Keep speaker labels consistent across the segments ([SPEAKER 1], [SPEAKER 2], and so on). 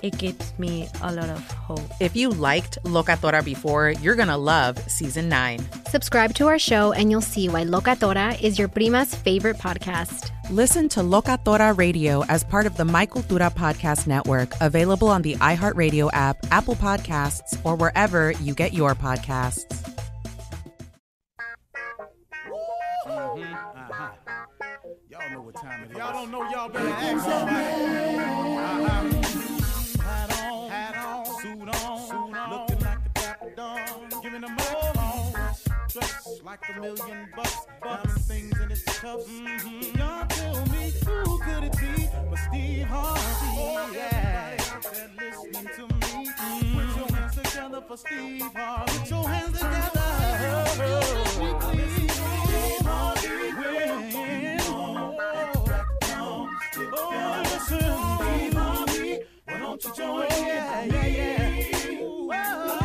[SPEAKER 1] it gives me a lot of hope.
[SPEAKER 2] If you liked Locatora before, you're going to love season 9.
[SPEAKER 3] Subscribe to our show and you'll see why Locatora is your prima's favorite podcast.
[SPEAKER 2] Listen to Locatora Radio as part of the Michael Dura Podcast Network, available on the iHeartRadio app, Apple Podcasts, or wherever you get your podcasts.
[SPEAKER 4] Mm-hmm. Uh-huh. Y'all know what time it is. Y'all don't know, y'all better ask somebody. Uh-huh. like a million bucks, bucks. things in its cups. Mm-hmm. Y'all tell me who could it be but Steve Harvey? Oh, yeah. Everybody listening to me. Mm-hmm. Put your hands together for Steve Harvey. Put your hands together. Oh, Steve Harvey. When, oh, oh, listen, Steve Harvey, why don't you join in? Yeah, yeah, yeah. Ooh, oh.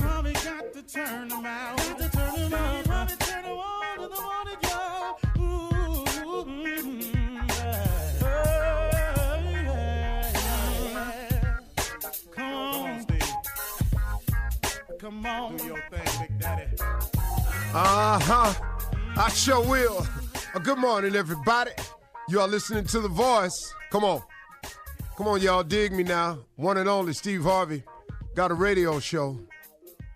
[SPEAKER 4] turn them out. Got to turn them out. Turn them, turn them on to the morning, y'all. Ooh, mm-hmm. yeah. Oh, yeah. yeah. Come on, Steve. Come on. Do your thing, Big Daddy.
[SPEAKER 5] Uh huh. I sure will. Uh, good morning, everybody. You are listening to The Voice. Come on. Come on, y'all. Dig me now. One and only Steve Harvey got a radio show.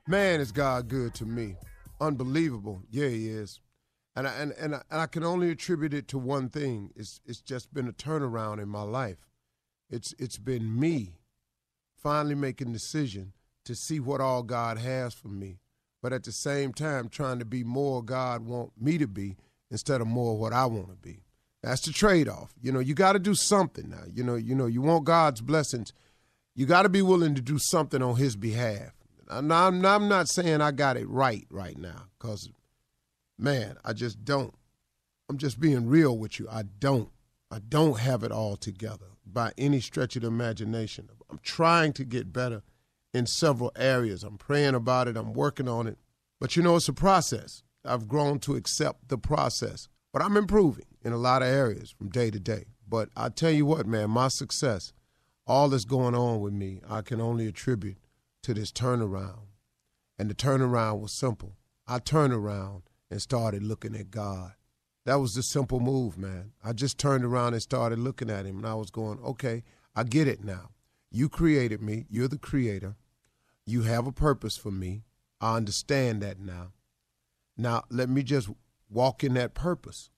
[SPEAKER 5] Man, is God good to me. Unbelievable. Yeah, he is. And I, and, and, I, and I can only attribute it to one thing. It's, it's just been a turnaround in my life. It's, it's been me finally making decision to see what all God has for me, but at the same time trying to be more God want me to be instead of more what I want to be. That's the trade-off. You know, you got to do something now. You know, you know, you want God's blessings. You got to be willing to do something on His behalf. And I'm, I'm not saying I got it right right now, cause man, I just don't. I'm just being real with you. I don't. I don't have it all together by any stretch of the imagination. I'm trying to get better in several areas. I'm praying about it, I'm working on it. But you know, it's a process. I've grown to accept the process, but I'm improving in a lot of areas from day to day. But I tell you what, man, my success, all that's going on with me, I can only attribute to this turnaround. And the turnaround was simple. I turned around and started looking at God. That was the simple move, man. I just turned around and started looking at him, and I was going, okay, I get it now. You created me. You're the creator. You have a purpose for me. I understand that now. Now, let me just walk in that purpose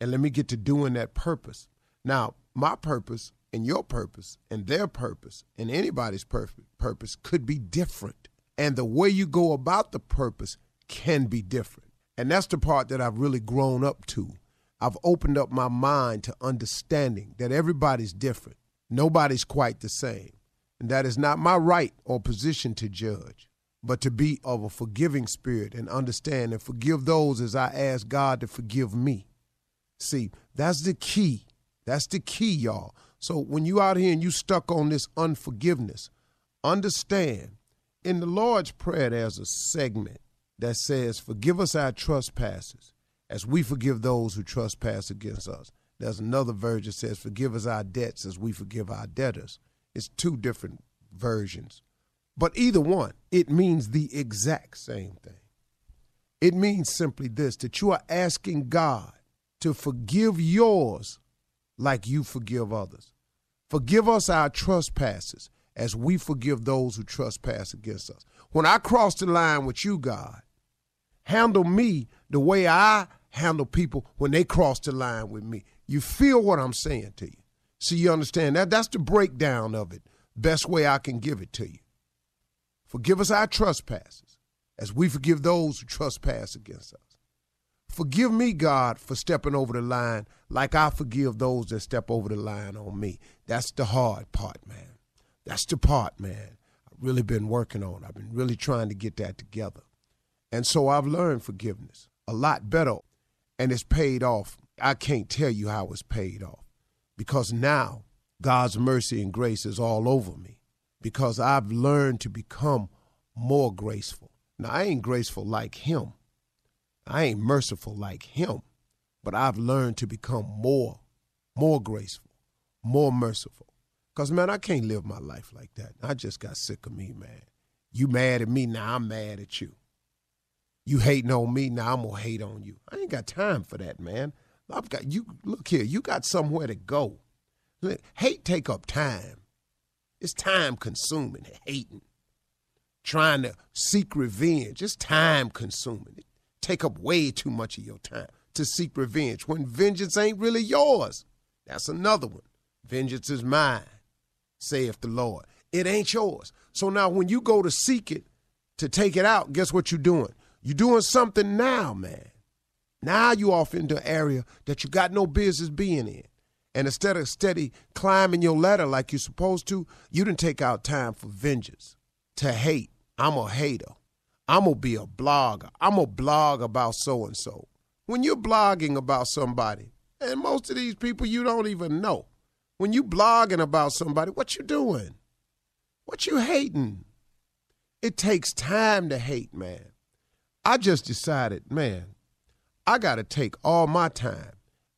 [SPEAKER 5] and let me get to doing that purpose. Now, my purpose and your purpose and their purpose and anybody's pur- purpose could be different. And the way you go about the purpose can be different. And that's the part that I've really grown up to. I've opened up my mind to understanding that everybody's different. Nobody's quite the same. And that is not my right or position to judge, but to be of a forgiving spirit and understand and forgive those as I ask God to forgive me. See, that's the key. That's the key, y'all. So when you out here and you stuck on this unforgiveness, understand in the Lord's Prayer there's a segment that says, Forgive us our trespasses as we forgive those who trespass against us. There's another version that says, Forgive us our debts as we forgive our debtors. It's two different versions. But either one, it means the exact same thing. It means simply this that you are asking God to forgive yours like you forgive others. Forgive us our trespasses as we forgive those who trespass against us. When I cross the line with you, God, handle me the way I handle people when they cross the line with me. You feel what I'm saying to you. See, you understand that? That's the breakdown of it. Best way I can give it to you. Forgive us our trespasses as we forgive those who trespass against us. Forgive me, God, for stepping over the line like I forgive those that step over the line on me. That's the hard part, man. That's the part, man. I've really been working on. I've been really trying to get that together. And so I've learned forgiveness a lot better, and it's paid off. I can't tell you how it's paid off because now God's mercy and grace is all over me because I've learned to become more graceful. Now, I ain't graceful like Him, I ain't merciful like Him, but I've learned to become more, more graceful, more merciful. Because, man, I can't live my life like that. I just got sick of me, man. You mad at me, now I'm mad at you you hating on me now i'm gonna hate on you i ain't got time for that man i've got you look here you got somewhere to go look, hate take up time it's time consuming hating trying to seek revenge it's time consuming it take up way too much of your time to seek revenge when vengeance ain't really yours that's another one vengeance is mine saith the lord it ain't yours so now when you go to seek it to take it out guess what you're doing you're doing something now, man. Now you off into an area that you got no business being in. And instead of steady climbing your ladder like you're supposed to, you didn't take out time for vengeance, to hate. I'm a hater. I'm going to be a blogger. I'm going to blog about so and so. When you're blogging about somebody, and most of these people you don't even know, when you blogging about somebody, what you doing? What you hating? It takes time to hate, man. I just decided, man, I got to take all my time,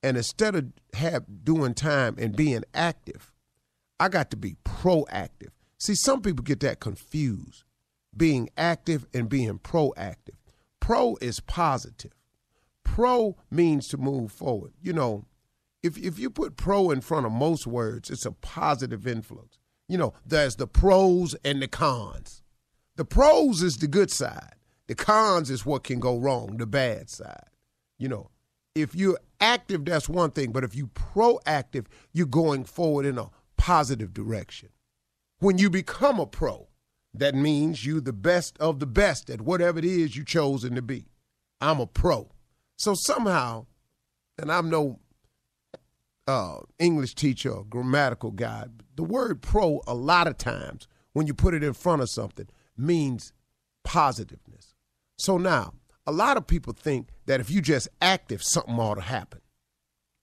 [SPEAKER 5] and instead of have doing time and being active, I got to be proactive. See, some people get that confused. being active and being proactive. Pro is positive. Pro means to move forward. You know, if if you put pro in front of most words, it's a positive influence. You know, there's the pros and the cons. The pros is the good side. The cons is what can go wrong, the bad side. You know, if you're active, that's one thing, but if you proactive, you're going forward in a positive direction. When you become a pro, that means you the best of the best at whatever it is you chosen to be. I'm a pro. So somehow, and I'm no uh, English teacher or grammatical guy, but the word pro a lot of times when you put it in front of something means positiveness. So now, a lot of people think that if you just active, something ought to happen.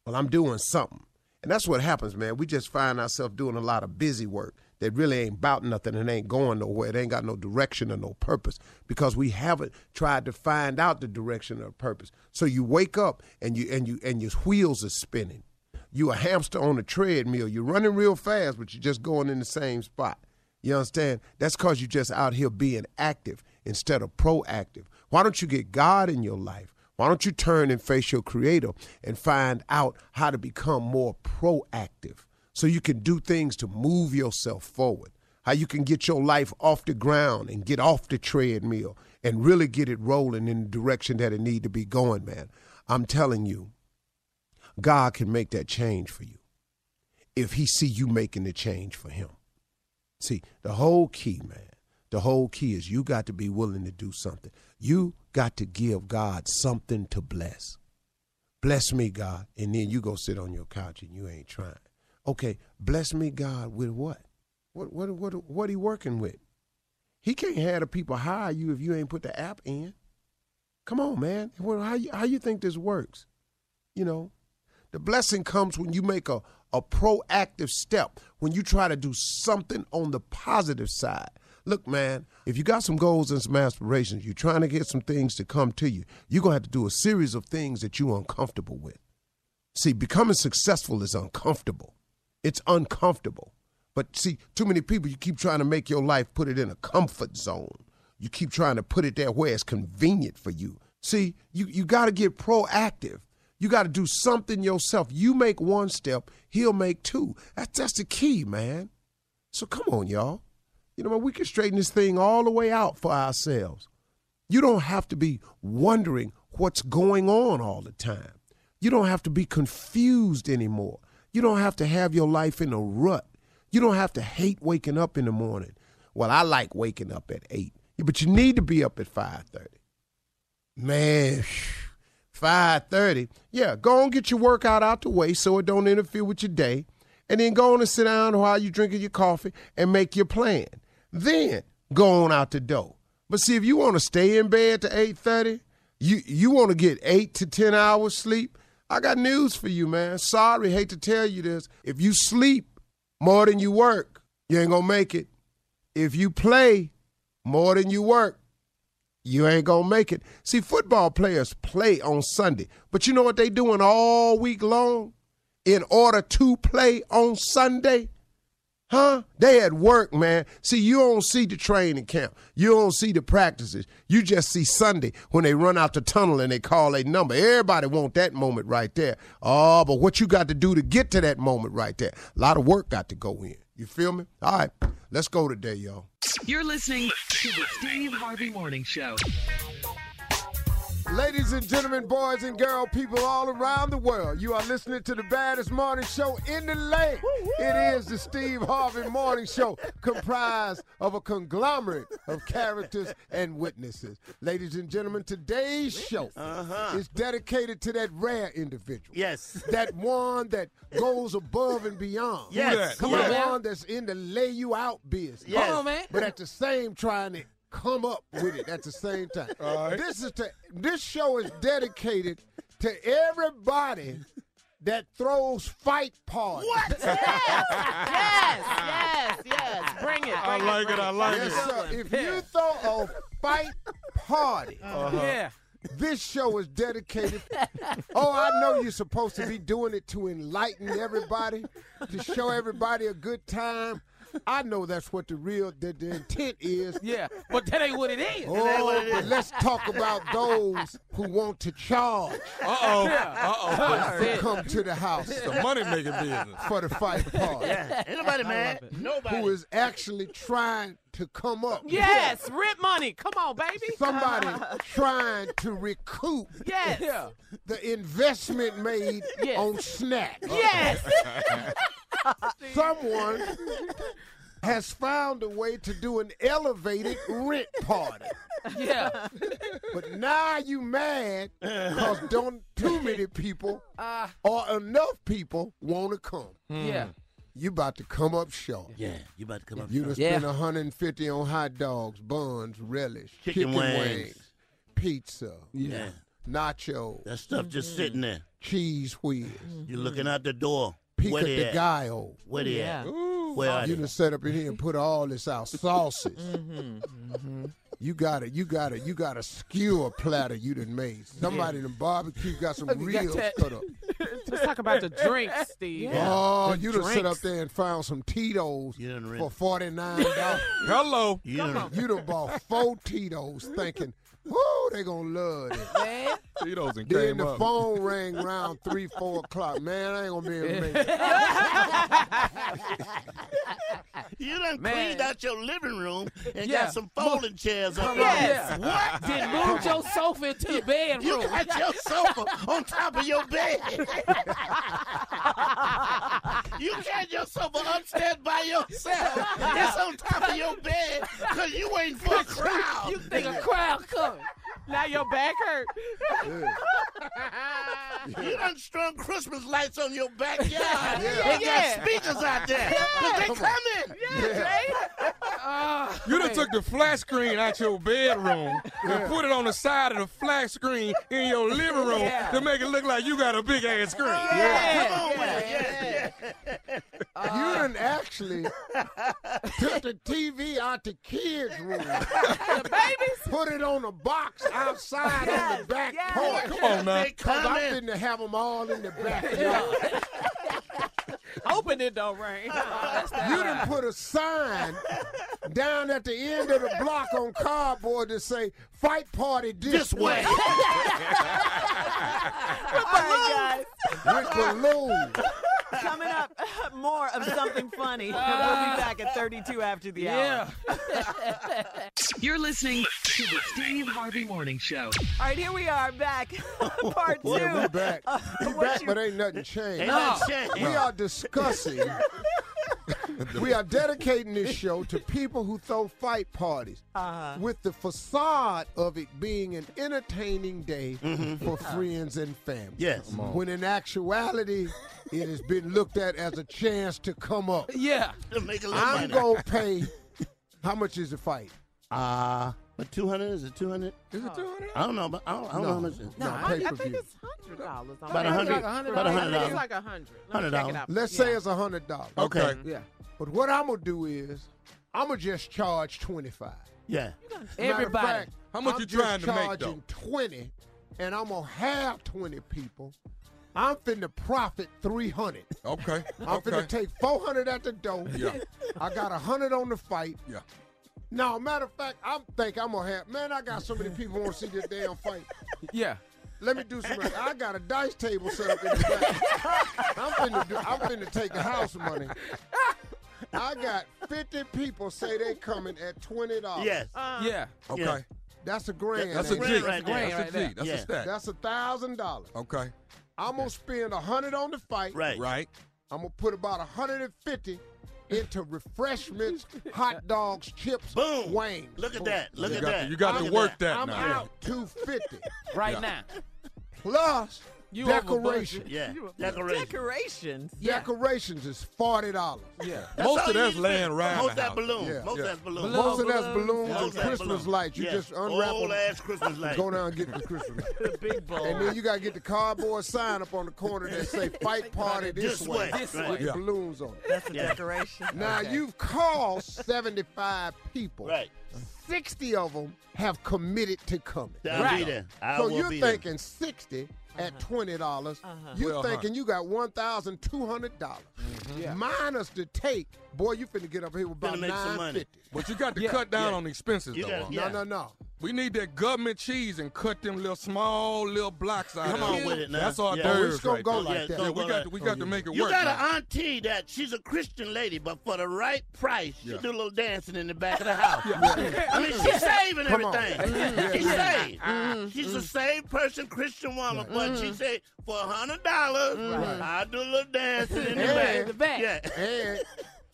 [SPEAKER 5] Well, I'm doing something. And that's what happens, man. We just find ourselves doing a lot of busy work that really ain't about nothing and ain't going nowhere. It ain't got no direction or no purpose because we haven't tried to find out the direction or purpose. So you wake up and you and you and your wheels are spinning. You a hamster on a treadmill. You're running real fast, but you're just going in the same spot. You understand? That's because you're just out here being active instead of proactive. Why don't you get God in your life? Why don't you turn and face your creator and find out how to become more proactive so you can do things to move yourself forward? How you can get your life off the ground and get off the treadmill and really get it rolling in the direction that it need to be going, man. I'm telling you, God can make that change for you if he see you making the change for him. See, the whole key, man, the whole key is you got to be willing to do something. You got to give God something to bless. Bless me, God. And then you go sit on your couch and you ain't trying. Okay, bless me, God, with what? What what what what he working with? He can't have the people hire you if you ain't put the app in. Come on, man. Well, how you, how you think this works? You know, the blessing comes when you make a, a proactive step, when you try to do something on the positive side. Look, man, if you got some goals and some aspirations, you're trying to get some things to come to you, you're going to have to do a series of things that you're uncomfortable with. See, becoming successful is uncomfortable. It's uncomfortable. But see, too many people, you keep trying to make your life put it in a comfort zone. You keep trying to put it there where it's convenient for you. See, you, you got to get proactive. You got to do something yourself. You make one step, he'll make two. That's, that's the key, man. So come on, y'all. You know, we can straighten this thing all the way out for ourselves. You don't have to be wondering what's going on all the time. You don't have to be confused anymore. You don't have to have your life in a rut. You don't have to hate waking up in the morning. Well, I like waking up at 8, but you need to be up at 5:30. Man, 5:30. Yeah, go and get your workout out the way so it don't interfere with your day and then go on and sit down while you're drinking your coffee and make your plan. Then go on out the door. But see, if you want to stay in bed to 8.30, you, you want to get 8 to 10 hours sleep, I got news for you, man. Sorry, hate to tell you this. If you sleep more than you work, you ain't going to make it. If you play more than you work, you ain't going to make it. See, football players play on Sunday, but you know what they doing all week long? in order to play on Sunday? Huh? They at work, man. See, you don't see the training camp. You don't see the practices. You just see Sunday when they run out the tunnel and they call a number. Everybody want that moment right there. Oh, but what you got to do to get to that moment right there? A lot of work got to go in. You feel me? All right, let's go today, y'all.
[SPEAKER 6] You're listening to the Steve Harvey Morning Show.
[SPEAKER 5] Ladies and gentlemen, boys and girl, people all around the world, you are listening to the baddest morning show in the land. It is the Steve Harvey Morning Show, comprised of a conglomerate of characters and witnesses. Ladies and gentlemen, today's show is dedicated to that rare individual.
[SPEAKER 7] Yes.
[SPEAKER 5] That one that goes above and beyond.
[SPEAKER 7] Yes. Who that?
[SPEAKER 5] Come
[SPEAKER 7] Yes.
[SPEAKER 5] on, one that's in the lay you out business.
[SPEAKER 7] Yes. Come on, man.
[SPEAKER 5] But at the same trying to come up with it at the same time. This is to, this show is dedicated to everybody that throws fight parties. What?
[SPEAKER 7] yes, yes. Bring it. Bring
[SPEAKER 5] I
[SPEAKER 7] it, bring
[SPEAKER 5] yes, Sir. If you throw a fight party,
[SPEAKER 7] Uh-huh. Yeah.
[SPEAKER 5] this show is dedicated. oh, I know you're supposed to be doing it to enlighten everybody, to show everybody a good time.
[SPEAKER 7] I know that's what the real the, the intent is.
[SPEAKER 4] Yeah, but that ain't what it is.
[SPEAKER 7] Oh, but let's talk about those who want to charge.
[SPEAKER 8] Uh oh. Uh oh.
[SPEAKER 7] Who come to the house?
[SPEAKER 8] It's the money-making business.
[SPEAKER 7] for the fight party.
[SPEAKER 8] Yeah.
[SPEAKER 4] Ain't nobody I mad. love it. Nobody.
[SPEAKER 7] who is actually trying to come up.
[SPEAKER 4] Yes, rent money. Come on, baby.
[SPEAKER 7] somebody trying to recoup
[SPEAKER 4] Yes. Yeah.
[SPEAKER 7] the investment made on Snap.
[SPEAKER 4] Yes.
[SPEAKER 7] Someone has found a way to do an elevated rent party.
[SPEAKER 4] Yeah.
[SPEAKER 7] But now you mad because don't too many people or enough people want to come.
[SPEAKER 4] Ah. Hmm. Yeah.
[SPEAKER 7] You about to come up short.
[SPEAKER 9] Yeah, you about to come up
[SPEAKER 7] You done
[SPEAKER 9] short.
[SPEAKER 7] spent
[SPEAKER 9] Yeah.
[SPEAKER 7] 150 on hot dogs, buns, relish,
[SPEAKER 9] Chicken wings.
[SPEAKER 7] pizza,
[SPEAKER 9] Yeah.
[SPEAKER 7] nacho. That
[SPEAKER 9] stuff just
[SPEAKER 4] Mm-hmm.
[SPEAKER 9] sitting there.
[SPEAKER 7] Cheese wheels.
[SPEAKER 9] You're looking out the door.
[SPEAKER 7] Pico
[SPEAKER 9] Where they
[SPEAKER 7] de
[SPEAKER 9] at?
[SPEAKER 7] gallo.
[SPEAKER 9] Where they at? Where
[SPEAKER 4] Oh,
[SPEAKER 9] are
[SPEAKER 7] you
[SPEAKER 9] they?
[SPEAKER 7] done set up in here and put all this out sauces.
[SPEAKER 9] Mm-hmm.
[SPEAKER 7] You got to You got to You got to skewer platter you done made. Somebody done barbecue got some
[SPEAKER 4] You got
[SPEAKER 7] real
[SPEAKER 4] that-
[SPEAKER 7] cut up.
[SPEAKER 4] Let's talk about the drinks, Steve.
[SPEAKER 7] Oh,
[SPEAKER 4] The
[SPEAKER 7] you done sit up
[SPEAKER 4] drinks.
[SPEAKER 7] there and found some Tito's for forty nine dollars.
[SPEAKER 8] Hello.
[SPEAKER 9] You
[SPEAKER 7] done, you done bought four Tito's, thinking, "Whoo, they gonna love it."
[SPEAKER 4] Man.
[SPEAKER 8] Tito's and
[SPEAKER 7] Then
[SPEAKER 8] came
[SPEAKER 7] the
[SPEAKER 8] up.
[SPEAKER 7] phone rang round three, four o'clock. Man, I ain't gonna be able to make it.
[SPEAKER 9] You done
[SPEAKER 7] Man.
[SPEAKER 9] cleaned out your living room and
[SPEAKER 7] Yeah.
[SPEAKER 9] got some folding chairs up
[SPEAKER 4] Yes.
[SPEAKER 9] there. What?
[SPEAKER 4] Then move your sofa into the bedroom.
[SPEAKER 9] You got your sofa on top of your bed. you got your sofa upstairs by yourself. It's on top of your bed because you waiting for a crowd.
[SPEAKER 4] You think a crowd coming. Now your back hurt.
[SPEAKER 9] You done strung Christmas lights on your backyard.
[SPEAKER 4] Yeah.
[SPEAKER 9] They
[SPEAKER 4] Yeah.
[SPEAKER 9] got speakers out there. 'cause they
[SPEAKER 4] Come
[SPEAKER 9] coming. Uh,
[SPEAKER 8] You done took the flat screen out your bedroom and put it on the side of the flat screen in your living room
[SPEAKER 4] Yeah.
[SPEAKER 8] to make it look like you got a big ass
[SPEAKER 9] Oh,
[SPEAKER 8] screen.
[SPEAKER 9] Uh,
[SPEAKER 4] Yeah.
[SPEAKER 7] You
[SPEAKER 4] Uh,
[SPEAKER 7] done actually took the TV out the kids' room. the
[SPEAKER 4] babies?
[SPEAKER 7] Put it on a box outside on the back porch.
[SPEAKER 8] Come on now.
[SPEAKER 7] Because I didn't have them all in the backyard.
[SPEAKER 4] Open it though, Rain.
[SPEAKER 7] You done put a sign down at the end of the block on cardboard to say, fight party this,
[SPEAKER 9] This way.
[SPEAKER 10] Oh All right,
[SPEAKER 7] With balloons.
[SPEAKER 10] guys. Coming up, more of something funny. we'll be back at 32 after the hour.
[SPEAKER 6] You're listening to the Steve Harvey Morning Show.
[SPEAKER 10] All right, here we are back. Part two.
[SPEAKER 7] Yeah, we back. We back, but ain't nothing changed.
[SPEAKER 10] Ain't nothing No. changed.
[SPEAKER 7] We are discussing. we are dedicating this show to people who throw fight parties
[SPEAKER 9] Uh-huh.
[SPEAKER 7] with the facade of it being an entertaining day
[SPEAKER 9] Mm-hmm.
[SPEAKER 7] for
[SPEAKER 9] Uh-huh.
[SPEAKER 7] friends and family.
[SPEAKER 9] Yes. Come on.
[SPEAKER 7] When in actuality, it has been looked at as a chance to come up.
[SPEAKER 4] Yeah.
[SPEAKER 9] To make a little
[SPEAKER 7] I'm
[SPEAKER 9] money.
[SPEAKER 7] going to pay. How much is the fight?
[SPEAKER 9] Uh, but 200 is it 200?
[SPEAKER 7] Is it 200?
[SPEAKER 9] I don't know. But I don't, I don't know how much. it is.
[SPEAKER 7] No,
[SPEAKER 4] I, I think it's hundred dollars.
[SPEAKER 9] About a hundred- about a hundred
[SPEAKER 4] It's
[SPEAKER 9] dollars.
[SPEAKER 4] like a hundred. Let me
[SPEAKER 7] Hundred
[SPEAKER 4] check it
[SPEAKER 7] dollars.
[SPEAKER 4] out.
[SPEAKER 7] Let's say it's a hundred dollars.
[SPEAKER 9] Okay. Okay.
[SPEAKER 4] Yeah.
[SPEAKER 7] But what I'm gonna do is I'm gonna just charge twenty five.
[SPEAKER 9] Yeah.
[SPEAKER 4] Everybody.
[SPEAKER 8] How much
[SPEAKER 7] I'm
[SPEAKER 8] you
[SPEAKER 7] just
[SPEAKER 8] trying to make,
[SPEAKER 7] charging Twenty, and I'm gonna have twenty people. I'm finna profit three hundred.
[SPEAKER 8] Okay.
[SPEAKER 7] I'm finna
[SPEAKER 8] okay.
[SPEAKER 7] take four hundred at the door.
[SPEAKER 8] Yeah.
[SPEAKER 7] I got a hundred on the fight.
[SPEAKER 8] Yeah.
[SPEAKER 7] No, matter of fact, I'm think I'm gonna have. Man, I got so many people want to see this damn fight.
[SPEAKER 8] Yeah.
[SPEAKER 7] Let me do some. I got a dice table set up in the back. I'm finna do. I'm finna take the house money. I got 50 people say they coming at twenty dollars.
[SPEAKER 9] Yes.
[SPEAKER 8] Yeah. Okay.
[SPEAKER 9] Uh, Yeah.
[SPEAKER 7] That's a grand.
[SPEAKER 8] That's a
[SPEAKER 7] ain't
[SPEAKER 8] G.
[SPEAKER 7] it?
[SPEAKER 8] That's a G. That's a
[SPEAKER 9] Yeah.
[SPEAKER 8] stack.
[SPEAKER 7] That's a thousand dollars.
[SPEAKER 8] Okay.
[SPEAKER 7] I'm gonna spend a hundred on the fight.
[SPEAKER 9] Right.
[SPEAKER 8] Right.
[SPEAKER 7] I'm gonna put about a hundred and fifty into refreshments, hot dogs, chips,
[SPEAKER 9] Boom.
[SPEAKER 7] wings.
[SPEAKER 9] Look at
[SPEAKER 7] Boom.
[SPEAKER 9] that. Look
[SPEAKER 8] You
[SPEAKER 9] at
[SPEAKER 8] got to-
[SPEAKER 9] that.
[SPEAKER 8] you got to
[SPEAKER 9] Look at
[SPEAKER 8] work that
[SPEAKER 7] I'm
[SPEAKER 8] now.
[SPEAKER 7] out two fifty
[SPEAKER 4] Right
[SPEAKER 8] Yeah.
[SPEAKER 4] now.
[SPEAKER 7] plus
[SPEAKER 4] You over
[SPEAKER 7] decoration.
[SPEAKER 4] budget.
[SPEAKER 9] Yeah.
[SPEAKER 4] You-
[SPEAKER 9] Decoration.
[SPEAKER 10] Decorations.
[SPEAKER 7] Decorations is forty dollars.
[SPEAKER 4] Yeah.
[SPEAKER 9] That's
[SPEAKER 8] Most
[SPEAKER 9] all
[SPEAKER 8] of
[SPEAKER 9] you
[SPEAKER 8] that's
[SPEAKER 9] need to
[SPEAKER 8] laying
[SPEAKER 9] spend.
[SPEAKER 8] around
[SPEAKER 9] Most
[SPEAKER 8] the
[SPEAKER 9] that
[SPEAKER 8] house.
[SPEAKER 9] balloon.
[SPEAKER 7] Yeah.
[SPEAKER 9] Most
[SPEAKER 8] Yeah.
[SPEAKER 9] that's balloon.
[SPEAKER 4] Balloon.
[SPEAKER 7] Most of that's balloons
[SPEAKER 9] Most
[SPEAKER 7] and
[SPEAKER 9] that's
[SPEAKER 7] Christmas
[SPEAKER 9] balloon.
[SPEAKER 7] lights. You
[SPEAKER 9] Yes.
[SPEAKER 7] just unwrap
[SPEAKER 9] Old
[SPEAKER 7] them.
[SPEAKER 9] ass Christmas lights.
[SPEAKER 7] Go down and get the Christmas lights.
[SPEAKER 10] The big ball.
[SPEAKER 7] And then you gotta get the cardboard sign up on the corner that say "Fight Party This,
[SPEAKER 9] This
[SPEAKER 7] Way"
[SPEAKER 9] way. This
[SPEAKER 7] with
[SPEAKER 9] way.
[SPEAKER 7] the
[SPEAKER 8] Yeah.
[SPEAKER 7] balloons on it.
[SPEAKER 10] That's the
[SPEAKER 9] Yeah.
[SPEAKER 10] decoration.
[SPEAKER 7] Now
[SPEAKER 10] Okay.
[SPEAKER 7] you've called 75 people.
[SPEAKER 9] Right.
[SPEAKER 7] 60 of them have committed to coming.
[SPEAKER 9] I'll be there. I
[SPEAKER 7] so
[SPEAKER 9] will
[SPEAKER 7] you're
[SPEAKER 9] be there.
[SPEAKER 7] thinking 60 at $20, dollars
[SPEAKER 9] Uh-huh.
[SPEAKER 7] you're
[SPEAKER 9] Well, huh.
[SPEAKER 7] thinking you got $1,200. dollars Minus the take, boy, you finna get up here with about
[SPEAKER 8] Mm-hmm. Finna make some money.
[SPEAKER 7] 950
[SPEAKER 8] But you got to cut down on the expenses,
[SPEAKER 7] You
[SPEAKER 8] though.
[SPEAKER 7] gotta-
[SPEAKER 8] huh?
[SPEAKER 7] yeah. No, no, no.
[SPEAKER 8] We need that government cheese and cut them little small little blocks out.
[SPEAKER 9] Come
[SPEAKER 8] of
[SPEAKER 9] on
[SPEAKER 8] there.
[SPEAKER 9] with it now.
[SPEAKER 8] That's our
[SPEAKER 9] Yeah.
[SPEAKER 8] dirge
[SPEAKER 9] Oh, it's gonna
[SPEAKER 8] right
[SPEAKER 9] go
[SPEAKER 8] there.
[SPEAKER 9] like that.
[SPEAKER 8] Yeah,
[SPEAKER 9] Gonna
[SPEAKER 8] we
[SPEAKER 9] go
[SPEAKER 8] got
[SPEAKER 9] like-
[SPEAKER 8] to, we got to make it
[SPEAKER 9] you
[SPEAKER 8] work.
[SPEAKER 9] got
[SPEAKER 8] now.
[SPEAKER 9] an auntie that she's a Christian lady, but for the right price, she'll
[SPEAKER 8] Yeah.
[SPEAKER 9] do a little dancing in the back of the house.
[SPEAKER 8] Yeah.
[SPEAKER 9] I mean, she's saving
[SPEAKER 8] Come on.
[SPEAKER 9] everything.
[SPEAKER 8] Mhm.
[SPEAKER 9] She's
[SPEAKER 8] Yeah.
[SPEAKER 9] saved. She's a saved person, Christian woman, but she said, for $100, I'll do a little dancing in the back.
[SPEAKER 7] And-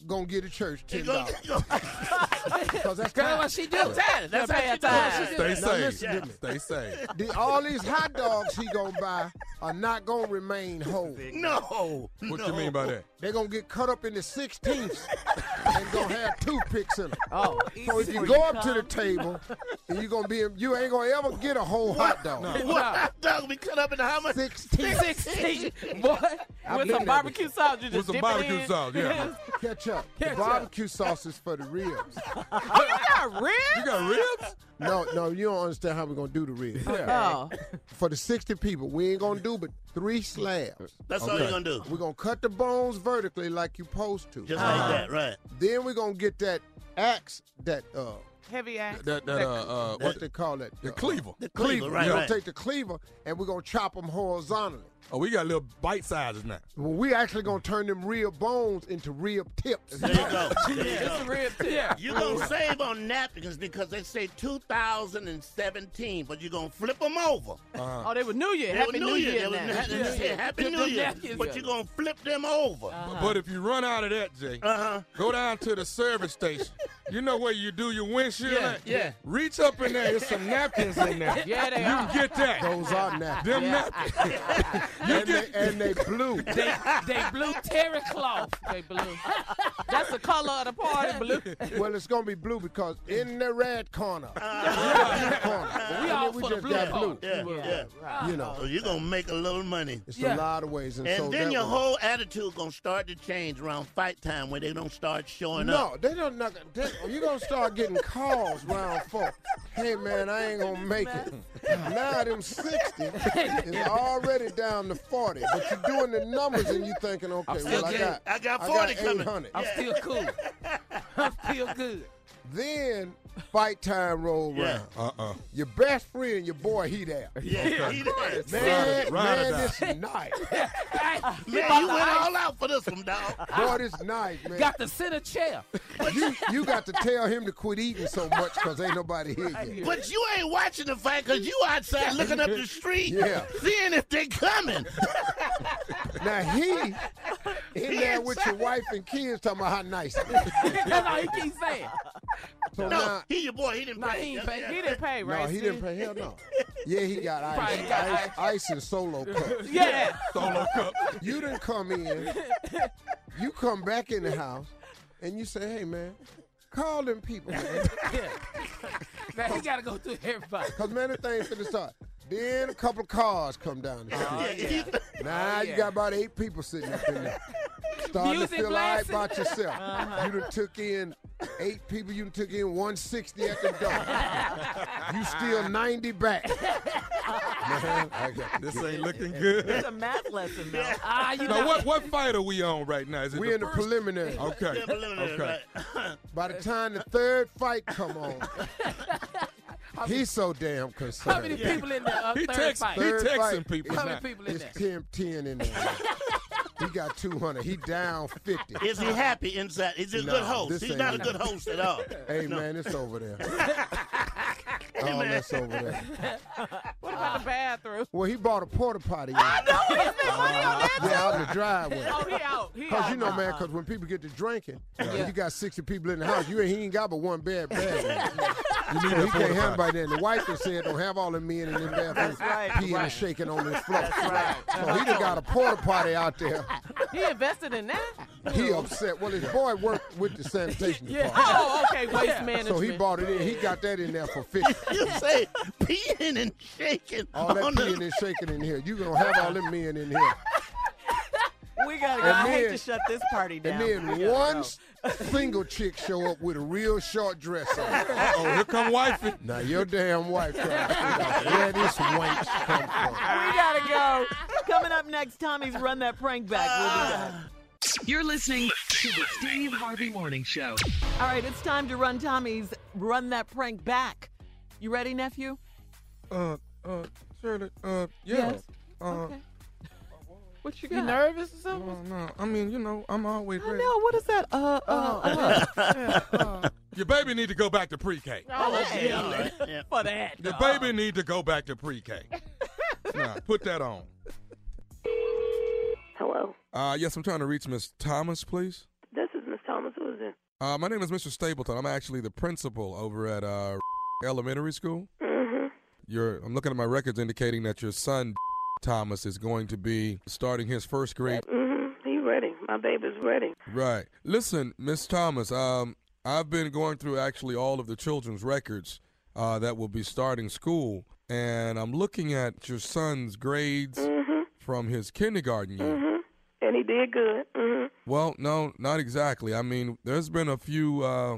[SPEAKER 7] And gonna get a church ten dollars. Because that's
[SPEAKER 9] Girl, what
[SPEAKER 7] tithe.
[SPEAKER 9] she do? That's tithe. That's how you tithe. She do
[SPEAKER 8] Stay
[SPEAKER 9] that. Now
[SPEAKER 8] safe.
[SPEAKER 9] listen to me.
[SPEAKER 8] Stay safe.
[SPEAKER 7] The, all these hot dogs he gonna buy are not gonna remain whole.
[SPEAKER 9] No.
[SPEAKER 8] What you mean by that?
[SPEAKER 7] They're gonna get cut up into sixteenths and gonna have toothpicks in them.
[SPEAKER 8] Oh.
[SPEAKER 7] so if you go up to the table, and you gonna be you ain't gonna ever get a whole hot dog.
[SPEAKER 9] What hot dog be cut up in how much?
[SPEAKER 7] 16.
[SPEAKER 9] 16.
[SPEAKER 4] What?
[SPEAKER 7] I've
[SPEAKER 4] With
[SPEAKER 7] been
[SPEAKER 4] some
[SPEAKER 7] there
[SPEAKER 4] barbecue
[SPEAKER 7] before.
[SPEAKER 4] sauce, you just dip it in.
[SPEAKER 7] Ketchup. The
[SPEAKER 4] Ketchup.
[SPEAKER 7] barbecue sauce is for the ribs.
[SPEAKER 4] oh, you got ribs? You
[SPEAKER 8] got ribs?
[SPEAKER 7] No, no, you don't understand how we're gonna do the ribs.
[SPEAKER 4] Yeah.
[SPEAKER 7] For the 60 people, we ain't gonna do but three slabs.
[SPEAKER 9] That's all you gonna do.
[SPEAKER 7] We're gonna cut the bones vertically like you supposed to.
[SPEAKER 9] Just like Uh-huh. that, right.
[SPEAKER 7] Then we're gonna get that axe that uh
[SPEAKER 4] Heavy ass.
[SPEAKER 8] that, that, uh, uh,
[SPEAKER 7] what they call it?
[SPEAKER 8] The cleaver.
[SPEAKER 7] The
[SPEAKER 8] cleaver, right,
[SPEAKER 7] We're
[SPEAKER 8] right.
[SPEAKER 7] gonna take the cleaver and we're gonna chop them horizontally.
[SPEAKER 8] Oh, we got little bite sizes now.
[SPEAKER 7] Well, we actually gonna turn them rib bones into rib tips. There you
[SPEAKER 9] go. There you go.
[SPEAKER 4] Yeah.
[SPEAKER 9] You're going to save on napkins because they say 2017, but you're going to flip them over.
[SPEAKER 7] Uh-huh.
[SPEAKER 4] Oh, they were New Year. Happy New Year.
[SPEAKER 9] They were
[SPEAKER 4] now.
[SPEAKER 9] Happy New Year. Happy
[SPEAKER 4] Dip
[SPEAKER 9] New
[SPEAKER 4] them
[SPEAKER 9] Year.
[SPEAKER 4] napkins.
[SPEAKER 9] But you're going to flip them over.
[SPEAKER 8] But if you run out of that, Jay,
[SPEAKER 9] uh-huh.
[SPEAKER 8] go down to the service station. You know where you do your windshield
[SPEAKER 9] Yeah,
[SPEAKER 8] at?
[SPEAKER 9] yeah.
[SPEAKER 8] Reach up in there. There's some napkins in there.
[SPEAKER 4] Yeah, they
[SPEAKER 8] You
[SPEAKER 4] are.
[SPEAKER 8] can get that.
[SPEAKER 7] Those are napkins.
[SPEAKER 8] Them
[SPEAKER 4] Yeah.
[SPEAKER 8] napkins.
[SPEAKER 7] and, they, and they blue.
[SPEAKER 4] They, they blue terry cloth. They blue. That's the color of the party, blue.
[SPEAKER 7] well, it's gonna be blue because in the red corner,
[SPEAKER 9] Ah.
[SPEAKER 4] we
[SPEAKER 7] And
[SPEAKER 4] all
[SPEAKER 7] then we
[SPEAKER 4] for the
[SPEAKER 7] just
[SPEAKER 4] blue
[SPEAKER 7] got
[SPEAKER 4] color.
[SPEAKER 7] blue.
[SPEAKER 9] Yeah,
[SPEAKER 7] Yeah,
[SPEAKER 9] yeah.
[SPEAKER 7] you know.
[SPEAKER 9] So you're going to make a little money.
[SPEAKER 7] it's a lot of ways, and,
[SPEAKER 9] And
[SPEAKER 7] so
[SPEAKER 9] then
[SPEAKER 7] that
[SPEAKER 9] your
[SPEAKER 7] way-
[SPEAKER 9] whole attitude gonna start to change around fight time when they don't start showing
[SPEAKER 7] No,
[SPEAKER 9] up.
[SPEAKER 7] they don't. Not, they, you gonna start getting calls round four. Hey man, I ain't gonna make it. Now them sixty is already down to forty, but you're doing the numbers and you thinking, okay,
[SPEAKER 9] still
[SPEAKER 7] well I
[SPEAKER 9] good.
[SPEAKER 7] got
[SPEAKER 9] I got 40 coming.
[SPEAKER 7] 800.
[SPEAKER 9] I'm still
[SPEAKER 4] cool. I'm still good.
[SPEAKER 7] Then fight time roll
[SPEAKER 8] Yeah.
[SPEAKER 7] round.
[SPEAKER 8] Uh-uh.
[SPEAKER 7] Your best friend, your boy, he there.
[SPEAKER 9] Yeah, he there.
[SPEAKER 7] Man,
[SPEAKER 8] Ride- ride or
[SPEAKER 7] man,
[SPEAKER 8] die.
[SPEAKER 7] this night.
[SPEAKER 9] Man, you went all out for this one, dog.
[SPEAKER 7] Boy, this night, man.
[SPEAKER 4] Got to sit a chair.
[SPEAKER 7] you, you got to tell him to quit eating so much because ain't nobody here yet.
[SPEAKER 9] But you ain't watching the fight because you outside looking up the street,
[SPEAKER 7] Yeah.
[SPEAKER 9] seeing if they coming.
[SPEAKER 7] Now he in there with your wife and kids talking about how nice. it is.
[SPEAKER 4] That's all he keeps saying.
[SPEAKER 7] So
[SPEAKER 9] no,
[SPEAKER 7] now,
[SPEAKER 9] he your boy. He didn't
[SPEAKER 4] No,
[SPEAKER 9] pay.
[SPEAKER 4] he didn't pay. He
[SPEAKER 9] Yeah.
[SPEAKER 4] didn't pay, right?
[SPEAKER 7] no, he didn't pay. Hell no. Yeah, he got ice.
[SPEAKER 4] Probably got
[SPEAKER 7] ice, ice and solo cup.
[SPEAKER 4] Yeah. yeah.
[SPEAKER 8] Solo cup.
[SPEAKER 7] You didn't come in. You come back in the house and you say, "Hey man, call them people, man,
[SPEAKER 4] Man, he got to go through everybody.
[SPEAKER 7] cause man, the thing's finna start." Then a couple of cars come down the street.
[SPEAKER 9] Oh, Yeah, he-
[SPEAKER 7] Now
[SPEAKER 4] Oh,
[SPEAKER 7] you
[SPEAKER 4] yeah.
[SPEAKER 7] got about eight people sitting up in there. Starting
[SPEAKER 4] Music Uh-huh.
[SPEAKER 7] to feel
[SPEAKER 4] blasting.
[SPEAKER 7] all right about yourself. You done took in eight people, you done took in 160 at the door. you
[SPEAKER 4] Ah.
[SPEAKER 7] still 90 back. Man, I got to
[SPEAKER 8] This
[SPEAKER 7] get-
[SPEAKER 8] ain't looking good.
[SPEAKER 10] It's a math lesson, Mel.
[SPEAKER 4] Ah, you
[SPEAKER 8] Now,
[SPEAKER 4] know
[SPEAKER 8] what, what fight are we on right now? Is it
[SPEAKER 7] We in the
[SPEAKER 8] first-
[SPEAKER 7] preliminary.
[SPEAKER 8] Okay.
[SPEAKER 9] Yeah, preliminary,
[SPEAKER 8] okay.
[SPEAKER 9] right.
[SPEAKER 7] By the time the third fight come on, he's so damn concerned.
[SPEAKER 4] How many people in the uh,
[SPEAKER 8] He
[SPEAKER 4] third
[SPEAKER 8] text-
[SPEAKER 4] fight?
[SPEAKER 8] he
[SPEAKER 7] Third
[SPEAKER 8] texting
[SPEAKER 7] fight,
[SPEAKER 8] people
[SPEAKER 4] How many
[SPEAKER 8] now.
[SPEAKER 4] people in
[SPEAKER 7] It's
[SPEAKER 4] there?
[SPEAKER 7] 10, 10 in there. he got 200. He down 50.
[SPEAKER 9] Is he happy inside? Is he a
[SPEAKER 7] Nah,
[SPEAKER 9] good
[SPEAKER 7] this
[SPEAKER 9] host? He's
[SPEAKER 7] ain't
[SPEAKER 9] not a
[SPEAKER 7] it.
[SPEAKER 9] good host at all.
[SPEAKER 7] Hey, man, it's over there.
[SPEAKER 9] Hey,
[SPEAKER 7] All
[SPEAKER 9] man.
[SPEAKER 7] that's over there.
[SPEAKER 4] What about the bathroom?
[SPEAKER 7] Well, he bought a porta potty. I
[SPEAKER 4] know. He spent money on that
[SPEAKER 7] Yeah, out in the driveway.
[SPEAKER 4] Oh, he out. He
[SPEAKER 7] Cause
[SPEAKER 4] out
[SPEAKER 7] you know,
[SPEAKER 4] now.
[SPEAKER 7] man, cause when people get to drinking, you got sixty people in the house. You ain't, he ain't got but one bed bathroom.
[SPEAKER 8] You need
[SPEAKER 7] So
[SPEAKER 8] a
[SPEAKER 7] he can't have
[SPEAKER 8] fortified.
[SPEAKER 7] nobody there. And the wife has said don't have all the men in the bathroom
[SPEAKER 10] That's right,
[SPEAKER 7] peeing
[SPEAKER 10] right.
[SPEAKER 7] and shaking on this floor.
[SPEAKER 10] right.
[SPEAKER 7] So he done got a porta potty out there.
[SPEAKER 4] He invested in that?
[SPEAKER 7] He upset. Well, his boy worked with the sanitation department,
[SPEAKER 4] Oh, okay. Waste management.
[SPEAKER 7] so he bought it in. He got that in there for fifty.
[SPEAKER 9] You say peeing and shaking
[SPEAKER 7] All that
[SPEAKER 4] Oh,
[SPEAKER 9] on the
[SPEAKER 7] peeing and shaking in here. You gonna have all them men in here.
[SPEAKER 10] We gotta go.
[SPEAKER 7] And
[SPEAKER 10] I hate
[SPEAKER 7] then-
[SPEAKER 10] to shut this party down.
[SPEAKER 7] And
[SPEAKER 10] We
[SPEAKER 7] then
[SPEAKER 10] gotta
[SPEAKER 7] one
[SPEAKER 10] go.
[SPEAKER 7] s- single chick show up with a real short dress on.
[SPEAKER 8] oh, here come wifey.
[SPEAKER 7] Now your damn wife comes. Where this wank come from?
[SPEAKER 10] We gotta go. Coming up next, Tommy's Run That Prank Back. We'll be
[SPEAKER 9] Ah.
[SPEAKER 10] back.
[SPEAKER 6] You're listening to the Steve Harvey Morning Show.
[SPEAKER 10] All right, it's time to run Tommy's Run That Prank Back. You ready, nephew?
[SPEAKER 8] Uh, uh, Shirley, uh, yeah.
[SPEAKER 10] Yes.
[SPEAKER 8] Uh,
[SPEAKER 9] Uh-huh.
[SPEAKER 4] What you
[SPEAKER 8] got?
[SPEAKER 4] You nervous or something?
[SPEAKER 8] No, no. I mean, you know, I'm always ready.
[SPEAKER 4] No, what is that? Uh,
[SPEAKER 9] Oh,
[SPEAKER 4] uh, uh.
[SPEAKER 8] Your baby need to go back to pre-K.
[SPEAKER 4] Oh,
[SPEAKER 10] Hey. For that.
[SPEAKER 8] Your baby need to go back to pre-K. nah, put that on.
[SPEAKER 11] Hello.
[SPEAKER 8] Uh, yes, I'm trying to reach Miss Thomas, please.
[SPEAKER 11] This is Miss Thomas. Who is it?
[SPEAKER 8] Uh, my name is Mr. Stapleton. I'm actually the principal over at uh, elementary school.
[SPEAKER 11] Mm-hmm.
[SPEAKER 8] You're, I'm looking at my records indicating that your son Thomas is going to be starting his first grade.
[SPEAKER 11] Mm-hmm. He ready. My baby's ready.
[SPEAKER 8] Right. Listen, Miss Thomas, um, I've been going through actually all of the children's records uh, that will be starting school, and I'm looking at your son's grades from his kindergarten year.
[SPEAKER 11] And he did good. Mm-hmm.
[SPEAKER 8] Well, no, not exactly. I mean, there's been a few. Uh,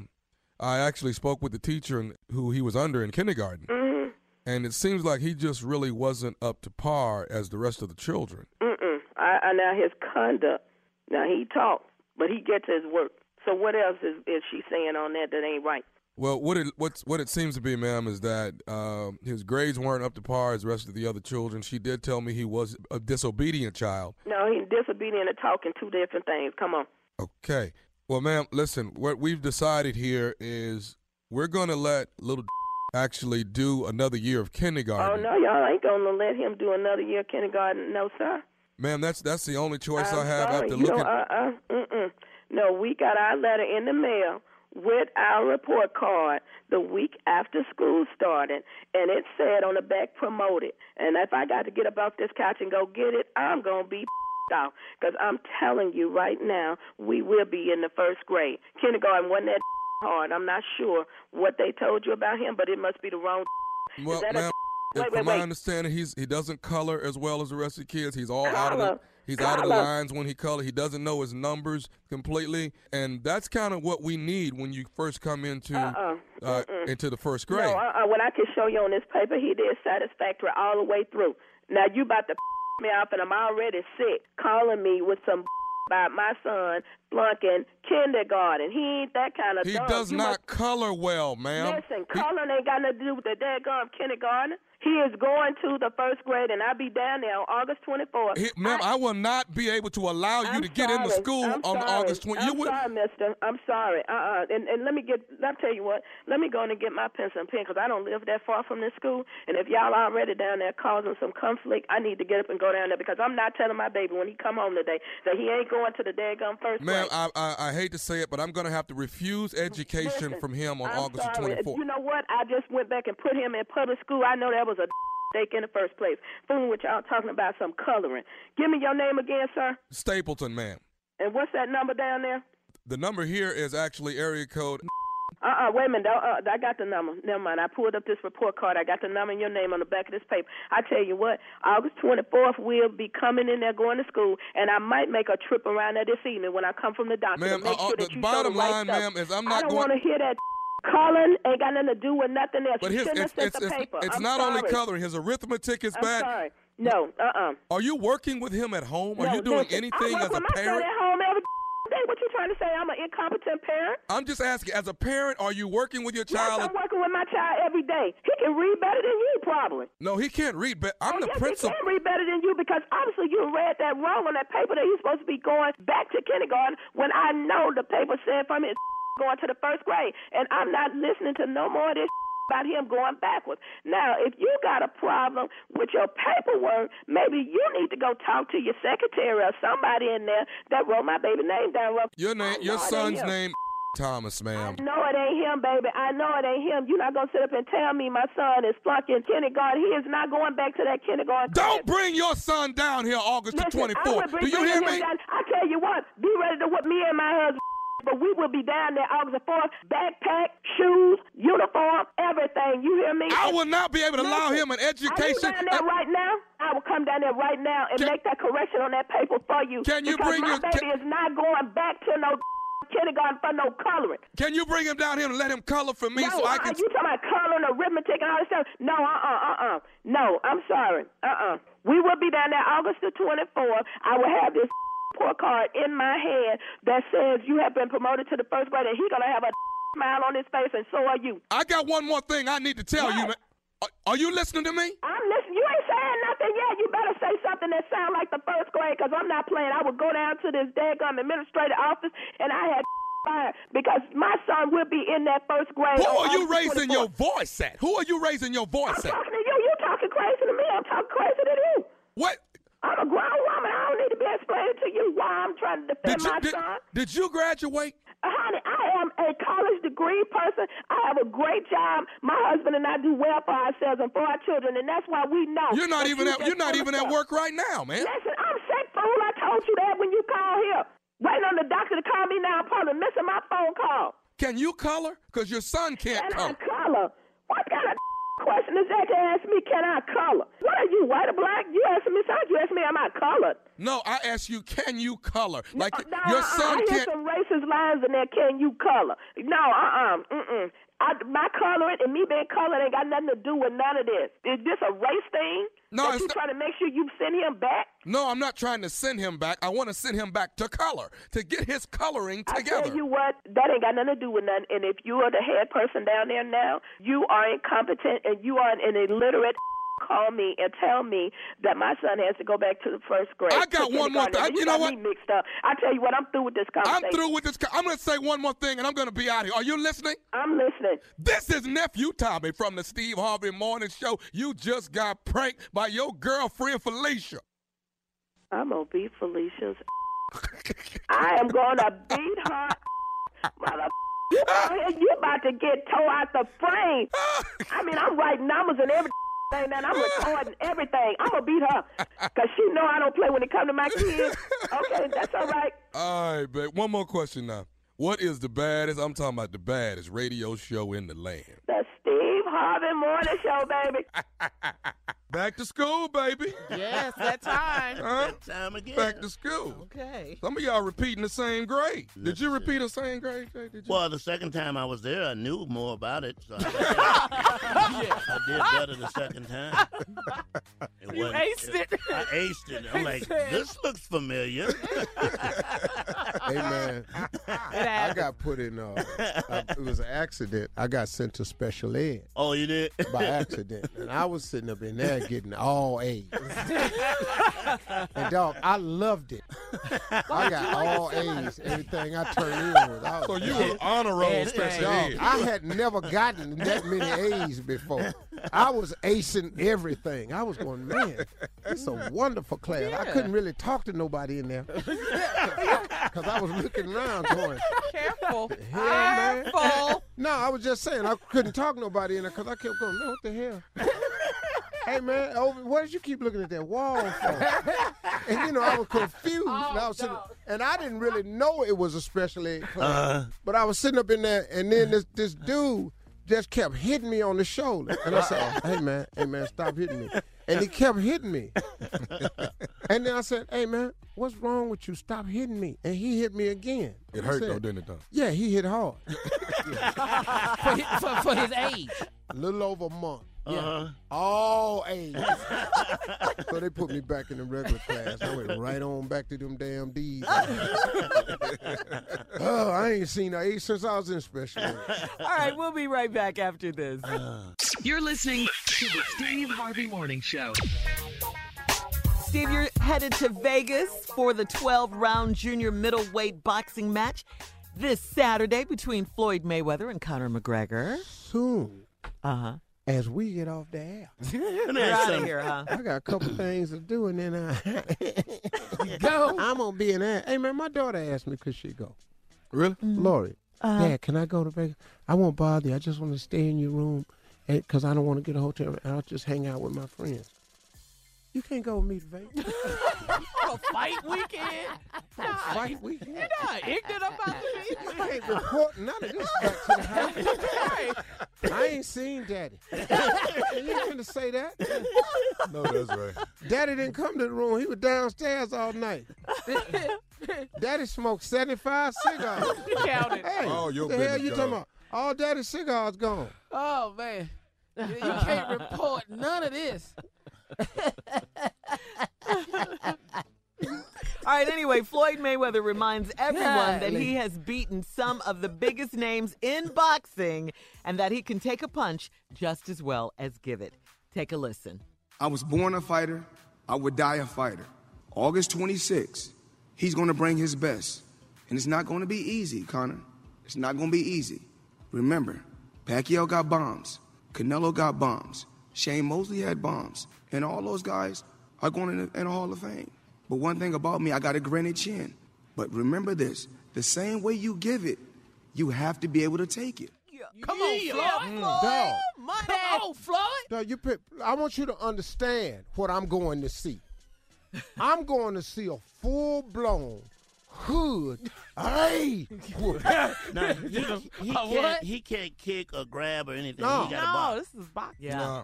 [SPEAKER 8] I actually spoke with the teacher in- who he was under in kindergarten,
[SPEAKER 11] Mm-hmm.
[SPEAKER 8] and it seems like he just really wasn't up to par as the rest of the children.
[SPEAKER 11] Mm-mm. I, I now his conduct. Now he talks, but he gets his work. So what else is, is she saying on that that ain't right?
[SPEAKER 8] Well, what it what's, what it seems to be, ma'am, is that um, his grades weren't up to par as the rest of the other children. She did tell me he was a disobedient child.
[SPEAKER 11] No, he disobedient and talking two different things. Come on.
[SPEAKER 8] Okay. Well, ma'am, listen, what we've decided here is we're going to let little actually do another year of
[SPEAKER 11] Oh
[SPEAKER 8] kindergarten.
[SPEAKER 11] no, y'all ain't gonna let him do another year of kindergarten. No, sir.
[SPEAKER 8] Ma'am, that's that's the only choice i have
[SPEAKER 11] Sorry,
[SPEAKER 8] after
[SPEAKER 11] you
[SPEAKER 8] looking.
[SPEAKER 11] know, uh-uh, mm-mm. No, we got our letter in the mail with our report card the week after school started, and it said on the back, promoted. And if I got to get up off this couch and go get it, I'm going to be off. Because I'm telling you right now, we will be in the first grade. Kindergarten wasn't that hard. I'm not sure what they told you about him, but it must be the wrong.
[SPEAKER 8] well,
[SPEAKER 11] that a-
[SPEAKER 8] ma'am,
[SPEAKER 11] Wait,
[SPEAKER 8] if-
[SPEAKER 11] wait,
[SPEAKER 8] from
[SPEAKER 11] wait.
[SPEAKER 8] my understanding, he's he doesn't color as well as the rest of the kids. He's all out of
[SPEAKER 11] Color.
[SPEAKER 8] the, he's out of the
[SPEAKER 11] Color.
[SPEAKER 8] lines when he color. He doesn't know his numbers completely, and that's kind of what we need when you first come into
[SPEAKER 11] Uh-uh.
[SPEAKER 8] uh,
[SPEAKER 11] Mm-mm.
[SPEAKER 8] into the first grade.
[SPEAKER 11] No, uh, uh, what I can show you on this paper, he did satisfactory all the way through. Now you about to me up, and I'm already sick. Calling me with some about my son flunking kindergarten. He ain't that kind of.
[SPEAKER 8] he
[SPEAKER 11] dog.
[SPEAKER 8] does
[SPEAKER 11] You
[SPEAKER 8] not color well, ma'am.
[SPEAKER 11] must- listen, calling ain't got nothing to do with the daggone kindergarten. He is going to the first grade, and I'll be down there on August 24th.
[SPEAKER 8] He- ma'am, I, will not be able to allow you to get into
[SPEAKER 11] Sorry.
[SPEAKER 8] school
[SPEAKER 11] I'm
[SPEAKER 8] on
[SPEAKER 11] sorry.
[SPEAKER 8] August 20.
[SPEAKER 11] I'm sorry, Mister. I'm sorry. Uh uh And and let me get. I'll tell you what. Let me go in and get my pencil and pen because I don't live that far from this school. And if y'all already down there causing some conflict, I need to get up and go down there because I'm not telling my baby when he come home today that he ain't going to the daggum first
[SPEAKER 8] Ma'am,
[SPEAKER 11] grade.
[SPEAKER 8] I, I, I hate to say it, but I'm going to have to refuse education
[SPEAKER 11] Listen,
[SPEAKER 8] from him on
[SPEAKER 11] I'm
[SPEAKER 8] August the
[SPEAKER 11] sorry.
[SPEAKER 8] 24th.
[SPEAKER 11] You know what? I just went back and put him in public school. I know that was a mistake in the first place. Fooling with y'all talking about some coloring. Give me your name again, sir.
[SPEAKER 8] Stapleton, ma'am.
[SPEAKER 11] And what's that number down there?
[SPEAKER 8] The number here is actually area code.
[SPEAKER 11] Uh uh wait a minute. Uh, uh, I got the number. Never mind. I pulled up this report card. I got the number and your name on the back of this paper. I tell you what, August 24th, we'll be coming in there going to school, and I might make a trip around there this evening when I come from the doctor.
[SPEAKER 8] Ma'am,
[SPEAKER 11] to make
[SPEAKER 8] uh, uh,
[SPEAKER 11] sure that
[SPEAKER 8] the
[SPEAKER 11] you show
[SPEAKER 8] bottom
[SPEAKER 11] the right
[SPEAKER 8] line,
[SPEAKER 11] stuff.
[SPEAKER 8] ma'am, is I'm
[SPEAKER 11] I
[SPEAKER 8] not
[SPEAKER 11] don't
[SPEAKER 8] going-
[SPEAKER 11] want to hear that. Colin ain't got nothing to do with nothing else.
[SPEAKER 8] But
[SPEAKER 11] you
[SPEAKER 8] his,
[SPEAKER 11] shouldn't
[SPEAKER 8] it's,
[SPEAKER 11] have sent
[SPEAKER 8] it's,
[SPEAKER 11] the
[SPEAKER 8] it's,
[SPEAKER 11] paper.
[SPEAKER 8] it's
[SPEAKER 11] I'm
[SPEAKER 8] not only
[SPEAKER 11] sorry.
[SPEAKER 8] coloring. His arithmetic is
[SPEAKER 11] I'm
[SPEAKER 8] bad.
[SPEAKER 11] sorry. No, uh-uh.
[SPEAKER 8] Are you working with him at home? Are
[SPEAKER 11] No,
[SPEAKER 8] you doing
[SPEAKER 11] listen,
[SPEAKER 8] anything
[SPEAKER 11] I
[SPEAKER 8] as
[SPEAKER 11] work
[SPEAKER 8] a
[SPEAKER 11] with my son
[SPEAKER 8] parent?
[SPEAKER 11] at home every day. What you trying to say? I'm an incompetent parent?
[SPEAKER 8] I'm just asking, as a parent, are you working with your child?
[SPEAKER 11] Yes, I'm working with my child every day. He can read better than you, probably. Oh,
[SPEAKER 8] no, he can't read, but I'm the
[SPEAKER 11] yes,
[SPEAKER 8] principal.
[SPEAKER 11] He can read better than you because obviously you read that wrong on that paper that he's supposed to be going back to kindergarten when I know the paper said from his going to the first grade. And I'm not listening to no more of this about him going backwards. Now, if you got a problem with your paperwork, maybe you need to go talk to your secretary or somebody in there that wrote my baby name down. wrong.
[SPEAKER 8] Your name, your
[SPEAKER 11] know it ain't
[SPEAKER 8] son's
[SPEAKER 11] him.
[SPEAKER 8] name, Thomas, ma'am.
[SPEAKER 11] No, it ain't him, baby. I know it ain't him. You're not gonna sit up and tell me my son is flunking kindergarten. He is not going back to that kindergarten.
[SPEAKER 8] Don't bring your son down here August
[SPEAKER 11] Listen,
[SPEAKER 8] the
[SPEAKER 11] I would
[SPEAKER 8] 24th.
[SPEAKER 11] bring
[SPEAKER 8] Do you
[SPEAKER 11] bring
[SPEAKER 8] hear
[SPEAKER 11] him
[SPEAKER 8] me?
[SPEAKER 11] down. I tell you what, be ready to whip me and my husband. But we will be down there August the 4th. Backpack, shoes, uniform, everything. You hear me?
[SPEAKER 8] I will not be able to allow
[SPEAKER 11] Listen,
[SPEAKER 8] him an
[SPEAKER 11] Are you
[SPEAKER 8] education. Uh,
[SPEAKER 11] down there right now? I will come down there right now and make that correction on that paper for you.
[SPEAKER 8] Can you
[SPEAKER 11] because
[SPEAKER 8] bring
[SPEAKER 11] my
[SPEAKER 8] your-
[SPEAKER 11] baby is not going back to no kindergarten for no coloring.
[SPEAKER 8] Can you bring him down here and let him color for me
[SPEAKER 11] no,
[SPEAKER 8] so I can?
[SPEAKER 11] uh, you talking about coloring, arithmetic, and all this stuff? No, uh, uh, uh, uh. No, I'm sorry. Uh, uh We will be down there August the 24th. I will have this report card in my hand that says you have been promoted to the first grade, and he's gonna have a smile on his face, and so are you.
[SPEAKER 8] I got one more thing I need to tell you, man. Are, are you listening to me?
[SPEAKER 11] I'm listening. You ain't saying nothing yet. You better say something that sounds like the first grade, because I'm not playing. I will go down to this daggum administrative office, and I have fired because my son will be in that first grade.
[SPEAKER 8] Who
[SPEAKER 11] on
[SPEAKER 8] are you
[SPEAKER 11] August
[SPEAKER 8] raising your voice at? Who are you raising your voice at?
[SPEAKER 11] talking to you. You talking crazy to me. I'm talking crazy to you.
[SPEAKER 8] What?
[SPEAKER 11] I'm a grown woman. I don't need to be explaining to you why I'm trying to defend
[SPEAKER 8] Did you
[SPEAKER 11] my
[SPEAKER 8] did,
[SPEAKER 11] son. Uh,
[SPEAKER 8] did you graduate?
[SPEAKER 11] Honey, I am a college degree person. I have a great job. My husband and I do well for ourselves and for our children, and that's why we know.
[SPEAKER 8] You're not
[SPEAKER 11] that
[SPEAKER 8] even
[SPEAKER 11] you
[SPEAKER 8] at-
[SPEAKER 11] just
[SPEAKER 8] you're not
[SPEAKER 11] full of
[SPEAKER 8] even at
[SPEAKER 11] stuff.
[SPEAKER 8] work right now, man.
[SPEAKER 11] Listen, I'm sick, fool. I told you that when you called here. Waiting on the doctor to call me now. I'm probably missing my phone call.
[SPEAKER 8] Can you color? Cause your son can't
[SPEAKER 11] Can I
[SPEAKER 8] color.
[SPEAKER 11] color? What kind of question is that to ask me? Can I color? What are you, white or black? You asking me something? You asking me am I colored?
[SPEAKER 8] No, I asked you, can you color? Like
[SPEAKER 11] No,
[SPEAKER 8] your
[SPEAKER 11] uh-uh, I
[SPEAKER 8] son
[SPEAKER 11] hear
[SPEAKER 8] can't.
[SPEAKER 11] some racist lines in there. Can you color? No, uh, uh mm, mm. I, my coloring and me being colored ain't got nothing to do with none of this. Is this a race thing?
[SPEAKER 8] No,
[SPEAKER 11] that
[SPEAKER 8] it's
[SPEAKER 11] you
[SPEAKER 8] not-
[SPEAKER 11] trying to make sure you send him back?
[SPEAKER 8] No, I'm not trying to send him back. I want to send him back to color to get his coloring
[SPEAKER 11] I
[SPEAKER 8] together.
[SPEAKER 11] tell you what, that ain't got nothing to do with nothing. And if you are the head person down there now, you are incompetent and you are an illiterate. Call me and tell me that my son has to go back to the first grade.
[SPEAKER 8] I got
[SPEAKER 11] to
[SPEAKER 8] one more
[SPEAKER 11] kindergarten.
[SPEAKER 8] thing.
[SPEAKER 11] You,
[SPEAKER 8] You know
[SPEAKER 11] got
[SPEAKER 8] what?
[SPEAKER 11] Me mixed up. I tell you what, I'm through with this
[SPEAKER 8] I'm
[SPEAKER 11] conversation.
[SPEAKER 8] through with this. co- I'm going to say one more thing and I'm going to be out of here. Are you listening?
[SPEAKER 11] I'm listening.
[SPEAKER 8] This is Nephew Tommy from the Steve Harvey Morning Show. You just got pranked by your girlfriend, Felicia.
[SPEAKER 11] I'm gonna beat Felicia's. I am gonna beat her. Mother, you out here, you about to get tore out the frame. I mean, I'm writing numbers and everything, and I'm recording everything. I'm gonna beat her because she know I don't play when it comes to my kids. Okay, that's all right.
[SPEAKER 8] All right, but one more question now. What is the baddest? I'm talking about the baddest radio show in the land.
[SPEAKER 11] The Steve Harvey Morning Show, baby.
[SPEAKER 8] Back to school, baby.
[SPEAKER 4] Yes, that time.
[SPEAKER 8] Huh?
[SPEAKER 4] That time again.
[SPEAKER 8] Back to school.
[SPEAKER 4] Okay.
[SPEAKER 8] Some of y'all repeating the same grade. Did you repeat the same grade? Jay? Did you?
[SPEAKER 9] Well, the second time I was there, I knew more about it. So I, I did better the second time. It
[SPEAKER 4] You
[SPEAKER 9] wasn't-
[SPEAKER 4] aced it.
[SPEAKER 9] I aced it. I'm
[SPEAKER 4] He
[SPEAKER 9] like,
[SPEAKER 4] said-
[SPEAKER 9] this looks familiar.
[SPEAKER 7] Hey man, I got put in. Uh, uh, it was an accident. I got sent to special ed.
[SPEAKER 9] Oh, you did
[SPEAKER 7] by accident, and I was sitting up in there getting all A's. and dog, I loved it. I got all A's. Everything I turned in was. I was
[SPEAKER 8] So you were honor roll
[SPEAKER 7] Dog,
[SPEAKER 8] special ed.
[SPEAKER 7] I had never gotten that many A's before. I was acing everything. I was going, man, it's a wonderful class. I couldn't really talk to nobody in there because I was looking around going,
[SPEAKER 4] Careful.
[SPEAKER 7] hell, man.
[SPEAKER 4] Careful.
[SPEAKER 7] No, I was just saying I couldn't talk to nobody in there because I kept going, man, what the hell? hey man, over, why did you keep looking at that wall for? and you know, I was confused.
[SPEAKER 10] Oh,
[SPEAKER 7] and, I was sitting, and I didn't really know it was a special ed class.
[SPEAKER 9] Uh-huh.
[SPEAKER 7] But I was sitting up in there and then this this dude just kept hitting me on the shoulder. And I said, Hey man, hey man, stop hitting me. And he kept hitting me. and then I said, Hey man, what's wrong with you? Stop hitting me. And he hit me again.
[SPEAKER 8] It
[SPEAKER 7] I
[SPEAKER 8] hurt
[SPEAKER 7] said,
[SPEAKER 8] though, didn't it though?
[SPEAKER 7] yeah, he hit hard.
[SPEAKER 4] for, his, for, for his age.
[SPEAKER 7] A little over a month.
[SPEAKER 9] Uh-huh.
[SPEAKER 7] All A's. so they put me back in the regular class. I went right on back to them damn D's. oh, I ain't seen an A since I was in special ed.
[SPEAKER 10] All right, we'll be right back after this.
[SPEAKER 6] You're listening to the Steve Harvey Morning Show.
[SPEAKER 10] Steve, you're headed to Vegas for the 12 round junior middleweight boxing match this Saturday between Floyd Mayweather and Conor McGregor.
[SPEAKER 7] Soon,
[SPEAKER 10] Uh huh.
[SPEAKER 7] as we get off the air,
[SPEAKER 10] You're out of here, huh?
[SPEAKER 7] I got a couple things to do, and then I go. I'm gonna be in there. Hey man, my daughter asked me could she go.
[SPEAKER 8] Really,
[SPEAKER 7] Lori? Dad, can I go to Vegas? I won't bother you. I just want to stay in your room, because I don't want to get a hotel. and I'll just hang out with my friends. You can't go with me to Vegas.
[SPEAKER 4] a fight weekend. Nah,
[SPEAKER 7] Fight weekend.
[SPEAKER 4] You're not ignorant about me.
[SPEAKER 7] I ain't reporting none of this back to the house. I ain't seen Daddy. you ain't gonna say that?
[SPEAKER 5] No, that's right.
[SPEAKER 7] Daddy didn't come to the room. He was downstairs all night. Daddy smoked 75 cigars.
[SPEAKER 4] Count it.
[SPEAKER 7] Hey,
[SPEAKER 5] Oh, your
[SPEAKER 7] what the hell
[SPEAKER 5] business,
[SPEAKER 7] you
[SPEAKER 5] dog.
[SPEAKER 7] talking about? All Daddy's cigars gone.
[SPEAKER 4] Oh man, you you can't report none of this.
[SPEAKER 10] All right, anyway, Floyd Mayweather reminds everyone that
[SPEAKER 4] Golly.
[SPEAKER 10] he has beaten some of the biggest names in boxing and that he can take a punch just as well as give it. Take a listen.
[SPEAKER 12] I was born a fighter. I would die a fighter. August 26th, he's going to bring his best. And it's not going to be easy, Connor. It's not going to be easy. Remember, Pacquiao got bombs. Canelo got bombs. Shane Mosley had bombs. And all those guys are going in the, in the Hall of Fame. But one thing about me, I got a granite chin. But remember this the same way you give it, you have to be able to take it.
[SPEAKER 4] Come
[SPEAKER 7] Yeah,
[SPEAKER 4] on, Floyd.
[SPEAKER 7] mm, dog.
[SPEAKER 4] Come on, Floyd.
[SPEAKER 7] No, you. pick- I want you to understand what I'm going to see. I'm going to see a full blown hood. Hey,
[SPEAKER 9] No, he, he
[SPEAKER 7] A
[SPEAKER 9] can't,
[SPEAKER 7] what?
[SPEAKER 9] he can't kick or grab or anything.
[SPEAKER 7] No.
[SPEAKER 9] he got a box.
[SPEAKER 4] this is boxing.
[SPEAKER 7] No.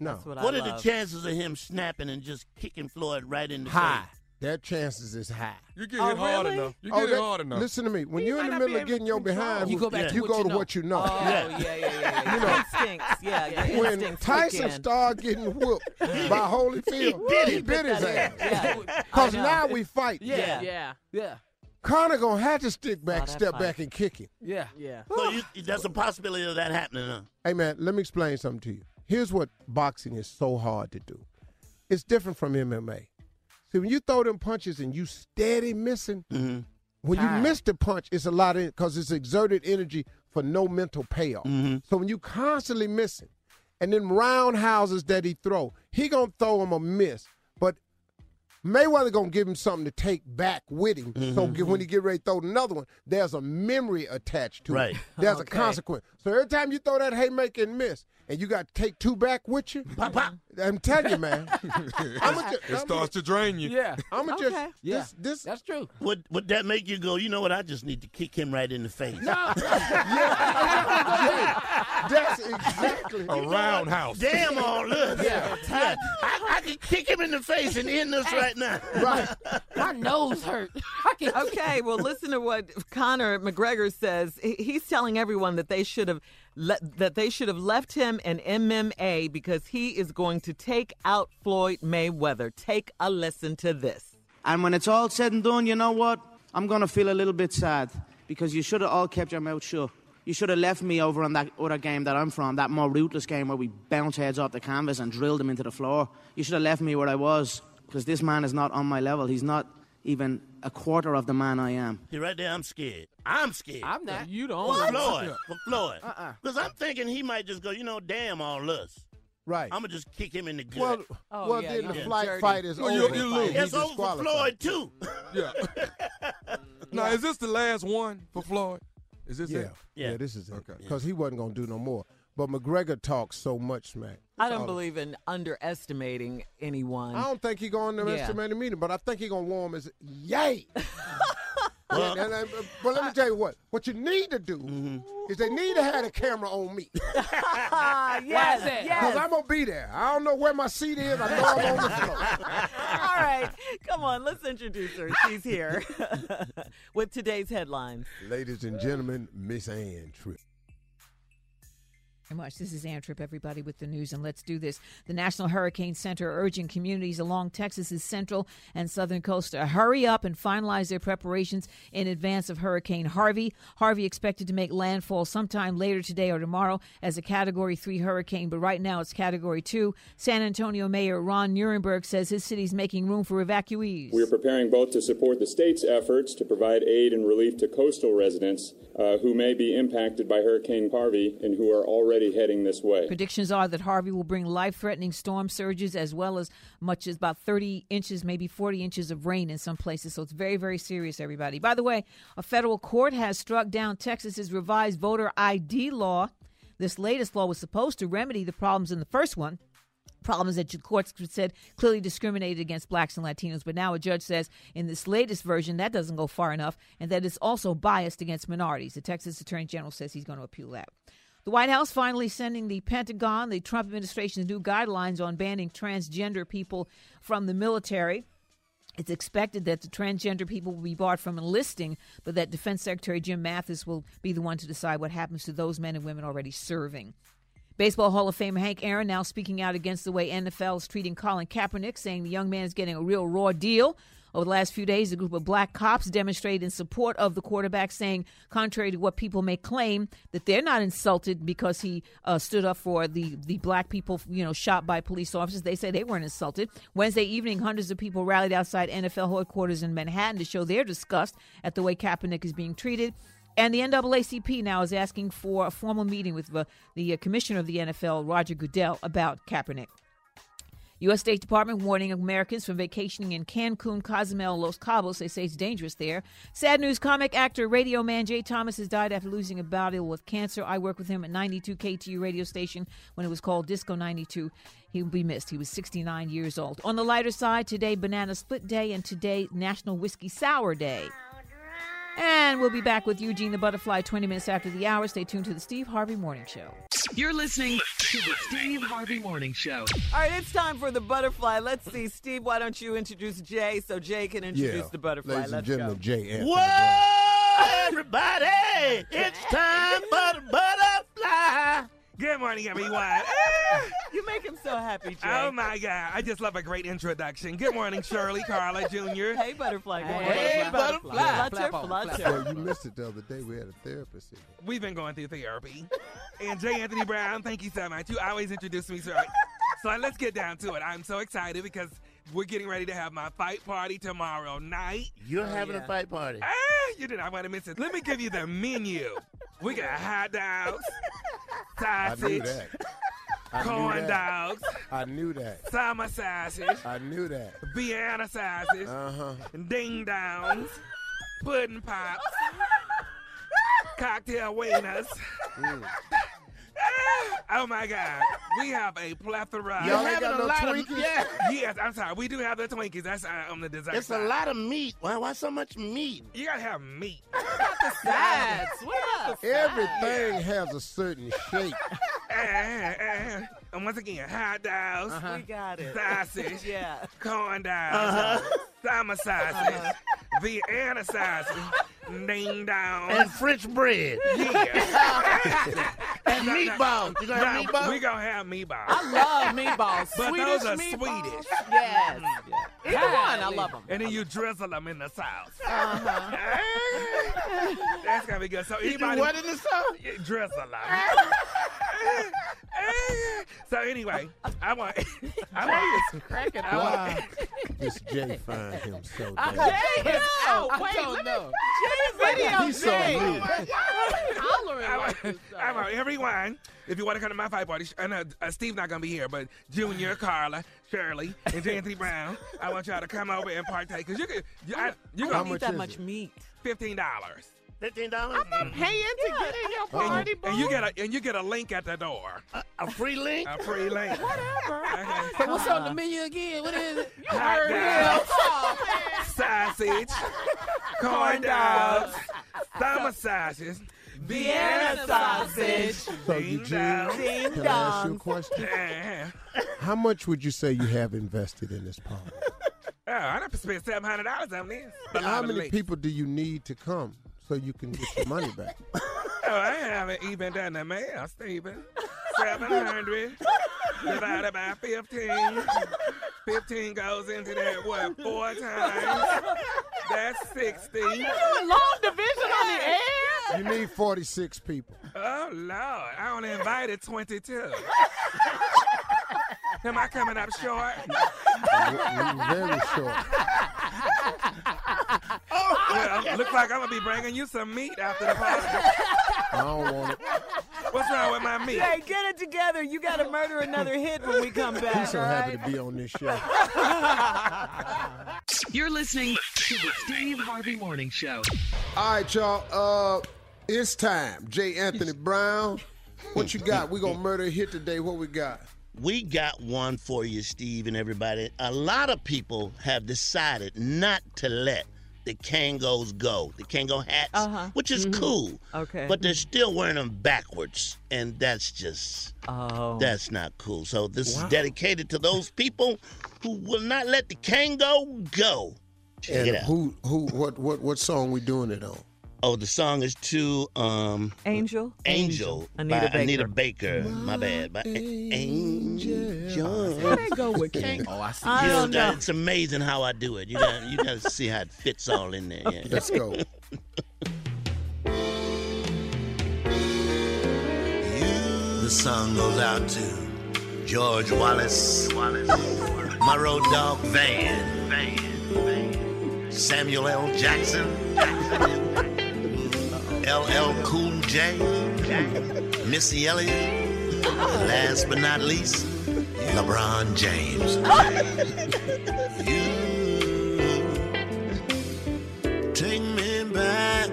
[SPEAKER 7] No.
[SPEAKER 9] what are the chances of him snapping and just kicking Floyd right in the
[SPEAKER 7] High. Their chances is high.
[SPEAKER 8] You get
[SPEAKER 9] Oh,
[SPEAKER 8] hit hard
[SPEAKER 9] really?
[SPEAKER 8] enough. You
[SPEAKER 7] Oh,
[SPEAKER 8] get hit
[SPEAKER 7] that-
[SPEAKER 8] hard enough.
[SPEAKER 7] Listen to me. When
[SPEAKER 8] He
[SPEAKER 7] you're in
[SPEAKER 8] might not
[SPEAKER 7] the
[SPEAKER 8] be
[SPEAKER 7] middle of
[SPEAKER 8] able
[SPEAKER 7] getting your behind,
[SPEAKER 8] You go back to
[SPEAKER 7] you
[SPEAKER 8] what
[SPEAKER 7] go
[SPEAKER 8] you
[SPEAKER 7] to
[SPEAKER 8] know.
[SPEAKER 7] what you know.
[SPEAKER 8] Oh, yeah,
[SPEAKER 10] yeah, yeah, yeah.
[SPEAKER 7] You know,
[SPEAKER 10] Instincts, yeah. Your
[SPEAKER 7] when
[SPEAKER 10] instincts
[SPEAKER 7] Tyson
[SPEAKER 10] kick in.
[SPEAKER 7] started getting whooped by Holyfield,
[SPEAKER 4] did
[SPEAKER 7] he
[SPEAKER 4] it.
[SPEAKER 7] bit his
[SPEAKER 4] Yeah.
[SPEAKER 7] ass. Because
[SPEAKER 4] know.
[SPEAKER 7] now we fight.
[SPEAKER 4] Yeah, yeah, yeah,
[SPEAKER 7] Connor gonna have to stick back,
[SPEAKER 4] Oh, that
[SPEAKER 7] step
[SPEAKER 4] fight.
[SPEAKER 7] back, and kick it.
[SPEAKER 4] yeah, yeah.
[SPEAKER 9] So you, there's a possibility of that happening. Huh?
[SPEAKER 7] Hey man, let me explain something to you. Here's what boxing is so hard to do. It's different from MMA. See, when you throw them punches and you steady missing, when you miss the punch, it's a lot of because it's exerted energy for no mental payoff. So when you constantly missing, and then roundhouses that he throw, he gonna throw him a miss, but Mayweather gonna give him something to take back with him. So g- when he get ready to throw another one, there's a memory attached to
[SPEAKER 9] Right.
[SPEAKER 7] it. There's
[SPEAKER 9] Okay.
[SPEAKER 7] a consequence. So every time you throw that haymaker and miss, and you got to take two back with you, I'm telling you, man. I'ma ju-
[SPEAKER 8] it starts to drain you.
[SPEAKER 7] Yeah. I'ma just- Okay.
[SPEAKER 9] Yeah.
[SPEAKER 7] this- this
[SPEAKER 9] That's true. Would would that make you go? You know what? I just need to kick him right in the face.
[SPEAKER 7] No. That's exactly
[SPEAKER 8] a roundhouse.
[SPEAKER 9] Damn all look.
[SPEAKER 8] Yeah.
[SPEAKER 9] I, I, I can kick him in the face and end this right now.
[SPEAKER 7] Right.
[SPEAKER 9] My nose hurt.
[SPEAKER 10] okay, well, listen to what Conor McGregor says. He- He's telling everyone that they should have le- that they should have left him in MMA because he is going to take out Floyd Mayweather. Take a listen to this.
[SPEAKER 13] And when it's all said and done, you know what? I'm going to feel a little bit sad because you should have all kept your mouth shut. You should have left me over on that other game that I'm from, that more rootless game where we bounce heads off the canvas and drilled them into the floor. You should have left me where I was because this man is not on my level. He's not even a quarter of the man I am.
[SPEAKER 9] He right there. I'm scared. I'm scared. I'm Uh-uh.
[SPEAKER 4] not. You the
[SPEAKER 9] For
[SPEAKER 4] only one.
[SPEAKER 9] Floyd. For Floyd. Because I'm thinking he might just go. You know, damn all us.
[SPEAKER 7] Right.
[SPEAKER 9] I'm gonna just kick him in the gut.
[SPEAKER 7] Well- Oh, well, yeah, then you the flight dirty. fight is Well, you- over. you lose.
[SPEAKER 9] It's
[SPEAKER 7] He's
[SPEAKER 9] over for
[SPEAKER 7] disqualified.
[SPEAKER 9] Floyd too.
[SPEAKER 8] Yeah. now, is this the last one for Floyd? Is this
[SPEAKER 7] yeah.
[SPEAKER 8] it?
[SPEAKER 7] yeah, this is it. Because he wasn't gonna do no more. But McGregor talks so much smack.
[SPEAKER 10] I don't
[SPEAKER 7] All-
[SPEAKER 10] believe in underestimating anyone.
[SPEAKER 7] I don't think he going to
[SPEAKER 10] Yeah.
[SPEAKER 7] estimated meeting, but I think he gonna warm his yay. And- and I- but let me tell you what. What you need to do is they need to have a camera on me.
[SPEAKER 10] Uh, yes, yes.
[SPEAKER 7] Because I'm gonna be there. I don't know where my seat is. I know I'm on the floor.
[SPEAKER 10] All right, come on, let's introduce her. She's here with today's headlines.
[SPEAKER 7] Ladies and gentlemen, Miss Ann Tripp.
[SPEAKER 14] very much. This is Ann Tripp, everybody, with the news, and let's do this. The National Hurricane Center urging communities along Texas's central and southern coast to hurry up and finalize their preparations in advance of Hurricane Harvey. Harvey expected to make landfall sometime later today or tomorrow as a Category 3 hurricane, but right now it's Category 2. San Antonio Mayor Ron Nuremberg says his city's making room for evacuees.
[SPEAKER 15] We are preparing both to support the state's efforts to provide aid and relief to coastal residents uh, who may be impacted by Hurricane Harvey and who are already heading this way.
[SPEAKER 14] Predictions are that Harvey will bring life threatening storm surges as well as much as about 30 inches, maybe 40 inches of rain in some places. So it's very, very serious, everybody. By the way, a federal court has struck down Texas's revised voter ID law. This latest law was supposed to remedy the problems in the first one problems that your courts said clearly discriminated against blacks and Latinos. But now a judge says in this latest version that doesn't go far enough and that it's also biased against minorities. The Texas Attorney General says he's going to appeal that. The White House finally sending the Pentagon the Trump administration's new guidelines on banning transgender people from the military. It's expected that the transgender people will be barred from enlisting, but that Defense Secretary Jim Mathis will be the one to decide what happens to those men and women already serving. Baseball Hall of Famer Hank Aaron now speaking out against the way NFL is treating Colin Kaepernick, saying the young man is getting a real raw deal. Over the last few days, a group of black cops demonstrated in support of the quarterback, saying, contrary to what people may claim, that they're not insulted because he uh, stood up for the, the black people, you know, shot by police officers. They say they weren't insulted. Wednesday evening, hundreds of people rallied outside NFL headquarters in Manhattan to show their disgust at the way Kaepernick is being treated. And the NAACP now is asking for a formal meeting with the, the uh, commissioner of the NFL, Roger Goodell, about Kaepernick. U.S. State Department warning Americans from vacationing in Cancun, Cozumel, Los Cabos. They say it's dangerous there. Sad news comic, actor, radio man Jay Thomas has died after losing a battle with cancer. I worked with him at 92 KTU radio station when it was called Disco 92. He will be missed. He was 69 years old. On the lighter side, today, Banana Split Day, and today, National Whiskey Sour Day. And we'll be back with Eugene the Butterfly 20 minutes after the hour. Stay tuned to the Steve Harvey Morning Show.
[SPEAKER 6] You're listening to the Steve Harvey Morning Show.
[SPEAKER 10] All right, it's time for the butterfly. Let's see, Steve. Why don't you introduce Jay so Jay can introduce
[SPEAKER 5] Yeah.
[SPEAKER 10] the butterfly?
[SPEAKER 5] Ladies and
[SPEAKER 10] Let's
[SPEAKER 5] gentlemen, J. Anthony
[SPEAKER 9] Whoa, everybody! It's time for the butterfly.
[SPEAKER 16] Good morning, everyone.
[SPEAKER 10] you make him so happy, Jay.
[SPEAKER 16] Oh my God! I just love a great introduction. Good morning, Shirley, Carla Jr.
[SPEAKER 10] Hey, butterfly.
[SPEAKER 16] Good
[SPEAKER 10] morning, Hey, butterfly. butterfly. Flutter,
[SPEAKER 5] Well, you missed it the other day. We had a therapist. in here.
[SPEAKER 16] We've been going through therapy. And J. Anthony Brown, thank you so much. You always introduce me so. So let's get down to it. I'm so excited because we're getting ready to have my fight party tomorrow night.
[SPEAKER 9] You're having a fight party.
[SPEAKER 16] Ah, you did not want to miss it. Let me give you the menu. We got hot dogs,
[SPEAKER 5] I knew
[SPEAKER 16] sausage,
[SPEAKER 5] that. I knew
[SPEAKER 16] corn
[SPEAKER 5] that.
[SPEAKER 16] dogs,
[SPEAKER 5] I knew that.
[SPEAKER 16] summer sausage,
[SPEAKER 5] I knew that.
[SPEAKER 16] Vienna sausage,
[SPEAKER 5] Uh-huh.
[SPEAKER 16] ding dongs, pudding pops, cocktail wieners. Oh my God, we have a plethora.
[SPEAKER 9] Y'all ain't got no Twinkies?
[SPEAKER 16] Yeah. Yes, I'm sorry. We do have the Twinkies. That's uh, on the dessert.
[SPEAKER 9] It's a
[SPEAKER 16] side.
[SPEAKER 9] lot of meat. Why, why so much meat?
[SPEAKER 16] You gotta have meat.
[SPEAKER 10] That's
[SPEAKER 5] Everything has a certain shape.
[SPEAKER 16] Eh, and once again, hot dogs.
[SPEAKER 5] Uh-huh.
[SPEAKER 10] We got it.
[SPEAKER 16] Sausage.
[SPEAKER 10] yeah. Uh-huh.
[SPEAKER 16] Corn dogs.
[SPEAKER 9] Uh-huh.
[SPEAKER 16] Summer sausage. Vienna sausage. Ding dong.
[SPEAKER 9] And French bread.
[SPEAKER 16] Yeah.
[SPEAKER 9] And meatballs. You gonna have
[SPEAKER 16] No,
[SPEAKER 9] meatballs?
[SPEAKER 16] We gonna have meatballs.
[SPEAKER 9] I love meatballs.
[SPEAKER 16] But
[SPEAKER 9] Swedish
[SPEAKER 16] those are
[SPEAKER 9] meatballs.
[SPEAKER 16] Swedish.
[SPEAKER 9] Yes.
[SPEAKER 10] Either one, I love 'em.
[SPEAKER 16] And then you drizzle them in the sauce.
[SPEAKER 9] Uh-huh.
[SPEAKER 16] Mm-hmm. That's gonna be good. So
[SPEAKER 9] You do
[SPEAKER 16] anybody
[SPEAKER 9] what in the sauce?
[SPEAKER 16] Yeah, Drizzle them. so anyway, I want. I want you to
[SPEAKER 9] cracking
[SPEAKER 16] I want-
[SPEAKER 5] Why does Jay find him so
[SPEAKER 9] I-
[SPEAKER 5] damn-
[SPEAKER 9] Jay is- oh, wait, let me- Jay is
[SPEAKER 16] He
[SPEAKER 9] video
[SPEAKER 5] saw
[SPEAKER 9] Jay.
[SPEAKER 5] me.
[SPEAKER 9] Oh my God.
[SPEAKER 16] I want, I want everyone. If you want to come to my fight party, and uh, uh, Steve's not gonna be here, but Junior, Carla, Shirley, and Anthony Brown, I want y'all to come over and partake. Cause you could, you, I, you
[SPEAKER 10] I
[SPEAKER 16] gonna
[SPEAKER 10] don't need that much meat.
[SPEAKER 16] Fifteen dollars.
[SPEAKER 9] Fifteen dollars. I'm not paying to get in your
[SPEAKER 16] And,
[SPEAKER 9] party,
[SPEAKER 16] you- and you get a and you get a link at the door. A,
[SPEAKER 9] free link.
[SPEAKER 16] A free link.
[SPEAKER 9] So what's on the menu again? What is it? You
[SPEAKER 16] Hot dogs.
[SPEAKER 9] Oh, man.
[SPEAKER 16] sausage, corn dogs, summer sausages, Vienna sausage. Uh-huh.
[SPEAKER 5] So Eugene,
[SPEAKER 9] Ding
[SPEAKER 5] can I ask you a
[SPEAKER 9] dongs.
[SPEAKER 5] question?
[SPEAKER 16] Yeah.
[SPEAKER 5] How much would you say you have invested in this party?
[SPEAKER 16] Oh, I done spent seven hundred dollars on this.
[SPEAKER 5] How many people do you need to come so you can get your money back?
[SPEAKER 16] Oh, I haven't even done the math, Stephen. Seven hundred divided by fifteen. Fifteen goes into that what four times? That's sixty.
[SPEAKER 9] doing long division on the air?
[SPEAKER 5] You need 46 people.
[SPEAKER 16] Oh Lord, I only invited twenty-two. Am I coming up short?
[SPEAKER 5] You're very short.
[SPEAKER 16] Oh, Well, looks like I'm gonna be bringing you some meat after the party.
[SPEAKER 5] I don't want it.
[SPEAKER 16] What's wrong with my meat?
[SPEAKER 10] Jay, get it together. You gotta murder another hit when we come back.
[SPEAKER 5] I'm so
[SPEAKER 10] all
[SPEAKER 5] happy
[SPEAKER 10] right?
[SPEAKER 5] to be on this show.
[SPEAKER 6] You're listening to the Steve Harvey Morning Show.
[SPEAKER 5] All right, y'all. Uh, it's time. J. Anthony Brown, what you got? We gonna murder a hit today. What we got?
[SPEAKER 9] We got one for you, Steve, and everybody. A lot of people have decided not to let the Kangos go, the Kango hats, which is cool.
[SPEAKER 10] Uh-huh. Mm-hmm. Okay.
[SPEAKER 9] But they're still wearing them backwards, and that's just
[SPEAKER 10] oh.
[SPEAKER 9] that's not cool. So this
[SPEAKER 10] Wow.
[SPEAKER 9] is dedicated to those people who will not let the Kango go. Check
[SPEAKER 7] and
[SPEAKER 9] it out.
[SPEAKER 7] who who what what what song we doing it on?
[SPEAKER 9] Oh, the song is to um
[SPEAKER 10] Angel.
[SPEAKER 9] Angel, by
[SPEAKER 10] Anita Baker.
[SPEAKER 9] Anita Baker. My bad. By A- Angel.
[SPEAKER 10] How they go with King?
[SPEAKER 9] Oh, I
[SPEAKER 10] see. I don't know.
[SPEAKER 9] It's amazing how I do it. You got you got to see how it fits all in there. Yeah.
[SPEAKER 7] Let's go.
[SPEAKER 9] The song goes out to George Wallace, Wallace, my road dog Van, Van, Van, Samuel L. Jackson, LL Cool J, Missy Elliott, and last but not least, LeBron James. You take me back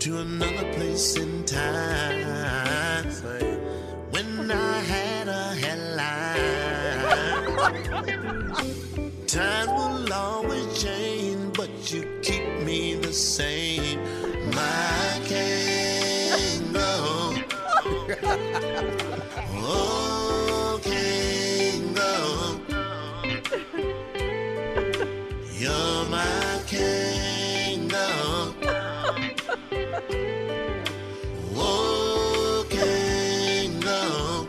[SPEAKER 9] to another place in time when I had a headline. Times will always change, but you keep me the same. My kangaroo. Oh, kangaroo. You're my kangaroo. Oh, kangaroo.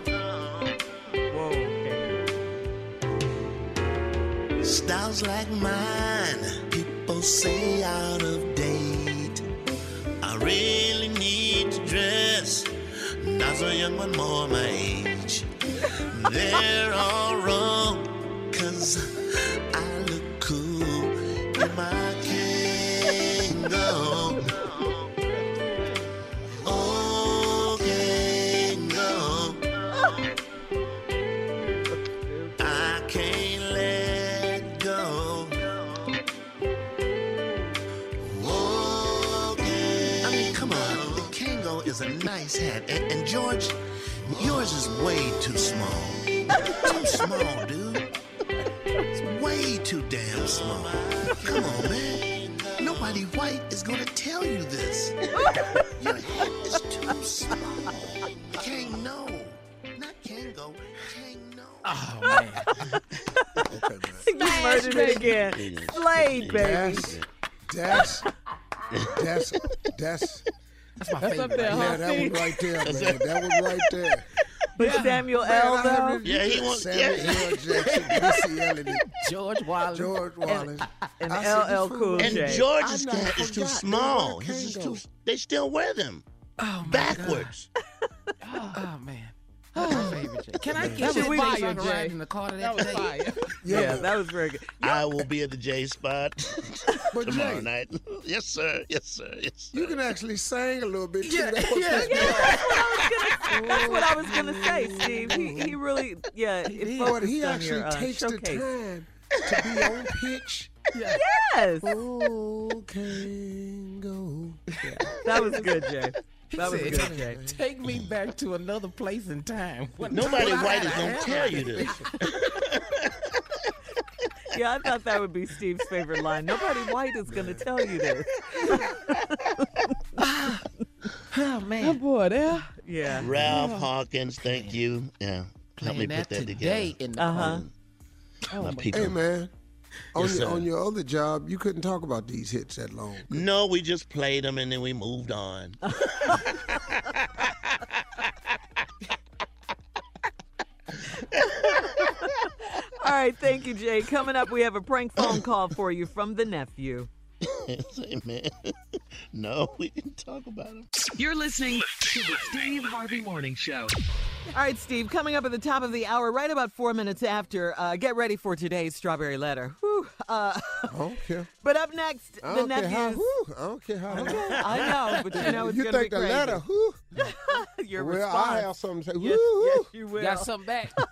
[SPEAKER 9] Styles like mine, people say out of date. I really need to dress, not so young, but more my age. They're all wrong, cause I look cool in my kangaroo. Oh, kangaroo. I can't let go. I mean, come on. The Kango is a nice hat. And, and George, yours is way too small. too small, dude. It's way too damn small. Come on, man. Nobody white is gonna tell you this. Your hat is too small. Kango, no. Not Kango. Kango.
[SPEAKER 4] Oh,
[SPEAKER 10] You murdered it again. Slade, baby.
[SPEAKER 7] That's that's that's that's that's
[SPEAKER 4] my That's up favorite. there,
[SPEAKER 7] Yeah,
[SPEAKER 4] huh?
[SPEAKER 7] that one right there,
[SPEAKER 4] That's
[SPEAKER 7] man.
[SPEAKER 4] it.
[SPEAKER 7] That one right there.
[SPEAKER 10] But Samuel
[SPEAKER 7] Man,
[SPEAKER 10] L.
[SPEAKER 7] I
[SPEAKER 10] though.
[SPEAKER 7] haven't- Samuel L. Jackson, Missy Elliott, George Wallace, George Wallace,
[SPEAKER 10] And
[SPEAKER 7] I said,
[SPEAKER 10] LL
[SPEAKER 7] this
[SPEAKER 10] Cool
[SPEAKER 7] fool-
[SPEAKER 10] J.
[SPEAKER 9] And George's cat is too small. His is too. They still wear them.
[SPEAKER 7] Oh
[SPEAKER 9] backwards.
[SPEAKER 17] Oh man. That's my favorite. Jay.
[SPEAKER 9] Can I
[SPEAKER 17] That
[SPEAKER 9] get
[SPEAKER 17] was
[SPEAKER 9] you a
[SPEAKER 17] fire,
[SPEAKER 9] place so I can
[SPEAKER 17] Jay.
[SPEAKER 9] ride in the car to that
[SPEAKER 17] That was
[SPEAKER 9] place?
[SPEAKER 17] fire.
[SPEAKER 9] Yeah,
[SPEAKER 10] that was very good.
[SPEAKER 9] I will be at the J spot tomorrow
[SPEAKER 7] Jay-
[SPEAKER 9] night. Yes, sir. Yes, sir. Yes.
[SPEAKER 7] You can actually sing a little bit. too.
[SPEAKER 9] Yeah,
[SPEAKER 7] That was-
[SPEAKER 9] yeah.
[SPEAKER 10] That's what I was gonna say, Steve. He, he really, yeah, it
[SPEAKER 7] But
[SPEAKER 10] focused
[SPEAKER 7] he
[SPEAKER 10] on
[SPEAKER 7] actually
[SPEAKER 10] your uh,
[SPEAKER 7] takes the
[SPEAKER 10] showcase.
[SPEAKER 7] time to be on pitch.
[SPEAKER 10] Yes.
[SPEAKER 7] Okay, go.
[SPEAKER 10] That was good, Jay.
[SPEAKER 17] He
[SPEAKER 10] That was
[SPEAKER 17] said,
[SPEAKER 10] good, Jay.
[SPEAKER 17] Take me back to another place in time. What-
[SPEAKER 9] Nobody
[SPEAKER 17] Well, I
[SPEAKER 9] white is
[SPEAKER 17] had a
[SPEAKER 9] gonna
[SPEAKER 17] hat
[SPEAKER 9] tell
[SPEAKER 17] like
[SPEAKER 9] you this.
[SPEAKER 10] Yeah, I thought that would be Steve's favorite line. Nobody white is gonna tell you this.
[SPEAKER 17] Oh man. That boy there.
[SPEAKER 10] Yeah.
[SPEAKER 9] Ralph
[SPEAKER 17] Yeah.
[SPEAKER 9] Hawkins, thank you. Yeah, help me put
[SPEAKER 17] Playing that
[SPEAKER 9] that
[SPEAKER 17] today
[SPEAKER 9] together.
[SPEAKER 17] in the Uh-huh.
[SPEAKER 7] Oh
[SPEAKER 9] My people.
[SPEAKER 7] Hey man, on,
[SPEAKER 9] Yes,
[SPEAKER 7] your,
[SPEAKER 9] sir.
[SPEAKER 7] on your other job, you couldn't talk about these hits that long.
[SPEAKER 9] No, we just played them and then we moved on.
[SPEAKER 10] All right, thank you, Jay. Coming up, we have a prank phone call for you from the nephew.
[SPEAKER 9] Say, man, no, we didn't talk about them.
[SPEAKER 6] You're listening to the Steve Harvey Morning Show.
[SPEAKER 10] All right, Steve, coming up at the top of the hour, right about four minutes after, uh, get ready for today's Strawberry Letter. Whew, uh,
[SPEAKER 7] I don't care.
[SPEAKER 10] but up next,
[SPEAKER 7] I
[SPEAKER 10] the
[SPEAKER 7] don't care how.
[SPEAKER 10] nephews.
[SPEAKER 7] Whew, I don't care how.
[SPEAKER 10] I know, but you know it's
[SPEAKER 7] you
[SPEAKER 10] gonna
[SPEAKER 7] think
[SPEAKER 10] be
[SPEAKER 7] the
[SPEAKER 10] crazy.
[SPEAKER 7] letter? Whew,
[SPEAKER 10] Your
[SPEAKER 7] well, I
[SPEAKER 10] response.
[SPEAKER 7] have something to say.
[SPEAKER 10] Yes,
[SPEAKER 7] Woo,
[SPEAKER 10] yes,
[SPEAKER 7] woo.
[SPEAKER 10] you will.
[SPEAKER 17] Got something back.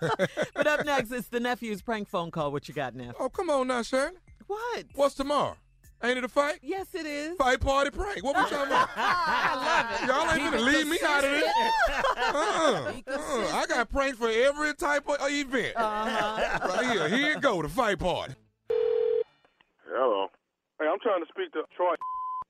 [SPEAKER 10] but up next, it's the nephew's prank phone call. What you got, Neff?
[SPEAKER 8] Oh, come on now, Shirley.
[SPEAKER 10] What?
[SPEAKER 8] What's tomorrow? Ain't it a fight?
[SPEAKER 10] Yes, it is.
[SPEAKER 8] Fight, party, prank. What we talking about?
[SPEAKER 10] I love it.
[SPEAKER 8] Y'all ain't gonna leave me out of this. Uh-uh. Uh-uh. I got pranked for every type of event.
[SPEAKER 10] Uh-huh.
[SPEAKER 8] Right here, here it go, the fight party.
[SPEAKER 18] Hello. Hey, I'm trying to speak to Troy.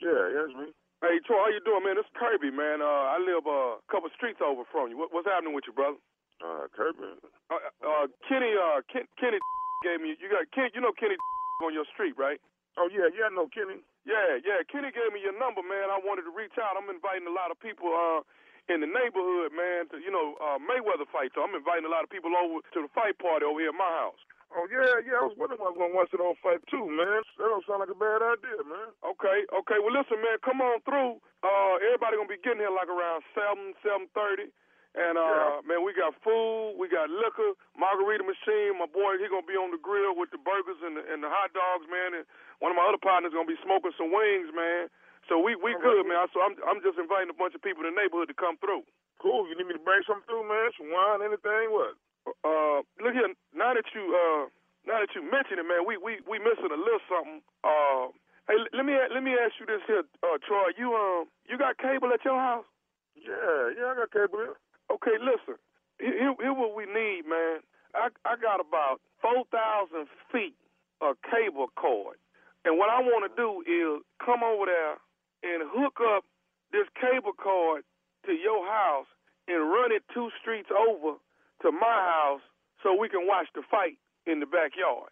[SPEAKER 18] Yeah, that's me. Hey, Troy, how you doing, man? This is Kirby, man. Uh, I live uh, a couple streets over from you. What, what's happening with you, brother?
[SPEAKER 11] Uh, Kirby.
[SPEAKER 18] Uh, uh, Kenny, uh, Ken, Kenny gave me. You got Kenny. You know Kenny on your street, right?
[SPEAKER 11] Oh yeah, yeah, I know Kenny.
[SPEAKER 18] Yeah, yeah. Kenny gave me your number, man. I wanted to reach out. I'm inviting a lot of people uh, in the neighborhood, man. To, you know, uh, Mayweather fight. So I'm inviting a lot of people over to the fight party over here at my house.
[SPEAKER 11] Oh yeah, yeah. I was wondering why I was gonna watch it on fight too, man. That don't sound like a bad idea, man.
[SPEAKER 18] Okay, okay. Well, listen, man. Come on through. Uh, everybody gonna be getting here like around seven, seven thirty. And uh, man, we got food, we got liquor, margarita machine. My boy, he gonna be on the grill with the burgers and the, and the hot dogs, man. And one of my other partners gonna be smoking some wings, man. So we we good, man. So I'm I'm just inviting a bunch of people in the neighborhood to come through.
[SPEAKER 11] Cool. You need me to bring something through, man? Some wine, anything? What?
[SPEAKER 18] Uh, look here. Now that you uh, now that you mention it, man, we we we missing a little something. Uh, hey, l- let me let me ask you this here, uh, Troy. You um, you got cable at your house?
[SPEAKER 11] Yeah, yeah. I got cable. Here.
[SPEAKER 18] Okay, listen. Here, here- here what we need, man. I, I got about 4,000 feet of cable cord. And what I want to do is come over there and hook up this cable cord to your house and run it two streets over to my house so we can watch the fight in the backyard.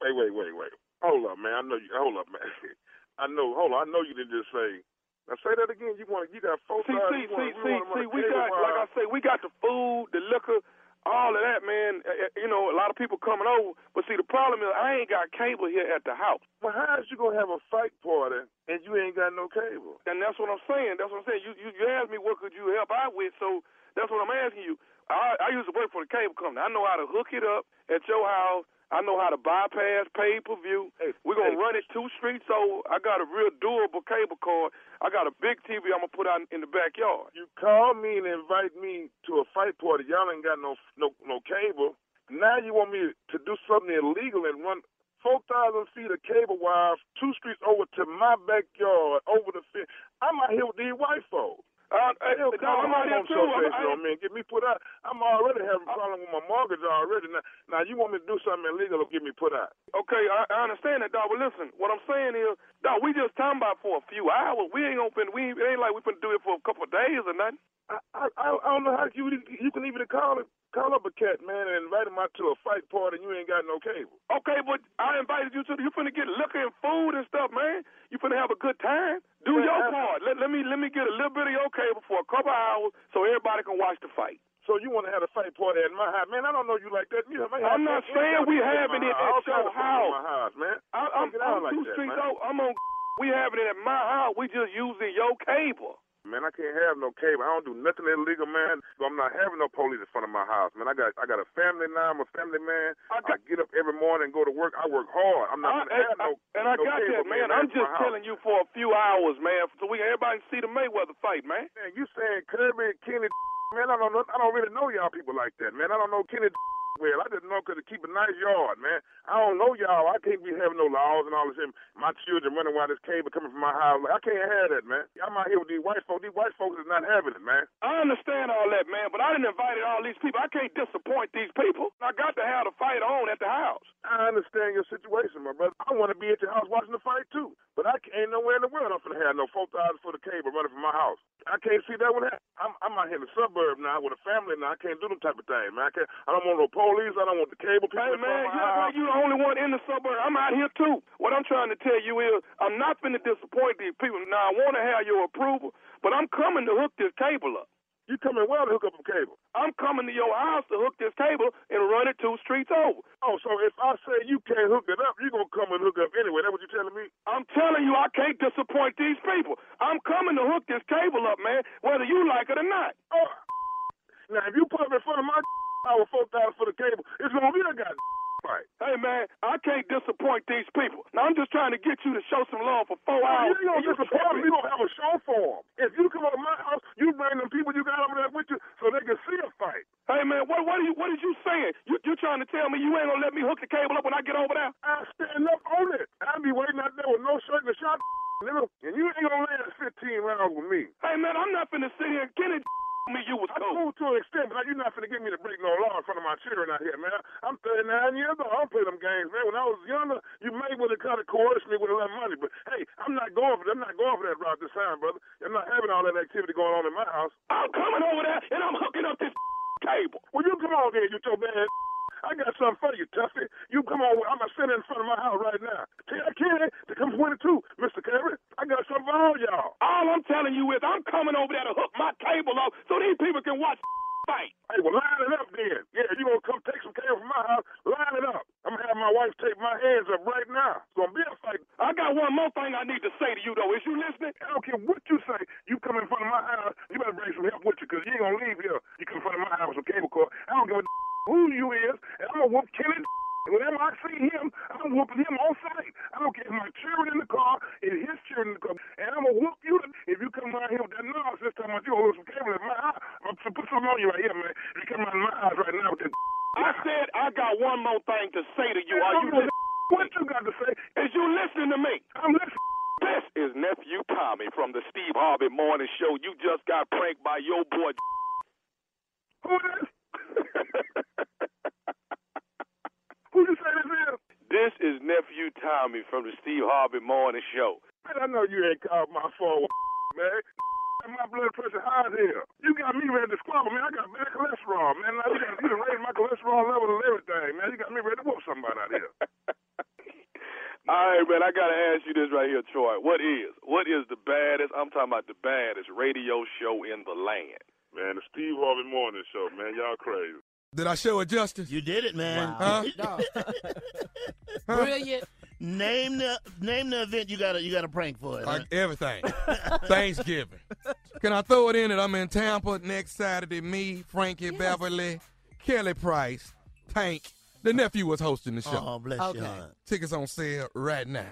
[SPEAKER 11] Wait, wait, wait, wait. Hold up, man. I know you. Hold up, man. I know. Hold on. I know you didn't just say. Now say that again. You want? You got four
[SPEAKER 18] See,
[SPEAKER 11] sides.
[SPEAKER 18] see,
[SPEAKER 11] you wanna-
[SPEAKER 18] see,
[SPEAKER 11] we
[SPEAKER 18] see,
[SPEAKER 11] wanna run
[SPEAKER 18] see.
[SPEAKER 11] a
[SPEAKER 18] We
[SPEAKER 11] cable
[SPEAKER 18] got,
[SPEAKER 11] wire.
[SPEAKER 18] like I say, we got the food, the liquor, all of that, man. Uh, uh, You know, a lot of people coming over. But see, the problem is I ain't got cable here at the house.
[SPEAKER 11] Well, how is you gonna have a fight party and you ain't got no cable?
[SPEAKER 18] And that's what I'm saying. That's what I'm saying. You you, you asked me what could you help out with, so that's what I'm asking you. I I used to work for the cable company. I know how to hook it up at your house. I know how to bypass pay per view. We're gonna
[SPEAKER 11] hey.
[SPEAKER 18] run it two streets over. I got a real durable cable cord. I got a big TV I'm gonna put out in the backyard.
[SPEAKER 11] You call me and invite me to a fight party. Y'all ain't got no no no cable. Now you want me to do something illegal and run four thousand feet of cable wire two streets over to my backyard over the fence. I'm out here with these white folks.
[SPEAKER 18] Uh,
[SPEAKER 11] Hell,
[SPEAKER 18] hey,
[SPEAKER 11] come
[SPEAKER 18] I'm
[SPEAKER 11] on, come on,
[SPEAKER 18] out here too.
[SPEAKER 11] showcase
[SPEAKER 18] I'm-
[SPEAKER 11] it on me and get me put out. I'm already having a problem with my mortgage already. Now, now you want me to do something illegal or get me put out?
[SPEAKER 18] Okay, I, I understand that, dog. But listen, what I'm saying is, dog, we just talking about for a few hours. We ain't gonna fin- we ain't- it ain't like we finna do it for a couple of days or nothing.
[SPEAKER 11] I, I I I don't know how you you can even call it, call up a cat man and invite him out to a fight party and you ain't got no cable.
[SPEAKER 18] Okay, but I invited you to. You finna get liquor and food and stuff, man. You finna have a good time. Do
[SPEAKER 11] Man,
[SPEAKER 18] your
[SPEAKER 11] I-
[SPEAKER 18] part. Let, let me let me get a little bit of your cable for a couple of hours so everybody can watch the fight.
[SPEAKER 11] So you want to have a fight party at my house, man? I don't know you like that. You have,
[SPEAKER 18] I'm not saying we having it at your
[SPEAKER 11] My
[SPEAKER 18] house.
[SPEAKER 11] house, man.
[SPEAKER 18] I, I'm,
[SPEAKER 11] Don't get out
[SPEAKER 18] I'm
[SPEAKER 11] like
[SPEAKER 18] two
[SPEAKER 11] that,
[SPEAKER 18] streets
[SPEAKER 11] man.
[SPEAKER 18] over. I'm on. We having it at my house. We just using your cable.
[SPEAKER 11] Man, I can't have no cable. I don't do nothing illegal, man. So I'm not having no police in front of my house, man. I got I got a family now. I'm a family man. I, get up every morning and go to work. I work hard. I'm
[SPEAKER 18] I-
[SPEAKER 11] not gonna
[SPEAKER 18] and-
[SPEAKER 11] have no.
[SPEAKER 18] And I
[SPEAKER 11] no
[SPEAKER 18] got
[SPEAKER 11] cable,
[SPEAKER 18] that, man. I'm just telling you for a few hours, man, so we everybody can see the Mayweather fight, man.
[SPEAKER 11] Man, you saying Kirby and Kenny? Man, I don't know. I don't really know y'all people like that, man. I don't know Kenny well. I just know 'cause to keep a nice yard, man. I don't know y'all. I can't be having no laws and all this. And my children running around this cable coming from my house. Like, I can't have that, man. I'm out here with these white folks. These white folks is not having it, man.
[SPEAKER 18] I understand all that, man, but I didn't invite all these people. I can't disappoint these people. I got to have the fight on at the house.
[SPEAKER 11] I understand your situation, my brother. I want to be at your house watching the fight too, but I ca- ain't nowhere in the world I'm gonna have no four thousand foot of cable running from my house. I can't see that one. happen. I'm I'm out here in the suburb now with a family now. I can't do them type of things, man. I can't. I don't want no police. I don't want the cable people.
[SPEAKER 18] Hey,
[SPEAKER 11] in front of
[SPEAKER 18] man,
[SPEAKER 11] my
[SPEAKER 18] you act
[SPEAKER 11] house.
[SPEAKER 18] like you the only one in the suburb. I'm out here, too. What I'm trying to tell you is I'm not going to disappoint these people. Now, I want to have your approval, but I'm coming to hook this cable up.
[SPEAKER 11] You coming well to hook up a cable?
[SPEAKER 18] I'm coming to your house to hook this cable and run it two streets over.
[SPEAKER 11] Oh, so if I say you can't hook it up, you gonna come and hook up anyway? That what you telling me?
[SPEAKER 18] I'm telling you, I can't disappoint these people. I'm coming to hook this cable up, man, whether you like it or not.
[SPEAKER 11] Oh, now if you put up in front of my hour four thousand foot of cable, it's gonna be a goddamn
[SPEAKER 18] fight.
[SPEAKER 19] Hey man, I can't disappoint these people. Now I'm just trying to get you to show some love for four hours.
[SPEAKER 18] You don't
[SPEAKER 19] and you
[SPEAKER 18] disappoint
[SPEAKER 19] tripping.
[SPEAKER 18] me. You don't have a show for them. If you come over to my house, you bring them people you got over there with you so they can see a fight.
[SPEAKER 19] Hey man, what what are you what is you saying? You you trying to tell me you ain't gonna let me hook the cable up when I get over there?
[SPEAKER 18] I stand up on it. I'll be waiting out there with no shirt and a shot, nigga. And you ain't gonna last 15 rounds with me.
[SPEAKER 19] Hey man, I'm not finna sit here and Kenny me you was
[SPEAKER 18] I cool to an extent, but like, you're not finna get me to break no law in front of my children out here, man. I'm 39 years old. I don't play them games, man. When I was younger, you may would have kind of coerced me with a lot of money, but hey, I'm not going for that. I'm not going for that route this time, brother. I'm not having all that activity going on in my house.
[SPEAKER 19] I'm coming over there and I'm hooking up this cable.
[SPEAKER 18] Well, you come on here, you so bad. I got something for you, Tuffy. You come on. I'm going to sit in front of my house right now. Tell Kenny to come 22, Mr. Kerry. I got something for all y'all.
[SPEAKER 19] All I'm telling you is I'm coming over there to hook my cable up so these people can watch fight.
[SPEAKER 18] Hey, well, line it up then. Yeah, you gonna come take some cable from my house? Line it up. I'm gonna have my wife take my hands up right now. It's gonna be a fight.
[SPEAKER 19] I got one more thing I need to say to you though. Is you listening?
[SPEAKER 18] I don't care what you say. You come in front of my house, you better bring some help with you, cause you ain't gonna leave here. You come in front of my house with some cable cord. I don't give a who you is, and I'm gonna whoop Kenny. Whenever I see him, I'm whooping him on sight. I don't care if my children in the car, if his children in the car, and I'm gonna whoop you if you come around here with that nonsense talking about you gonna lose some cable in my eye. I'm gonna put something on you right here, man. If you come around my eyes right now with that
[SPEAKER 19] I said I got one more thing to say to
[SPEAKER 18] Man,
[SPEAKER 19] you. Are
[SPEAKER 18] don't
[SPEAKER 19] you
[SPEAKER 18] do that
[SPEAKER 19] listening?
[SPEAKER 18] What you got to say?
[SPEAKER 19] Is you listening to me?
[SPEAKER 18] I'm listening.
[SPEAKER 19] This is nephew Tommy from the Steve Harvey Morning Show. You just got pranked by your boy.
[SPEAKER 18] Who is? Who you say this is?
[SPEAKER 19] This is nephew Tommy from the Steve Harvey Morning Show.
[SPEAKER 18] Man, I know you ain't called my phone, man. My blood pressure high as hell. You got me ready to squabble, man. I got bad cholesterol, man. Now you got you done raised my cholesterol levels and everything, man. You got me ready to whoop somebody out here.
[SPEAKER 19] All right, man, I gotta ask you this right here, Troy. What is what is the baddest? I'm talking about the baddest radio show in the land.
[SPEAKER 18] Man, the Steve Harvey Morning Show, man. Y'all crazy.
[SPEAKER 8] Did I show it justice?
[SPEAKER 9] You did it, man.
[SPEAKER 8] Huh?
[SPEAKER 9] Brilliant. Name the name the event you got to you got a prank for it. huh?
[SPEAKER 8] Like everything. Thanksgiving. Can I throw it in that I'm in Tampa next Saturday? Me, Frankie Beverly, Kelly Price, Tank. The nephew was hosting the show.
[SPEAKER 9] Oh, bless you, hon.
[SPEAKER 8] Tickets on sale right now.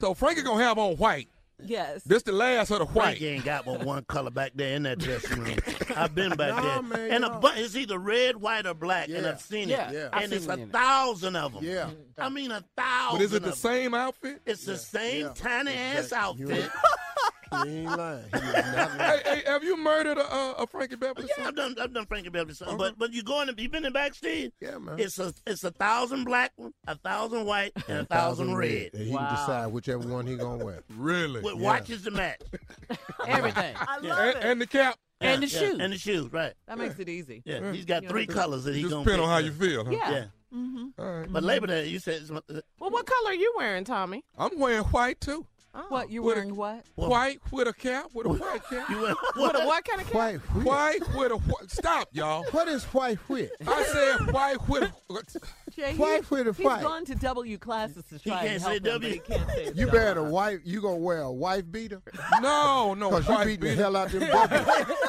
[SPEAKER 8] So Frankie gonna have on white.
[SPEAKER 10] Yes.
[SPEAKER 8] This the last of the white.
[SPEAKER 9] Frankie ain't got but one color back there in that dressing room. I've been back
[SPEAKER 5] No,
[SPEAKER 9] there,
[SPEAKER 5] man,
[SPEAKER 9] and
[SPEAKER 5] no.
[SPEAKER 9] a, bu- it's either red, white, or black, and
[SPEAKER 5] Yeah.
[SPEAKER 9] I've seen
[SPEAKER 5] Yeah.
[SPEAKER 9] it.
[SPEAKER 5] Yeah. I've
[SPEAKER 9] And it's
[SPEAKER 5] seen
[SPEAKER 9] a
[SPEAKER 5] it.
[SPEAKER 9] thousand of them.
[SPEAKER 5] Yeah.
[SPEAKER 9] I mean a thousand.
[SPEAKER 8] But is it the
[SPEAKER 9] of 'em.
[SPEAKER 8] same outfit?
[SPEAKER 9] It's the same tiny ass outfit.
[SPEAKER 5] He ain't lying. He is not lying.
[SPEAKER 8] hey, hey, have you murdered a, a, a Frankie Beverly? Uh-huh.
[SPEAKER 9] Yeah, I've done I've done Frankie Beverly song, but but you go in the, you been in backstage.
[SPEAKER 5] Yeah, man.
[SPEAKER 9] It's a it's a thousand black, a thousand white, and a thousand red.
[SPEAKER 5] And he can decide whichever one he gonna wear.
[SPEAKER 8] Really?
[SPEAKER 9] With watches to match.
[SPEAKER 4] Everything.
[SPEAKER 10] I love
[SPEAKER 8] And,
[SPEAKER 10] it.
[SPEAKER 8] and the cap.
[SPEAKER 4] And the
[SPEAKER 9] Yeah,
[SPEAKER 4] shoe.
[SPEAKER 9] And the shoes, right.
[SPEAKER 10] that makes it easy.
[SPEAKER 9] Yeah,
[SPEAKER 8] Yeah.
[SPEAKER 9] he's got
[SPEAKER 10] You
[SPEAKER 9] three
[SPEAKER 10] know.
[SPEAKER 9] colors that he's
[SPEAKER 8] Just
[SPEAKER 9] gonna
[SPEAKER 8] depend
[SPEAKER 9] pick.
[SPEAKER 8] on how you feel, huh?
[SPEAKER 4] Yeah.
[SPEAKER 9] Yeah.
[SPEAKER 4] hmm
[SPEAKER 10] Mm-hmm.
[SPEAKER 8] All right.
[SPEAKER 9] But Labor Day, you said it's, uh,
[SPEAKER 4] Well, what color are you wearing, Tommy?
[SPEAKER 8] I'm wearing white too.
[SPEAKER 4] Oh.
[SPEAKER 10] What you
[SPEAKER 8] What a-
[SPEAKER 10] wearing? What?
[SPEAKER 9] Well-
[SPEAKER 8] White with a cap, with a white cap.
[SPEAKER 9] you went,
[SPEAKER 4] What, a, what kind of color?
[SPEAKER 5] White whip.
[SPEAKER 8] White with a white. Stop, y'all.
[SPEAKER 5] What is white whip?
[SPEAKER 8] I said white with a. what-
[SPEAKER 10] Jay, he-
[SPEAKER 5] White with a
[SPEAKER 10] he's
[SPEAKER 5] fight.
[SPEAKER 10] gone to W classes to try
[SPEAKER 9] can't
[SPEAKER 10] and
[SPEAKER 9] say
[SPEAKER 10] help him, but
[SPEAKER 9] W.
[SPEAKER 10] he can't say
[SPEAKER 5] You
[SPEAKER 10] W.
[SPEAKER 5] better wife. You gonna wear a wife beater?
[SPEAKER 8] No, no.
[SPEAKER 5] Cause you
[SPEAKER 8] white
[SPEAKER 5] beat the
[SPEAKER 8] with-
[SPEAKER 5] hell out them buckets.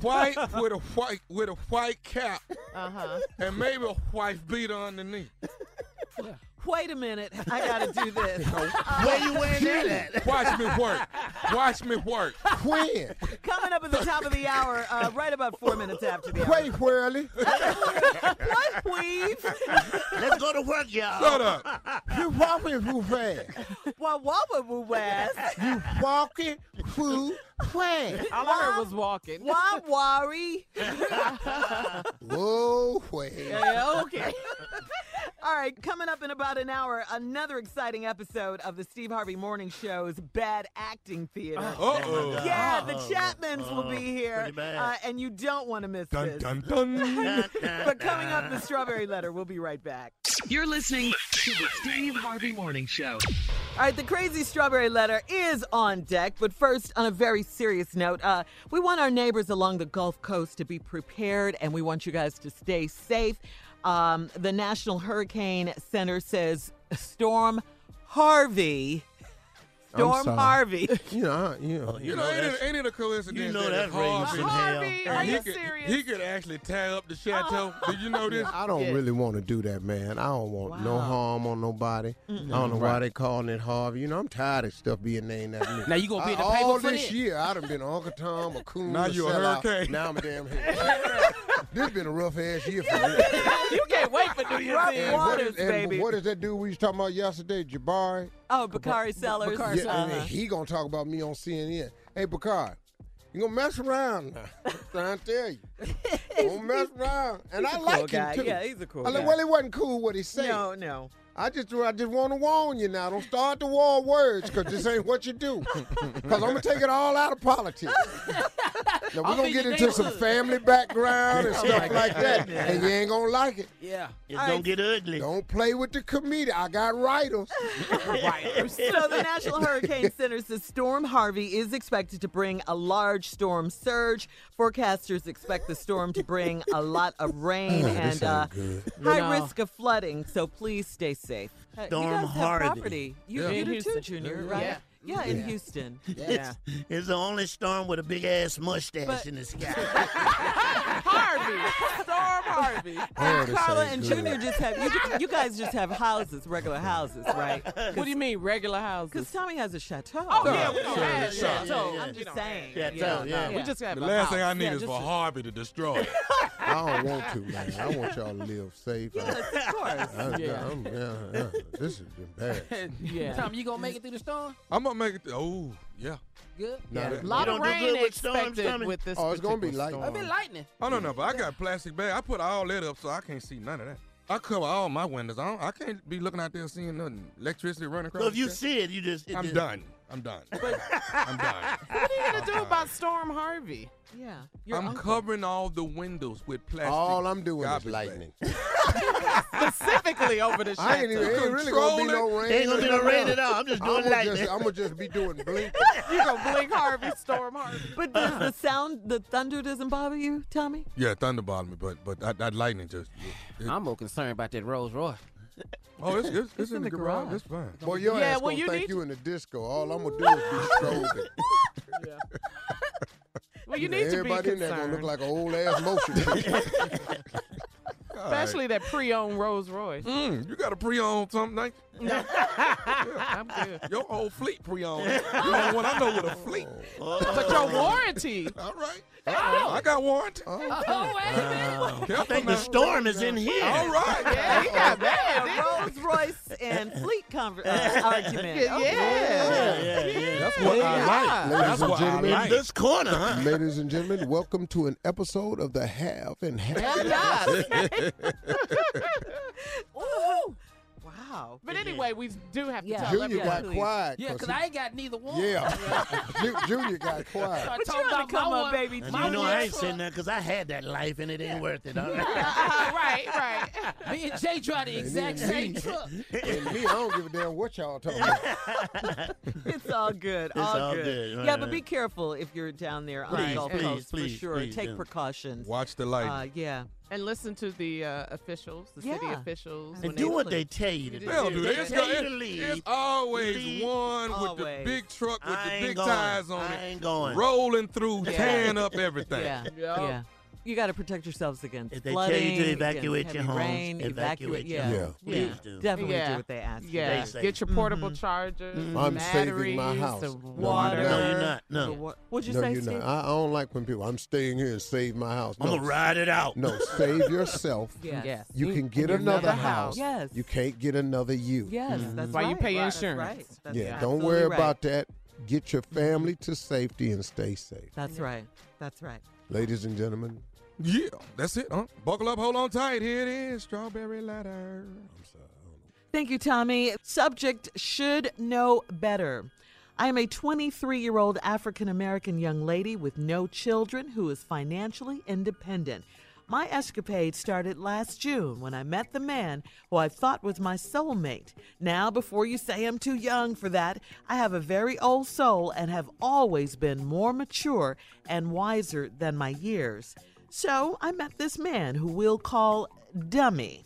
[SPEAKER 8] White with a white with a white cap
[SPEAKER 4] Uh huh.
[SPEAKER 8] and maybe a white beater underneath.
[SPEAKER 10] Wait a minute. I got to do this.
[SPEAKER 9] where you wearing that at?
[SPEAKER 8] Watch me work. Watch me work.
[SPEAKER 5] Quinn,
[SPEAKER 10] Coming up at the top of the hour, uh, right about four minutes after the hour.
[SPEAKER 5] Quay Whirly.
[SPEAKER 10] What, weave?
[SPEAKER 9] Let's go to work, y'all.
[SPEAKER 8] Shut up.
[SPEAKER 5] You walking too fast.
[SPEAKER 10] Well, what would we wear?
[SPEAKER 5] You walking too fast.
[SPEAKER 4] All I heard was walking.
[SPEAKER 10] Why worry?
[SPEAKER 5] Whoa, way.
[SPEAKER 4] Yeah, okay.
[SPEAKER 10] All right, coming up in about an hour, another exciting episode of the Steve Harvey Morning Show's Bad Acting Theater.
[SPEAKER 8] Uh
[SPEAKER 9] God.
[SPEAKER 8] oh.
[SPEAKER 10] Yeah,
[SPEAKER 9] Oh,
[SPEAKER 10] the Chapmans will be here,
[SPEAKER 9] pretty bad.
[SPEAKER 10] uh, and you don't want to miss
[SPEAKER 8] Dun
[SPEAKER 10] this.
[SPEAKER 8] dun dun.
[SPEAKER 10] But coming up, the Strawberry Letter. We'll be right back.
[SPEAKER 6] You're listening to the Steve Harvey Morning Show.
[SPEAKER 10] All right, the crazy strawberry letter is on deck, but first, on a very serious note, uh, we want our neighbors along the Gulf Coast to be prepared, and we want you guys to stay safe. Um, the National Hurricane Center says Storm Harvey Storm
[SPEAKER 8] sorry.
[SPEAKER 10] Harvey.
[SPEAKER 5] You know, you know,
[SPEAKER 8] You know, ain't it, ain't it a coincidence
[SPEAKER 5] You know
[SPEAKER 8] that,
[SPEAKER 5] that
[SPEAKER 8] Harvey,
[SPEAKER 5] raisins in hell. Harvey, are
[SPEAKER 8] he
[SPEAKER 5] you
[SPEAKER 8] could,
[SPEAKER 5] serious?
[SPEAKER 8] He could actually tear up the chateau. Do you know this?
[SPEAKER 5] I don't really want to do that, man. I don't want no harm on nobody.
[SPEAKER 8] Mm-mm.
[SPEAKER 5] I don't know why
[SPEAKER 8] Right.
[SPEAKER 5] they calling it Harvey. You know, I'm tired of stuff being named after me.
[SPEAKER 8] Now you gonna be in the
[SPEAKER 5] I-
[SPEAKER 8] paper
[SPEAKER 5] all
[SPEAKER 8] for
[SPEAKER 5] this
[SPEAKER 8] that?
[SPEAKER 5] year? I done been Uncle Tom, a coon.
[SPEAKER 8] Now you a
[SPEAKER 5] sellout.
[SPEAKER 8] hurricane.
[SPEAKER 5] Now I'm a damn hurricane. this been a rough ass year for me.
[SPEAKER 10] you can't wait for New Year's Eve.
[SPEAKER 5] And what is- and What is that dude we was talking about yesterday, Jabari?
[SPEAKER 10] Oh, Bakari Sellers.
[SPEAKER 5] Yeah, and then he gonna talk about me on CNN. Hey, Bakari, you gonna mess around? now. I'm trying to tell you, don't mess around. And
[SPEAKER 10] He's
[SPEAKER 5] I
[SPEAKER 10] a
[SPEAKER 5] like
[SPEAKER 10] cool guy.
[SPEAKER 5] him too.
[SPEAKER 10] Yeah, he's a cool
[SPEAKER 5] I like-
[SPEAKER 10] guy.
[SPEAKER 5] Well, it wasn't cool what he said.
[SPEAKER 10] No, no.
[SPEAKER 5] I just, I just want to warn you now. Don't start the war of words, cause this ain't what you do. Cause I'm gonna take it all out of politics. now we're
[SPEAKER 20] I'm
[SPEAKER 5] gonna
[SPEAKER 20] in
[SPEAKER 5] get
[SPEAKER 20] your
[SPEAKER 5] into some
[SPEAKER 20] neighborhood.
[SPEAKER 5] family background and
[SPEAKER 20] Oh,
[SPEAKER 5] stuff
[SPEAKER 20] my
[SPEAKER 5] like that,
[SPEAKER 20] goodness.
[SPEAKER 5] and you ain't gonna like it.
[SPEAKER 20] Yeah.
[SPEAKER 5] It
[SPEAKER 20] All don't right.
[SPEAKER 5] get ugly. Don't play with the comedian. I got writers.
[SPEAKER 10] so the National Hurricane Center says Storm Harvey is expected to bring a large storm surge. Forecasters expect the storm to bring a lot of rain
[SPEAKER 5] Oh,
[SPEAKER 10] and
[SPEAKER 5] this
[SPEAKER 10] uh,
[SPEAKER 5] ain't good.
[SPEAKER 10] high
[SPEAKER 5] No.
[SPEAKER 10] risk of flooding. So please stay safe. Uh,
[SPEAKER 9] Storm
[SPEAKER 10] you guys
[SPEAKER 9] Harvey.
[SPEAKER 10] Have property. You,
[SPEAKER 9] Yeah.
[SPEAKER 10] you
[SPEAKER 9] In
[SPEAKER 10] do too,
[SPEAKER 9] Houston.
[SPEAKER 10] Junior,
[SPEAKER 9] Yeah.
[SPEAKER 10] right?
[SPEAKER 9] Yeah.
[SPEAKER 10] Yeah, in
[SPEAKER 9] Yeah.
[SPEAKER 10] Houston. Yeah.
[SPEAKER 9] It's, it's the only storm with a big ass mustache
[SPEAKER 10] But-
[SPEAKER 9] in the sky.
[SPEAKER 10] Harvey, Storm Harvey.
[SPEAKER 9] Oh, this
[SPEAKER 10] Carla
[SPEAKER 9] ain't
[SPEAKER 10] and
[SPEAKER 9] good.
[SPEAKER 10] Junior just have you. You guys just have houses, regular houses, right?
[SPEAKER 4] What do you mean, regular houses?
[SPEAKER 10] Because Tommy has a chateau.
[SPEAKER 4] Oh, yeah, we don't have that.
[SPEAKER 10] Sorry, sorry.
[SPEAKER 4] So,
[SPEAKER 10] I'm
[SPEAKER 4] we
[SPEAKER 10] just
[SPEAKER 4] don't have
[SPEAKER 10] saying.
[SPEAKER 4] that.
[SPEAKER 10] Yeah, yeah.
[SPEAKER 4] We just have
[SPEAKER 8] the
[SPEAKER 4] a
[SPEAKER 8] last
[SPEAKER 4] house.
[SPEAKER 8] thing I need
[SPEAKER 4] Yeah,
[SPEAKER 8] is
[SPEAKER 4] just
[SPEAKER 8] for
[SPEAKER 4] a-
[SPEAKER 8] Harvey to destroy it.
[SPEAKER 5] I don't want to, man. I want y'all to live safe.
[SPEAKER 4] Yes, of course.
[SPEAKER 5] I- I-
[SPEAKER 4] Yeah.
[SPEAKER 5] I'm- yeah, yeah. This is embarrassing.
[SPEAKER 8] Yeah.
[SPEAKER 4] Tom, you gonna make it through the storm?
[SPEAKER 8] I'm gonna make it. Oh, yeah.
[SPEAKER 4] Good.
[SPEAKER 8] Nah,
[SPEAKER 4] Yeah.
[SPEAKER 8] that-
[SPEAKER 4] A lot
[SPEAKER 8] You
[SPEAKER 4] of
[SPEAKER 8] don't do
[SPEAKER 4] rain
[SPEAKER 8] good with storms,
[SPEAKER 4] expected
[SPEAKER 8] Tommy.
[SPEAKER 4] with this.
[SPEAKER 8] Oh, it's gonna be
[SPEAKER 4] particular
[SPEAKER 8] lightning.
[SPEAKER 4] storm. It'll be lightning.
[SPEAKER 8] I don't know, but I got plastic bag. I put all that up so I can't see none of that. I cover all my windows. I, don't, I can't be looking out there seeing nothing. Electricity running across.
[SPEAKER 9] So if
[SPEAKER 8] the
[SPEAKER 9] you
[SPEAKER 8] sky.
[SPEAKER 9] see it, you just. It
[SPEAKER 8] I'm
[SPEAKER 9] just-
[SPEAKER 8] done. I'm done. I'm done.
[SPEAKER 4] What are you gonna do about Storm Harvey?
[SPEAKER 10] Yeah.
[SPEAKER 8] I'm covering all the windows with plastic.
[SPEAKER 5] All I'm doing
[SPEAKER 8] garbage
[SPEAKER 5] is lightning.
[SPEAKER 4] Specifically over the
[SPEAKER 5] I ain't even. It ain't really gonna be no
[SPEAKER 8] Control it.
[SPEAKER 5] rain.
[SPEAKER 8] Ain't gonna be no rain at all.
[SPEAKER 4] I'm just doing
[SPEAKER 5] I'ma
[SPEAKER 4] lightning.
[SPEAKER 5] Just, I'm gonna just be doing blink.
[SPEAKER 4] you gonna blink Harvey, Storm Harvey.
[SPEAKER 10] But does the sound, the thunder doesn't bother you, Tommy?
[SPEAKER 8] Yeah, thunder bothered me, but but that, that lightning just.
[SPEAKER 21] I'm more concerned about that Rolls Royce.
[SPEAKER 8] Oh, it's it's, it's, in, the garage. It's fine.
[SPEAKER 5] Boy, your
[SPEAKER 21] Yeah,
[SPEAKER 5] ass
[SPEAKER 21] well,
[SPEAKER 5] gonna
[SPEAKER 21] you
[SPEAKER 5] think
[SPEAKER 21] need
[SPEAKER 5] you in the disco. All I'm gonna do is be strolling.
[SPEAKER 4] Well, you need to be
[SPEAKER 5] Everybody in there gonna look
[SPEAKER 4] concerned,
[SPEAKER 5] like an old ass motion picture.
[SPEAKER 4] especially that pre-owned Rolls Royce.
[SPEAKER 8] Mm, you got a pre-owned something, like
[SPEAKER 4] I'm good.
[SPEAKER 8] Your whole fleet pre-owned. you the only one I know with a fleet.
[SPEAKER 4] But your warranty.
[SPEAKER 8] All right. I got warranty.
[SPEAKER 4] Oh, wait a minute.
[SPEAKER 9] I think the storm is in here.
[SPEAKER 8] Uh, All right.
[SPEAKER 4] Yeah, he got mad. didn't he?
[SPEAKER 10] Rolls Royce and fleet conver- uh, argument.
[SPEAKER 4] Yeah,
[SPEAKER 10] Okay.
[SPEAKER 4] yeah.
[SPEAKER 8] That's what I like. That's
[SPEAKER 5] Ladies and
[SPEAKER 8] what I
[SPEAKER 5] gentlemen,
[SPEAKER 8] like.
[SPEAKER 9] corner,
[SPEAKER 5] Ladies and gentlemen, welcome to an episode of the Have and Have.
[SPEAKER 4] Ooh.
[SPEAKER 10] Wow.
[SPEAKER 4] But anyway, we do have to
[SPEAKER 5] Yeah.
[SPEAKER 4] tell
[SPEAKER 5] Junior
[SPEAKER 4] everybody.
[SPEAKER 5] got quiet
[SPEAKER 4] Yeah,
[SPEAKER 5] 'cause
[SPEAKER 4] because
[SPEAKER 5] he-
[SPEAKER 4] I ain't got neither one.
[SPEAKER 5] Yeah. Ju- Junior got quiet.
[SPEAKER 4] Start talking about
[SPEAKER 10] come
[SPEAKER 4] my
[SPEAKER 10] up,
[SPEAKER 4] one-
[SPEAKER 10] baby
[SPEAKER 9] And
[SPEAKER 4] my
[SPEAKER 9] you know
[SPEAKER 4] one
[SPEAKER 9] I ain't
[SPEAKER 4] truck.
[SPEAKER 9] saying that because I had that life and it ain't worth it. All right.
[SPEAKER 4] Uh-uh, right, right. Me and Jay tried the exact same
[SPEAKER 5] me-
[SPEAKER 4] truck.
[SPEAKER 5] And me, I don't give a damn what y'all talking about.
[SPEAKER 10] It's all good.
[SPEAKER 5] It's all good, right,
[SPEAKER 10] yeah, but
[SPEAKER 5] right.
[SPEAKER 10] be careful if you're down there on the
[SPEAKER 8] Please,
[SPEAKER 10] Gulf
[SPEAKER 8] please,
[SPEAKER 10] Coast
[SPEAKER 8] please,
[SPEAKER 10] for sure.
[SPEAKER 8] please,
[SPEAKER 10] Take
[SPEAKER 8] yeah.
[SPEAKER 10] precautions.
[SPEAKER 8] Watch the lightning.
[SPEAKER 10] Uh, yeah.
[SPEAKER 4] And listen to the uh, officials, the city
[SPEAKER 10] Yeah.
[SPEAKER 4] officials.
[SPEAKER 9] And do what they tell you to do.
[SPEAKER 8] They don't do
[SPEAKER 9] They
[SPEAKER 8] that. It's,
[SPEAKER 9] tell you
[SPEAKER 8] it's-
[SPEAKER 9] to leave.
[SPEAKER 8] it's always
[SPEAKER 9] Leave.
[SPEAKER 8] one with the
[SPEAKER 9] Always.
[SPEAKER 8] big truck with
[SPEAKER 9] I
[SPEAKER 8] the
[SPEAKER 9] ain't
[SPEAKER 8] big
[SPEAKER 9] going.
[SPEAKER 8] tires on
[SPEAKER 9] I
[SPEAKER 8] it.
[SPEAKER 9] ain't going.
[SPEAKER 8] Rolling through,
[SPEAKER 10] Yeah.
[SPEAKER 8] tearing up everything.
[SPEAKER 10] Yeah. Yeah. You got to protect yourselves against
[SPEAKER 9] If they tell you
[SPEAKER 10] flooding.
[SPEAKER 9] to
[SPEAKER 10] against
[SPEAKER 9] evacuate your
[SPEAKER 10] heavy
[SPEAKER 9] homes,
[SPEAKER 10] rain,
[SPEAKER 9] evacuate your
[SPEAKER 10] yeah.
[SPEAKER 9] homes. Yeah.
[SPEAKER 10] Yeah.
[SPEAKER 9] Please do.
[SPEAKER 10] Definitely
[SPEAKER 4] Yeah.
[SPEAKER 10] do what they Mm-hmm. ask. you
[SPEAKER 4] Yeah.
[SPEAKER 10] to do.
[SPEAKER 4] Get your portable chargers,
[SPEAKER 5] I'm saving
[SPEAKER 4] batteries,
[SPEAKER 5] my house.
[SPEAKER 4] the
[SPEAKER 5] No,
[SPEAKER 4] water.
[SPEAKER 5] you're not. No, you're
[SPEAKER 9] not. No.
[SPEAKER 4] The
[SPEAKER 9] No.
[SPEAKER 4] wa-
[SPEAKER 10] What'd you
[SPEAKER 5] no,
[SPEAKER 10] say,
[SPEAKER 5] you're
[SPEAKER 10] Steve?
[SPEAKER 5] not. I, I don't like when people. I'm staying here and save my house.
[SPEAKER 9] I'm
[SPEAKER 5] No,
[SPEAKER 9] gonna ride it out.
[SPEAKER 5] No, save yourself.
[SPEAKER 10] Yes. Yes.
[SPEAKER 5] You
[SPEAKER 10] You-
[SPEAKER 5] can get
[SPEAKER 10] and your
[SPEAKER 5] another
[SPEAKER 10] other
[SPEAKER 5] house.
[SPEAKER 10] house. Yes.
[SPEAKER 5] You can't get another you.
[SPEAKER 10] Yes,
[SPEAKER 9] Mm-hmm.
[SPEAKER 10] that's
[SPEAKER 4] Why you
[SPEAKER 10] right.
[SPEAKER 4] pay
[SPEAKER 10] Right, that's
[SPEAKER 4] insurance.
[SPEAKER 10] right. That's
[SPEAKER 5] yeah.
[SPEAKER 10] right.
[SPEAKER 5] Don't
[SPEAKER 10] Absolutely
[SPEAKER 5] worry
[SPEAKER 10] right.
[SPEAKER 5] about that. Get your family to safety and stay safe,
[SPEAKER 10] That's right. That's right.
[SPEAKER 5] ladies and gentlemen.
[SPEAKER 8] Yeah, that's it. Huh? Buckle up, hold on tight. Here it is, strawberry ladder.
[SPEAKER 10] Thank you, Tommy. Subject should know better. I am a 23 year old African American young lady with no children who is financially independent. My escapade started last June when I met the man who I thought was my soulmate. Now, before you say I'm too young for that, I have a very old soul and have always been more mature and wiser than my years. So I met this man who we'll call Dummy.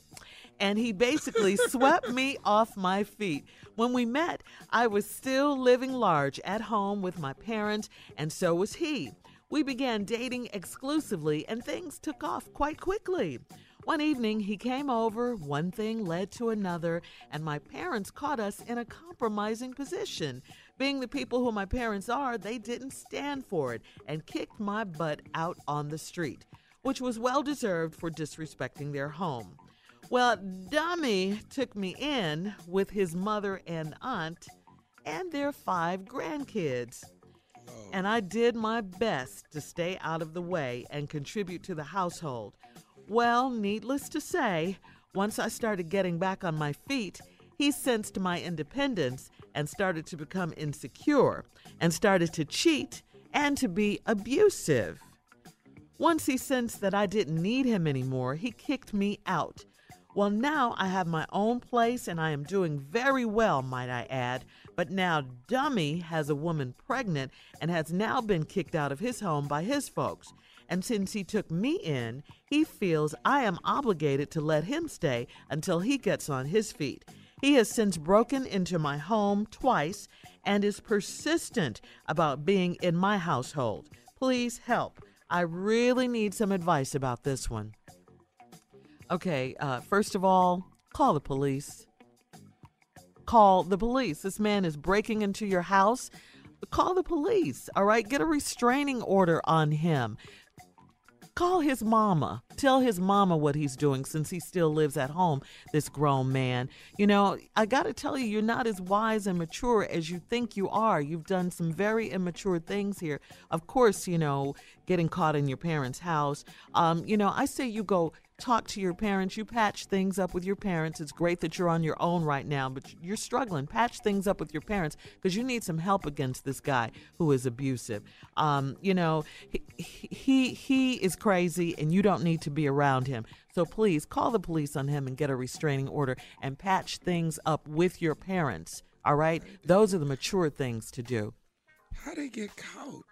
[SPEAKER 10] and he basically swept me off my feet. When we met, I was still living large at home with my parents, and so was he. We began dating exclusively, and things took off quite quickly. One evening, he came over, one thing led to another, and my parents caught us in a compromising position. Being the people who my parents are, they didn't stand for it and kicked my butt out on the street, which was well deserved for disrespecting their home. Well, Dummy took me in with his mother and aunt and their five grandkids. And I did my best to stay out of the way and contribute to the household. Well, needless to say, once I started getting back on my feet, he sensed my independence and started to become insecure and started to cheat and to be abusive. Once he sensed that I didn't need him anymore, he kicked me out. Well, now I have my own place and I am doing very well, might I add. But now Dummy has a woman pregnant and has now been kicked out of his home by his folks. And since he took me in, he feels I am obligated to let him stay until he gets on his feet. He has since broken into my home twice and is persistent about being in my household. Please help. I really need some advice about this one. Okay, uh, first of all, call the police. Call the police. This man is breaking into your house. Call the police, all right? Get a restraining order on him. Call his mama. Tell his mama what he's doing since he still lives at home, this grown man. You know, I got to tell you, you're not as wise and mature as you think you are. You've done some very immature things here. Of course, you know, getting caught in your parents' house. Um, you know, I say you go talk to your parents. You patch things up with your parents. It's great that you're on your own right now, but you're struggling. Patch things up with your parents because you need some help against this guy who is abusive. Um, you know, he, he he is crazy, and you don't need to be around him. So please call the police on him and get a restraining order and patch things up with your parents. All right, those are the mature things to do.
[SPEAKER 16] How they get caught?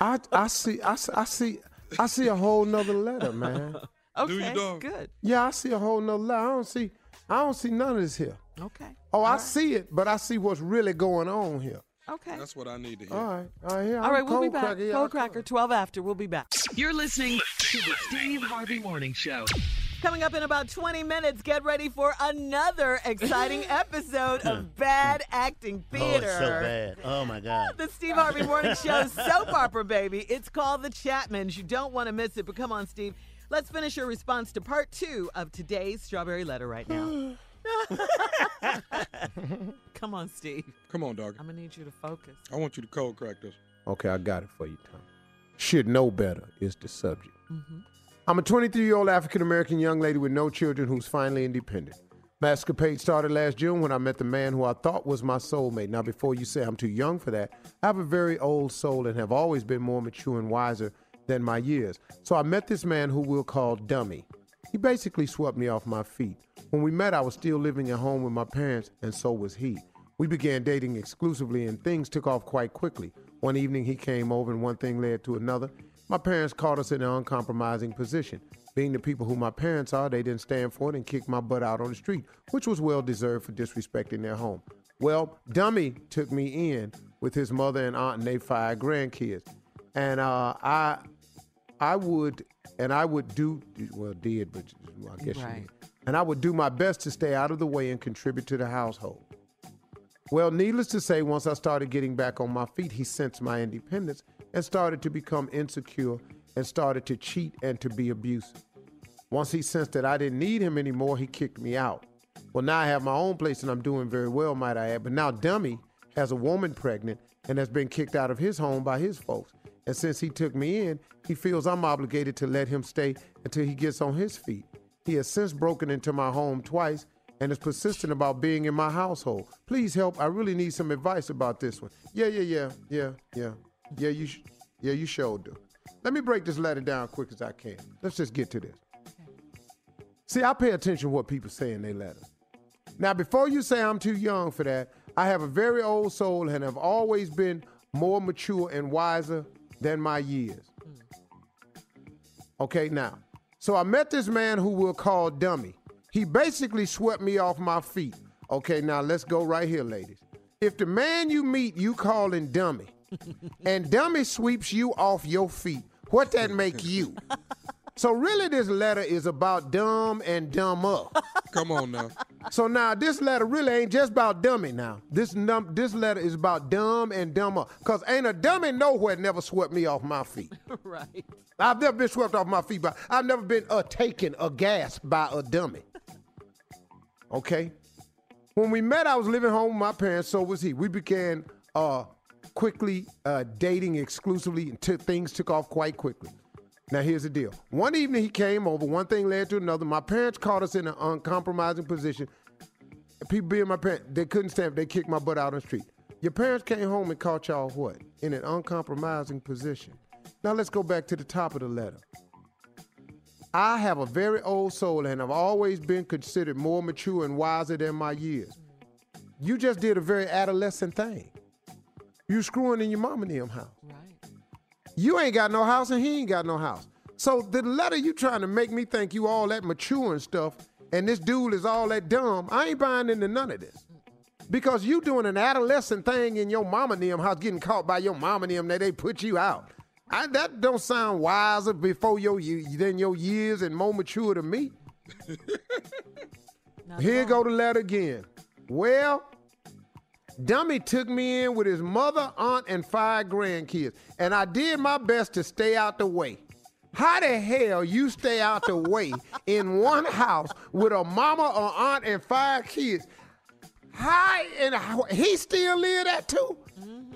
[SPEAKER 5] I I see I, see- I see I see a whole nother letter, man.
[SPEAKER 10] Okay, good.
[SPEAKER 5] Yeah, I see a whole nother letter. I don't see I don't see none of this here.
[SPEAKER 10] Okay.
[SPEAKER 5] Oh, I see it, but I see what's really going on here.
[SPEAKER 10] Okay.
[SPEAKER 8] That's what I need to hear.
[SPEAKER 5] All right, all right. Here,
[SPEAKER 10] All
[SPEAKER 5] I'm
[SPEAKER 10] right, we'll be
[SPEAKER 5] cold
[SPEAKER 10] back.
[SPEAKER 5] cracker, yeah,
[SPEAKER 10] Cold
[SPEAKER 5] I-
[SPEAKER 10] Cracker, 12 after. We'll be back.
[SPEAKER 6] You're listening to the Steve Harvey Morning Show.
[SPEAKER 8] Oh,
[SPEAKER 10] Coming up in about 20 minutes, get ready for another exciting episode of Bad Acting Theater.
[SPEAKER 22] Oh, it's so bad. Oh my God.
[SPEAKER 10] The Steve Harvey Morning Show soap opera, baby. It's called The Chapmans. You don't want to miss it, but come on, Steve. Let's finish your response to part two of today's Strawberry Letter right now. come on, Steve.
[SPEAKER 8] Come on, dog.
[SPEAKER 10] I'm going to need you to focus.
[SPEAKER 8] I want you to cold crack this.
[SPEAKER 5] Okay, I got it for you, Tom. Should know better is the subject.
[SPEAKER 10] Mhm.
[SPEAKER 5] I'm a 23 year old African American young lady with no children who's finally independent. My escapade started last June when I met the man who I thought was my soulmate. Now, before you say I'm too young for that, I have a very old soul and have always been more mature and wiser than my years. So I met this man who we'll call Dummy. He basically swept me off my feet. When we met, I was still living at home with my parents, and so was he. We began dating exclusively, and things took off quite quickly. One evening, he came over, and one thing led to another. My parents caught us in an uncompromising position. Being the people who my parents are, they didn't stand for it and kicked my butt out on the street, which was well deserved for disrespecting their home. Well, Dummy took me in with his mother and aunt and they five grandkids. And uh, I I would, and I would do, well, did, but I guess
[SPEAKER 3] Right.
[SPEAKER 5] you did. And I would do my best to stay out of the way and contribute to the household. Well, needless to say, once I started getting back on my feet, he sensed my independence and started to become insecure and started to cheat and to be abusive. Once he sensed that I didn't need him anymore, he kicked me out. Well, now I have my own place and I'm doing very well, might I add. But now Dummy has a woman pregnant and has been kicked out of his home by his folks. And since he took me in, he feels I'm obligated to let him stay until he gets on his feet. He has since broken into my home twice and is persistent about being in my household. Please help. I really need some advice about this one. Yeah, yeah, yeah, yeah, yeah. Yeah, you, sh- yeah, you sure do. Let me break this letter down quick as I can. Let's just get to this. See, I pay attention to what people say in their letters. Now, before you say I'm too young for that, I have a very old soul and have always been more mature and wiser than my years. Okay, now. So I met this man who we'll call Dummy. He basically swept me off my feet. Okay, now let's go right here, ladies. If the man you meet you calling dummy, and dummy sweeps you off your feet, what that make you? So really, this letter is about dumb and dumber.
[SPEAKER 8] Come on now.
[SPEAKER 5] So now this letter really ain't just about dummy. Now this num- this letter is about dumb and dumber. Cause ain't a dummy nowhere never swept me off my feet.
[SPEAKER 10] right.
[SPEAKER 5] I've never been swept off my feet by. I've never been uh, taken aghast by a dummy. Okay. When we met, I was living home with my parents. So was he. We began uh, quickly uh, dating exclusively, and took things took off quite quickly. Now here's the deal. One evening he came over. One thing led to another. My parents caught us in an uncompromising position. People being my parents, they couldn't stand. it. They kicked my butt out on the street. Your parents came home and caught y'all what in an uncompromising position. Now let's go back to the top of the letter. I have a very old soul and have always been considered more mature and wiser than my years. You just did a very adolescent thing. You screwing in your mama and them house. You ain't got no house and he ain't got no house. So the letter you trying to make me think you all that mature and stuff, and this dude is all that dumb. I ain't buying into none of this. Because you doing an adolescent thing in your mama and them house, getting caught by your mama and them that they put you out. I, that don't sound wiser before your ye- than your years and more mature to me. Here go the letter again. Well, Dummy took me in with his mother, aunt, and five grandkids, and I did my best to stay out the way. How the hell you stay out the way in one house with a mama, or aunt, and five kids? How and how- he still live that too?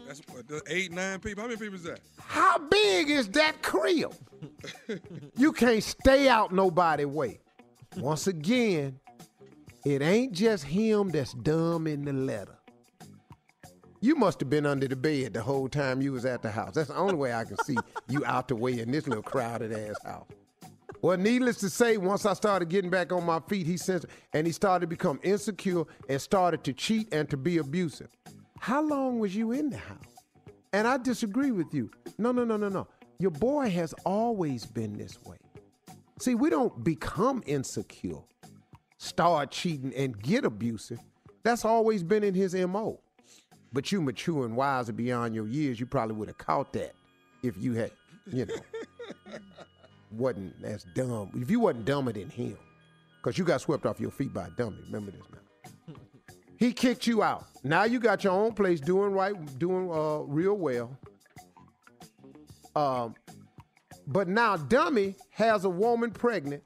[SPEAKER 8] That's what, the eight, nine people. How many people is that?
[SPEAKER 5] How big is that crib? you can't stay out nobody way. Once again, it ain't just him that's dumb in the letter. You must have been under the bed the whole time you was at the house. That's the only way I can see you out the way in this little crowded ass house. Well, needless to say, once I started getting back on my feet, he censored and he started to become insecure and started to cheat and to be abusive. How long was you in the house? And I disagree with you. No, no, no, no, no. Your boy has always been this way. See, we don't become insecure, start cheating, and get abusive. That's always been in his MO. But you mature and wiser beyond your years, you probably would have caught that if you had, you know, wasn't as dumb. If you wasn't dumber than him, because you got swept off your feet by a dummy. Remember this now. He kicked you out. Now you got your own place doing right, doing uh, real well. Um, but now Dummy has a woman pregnant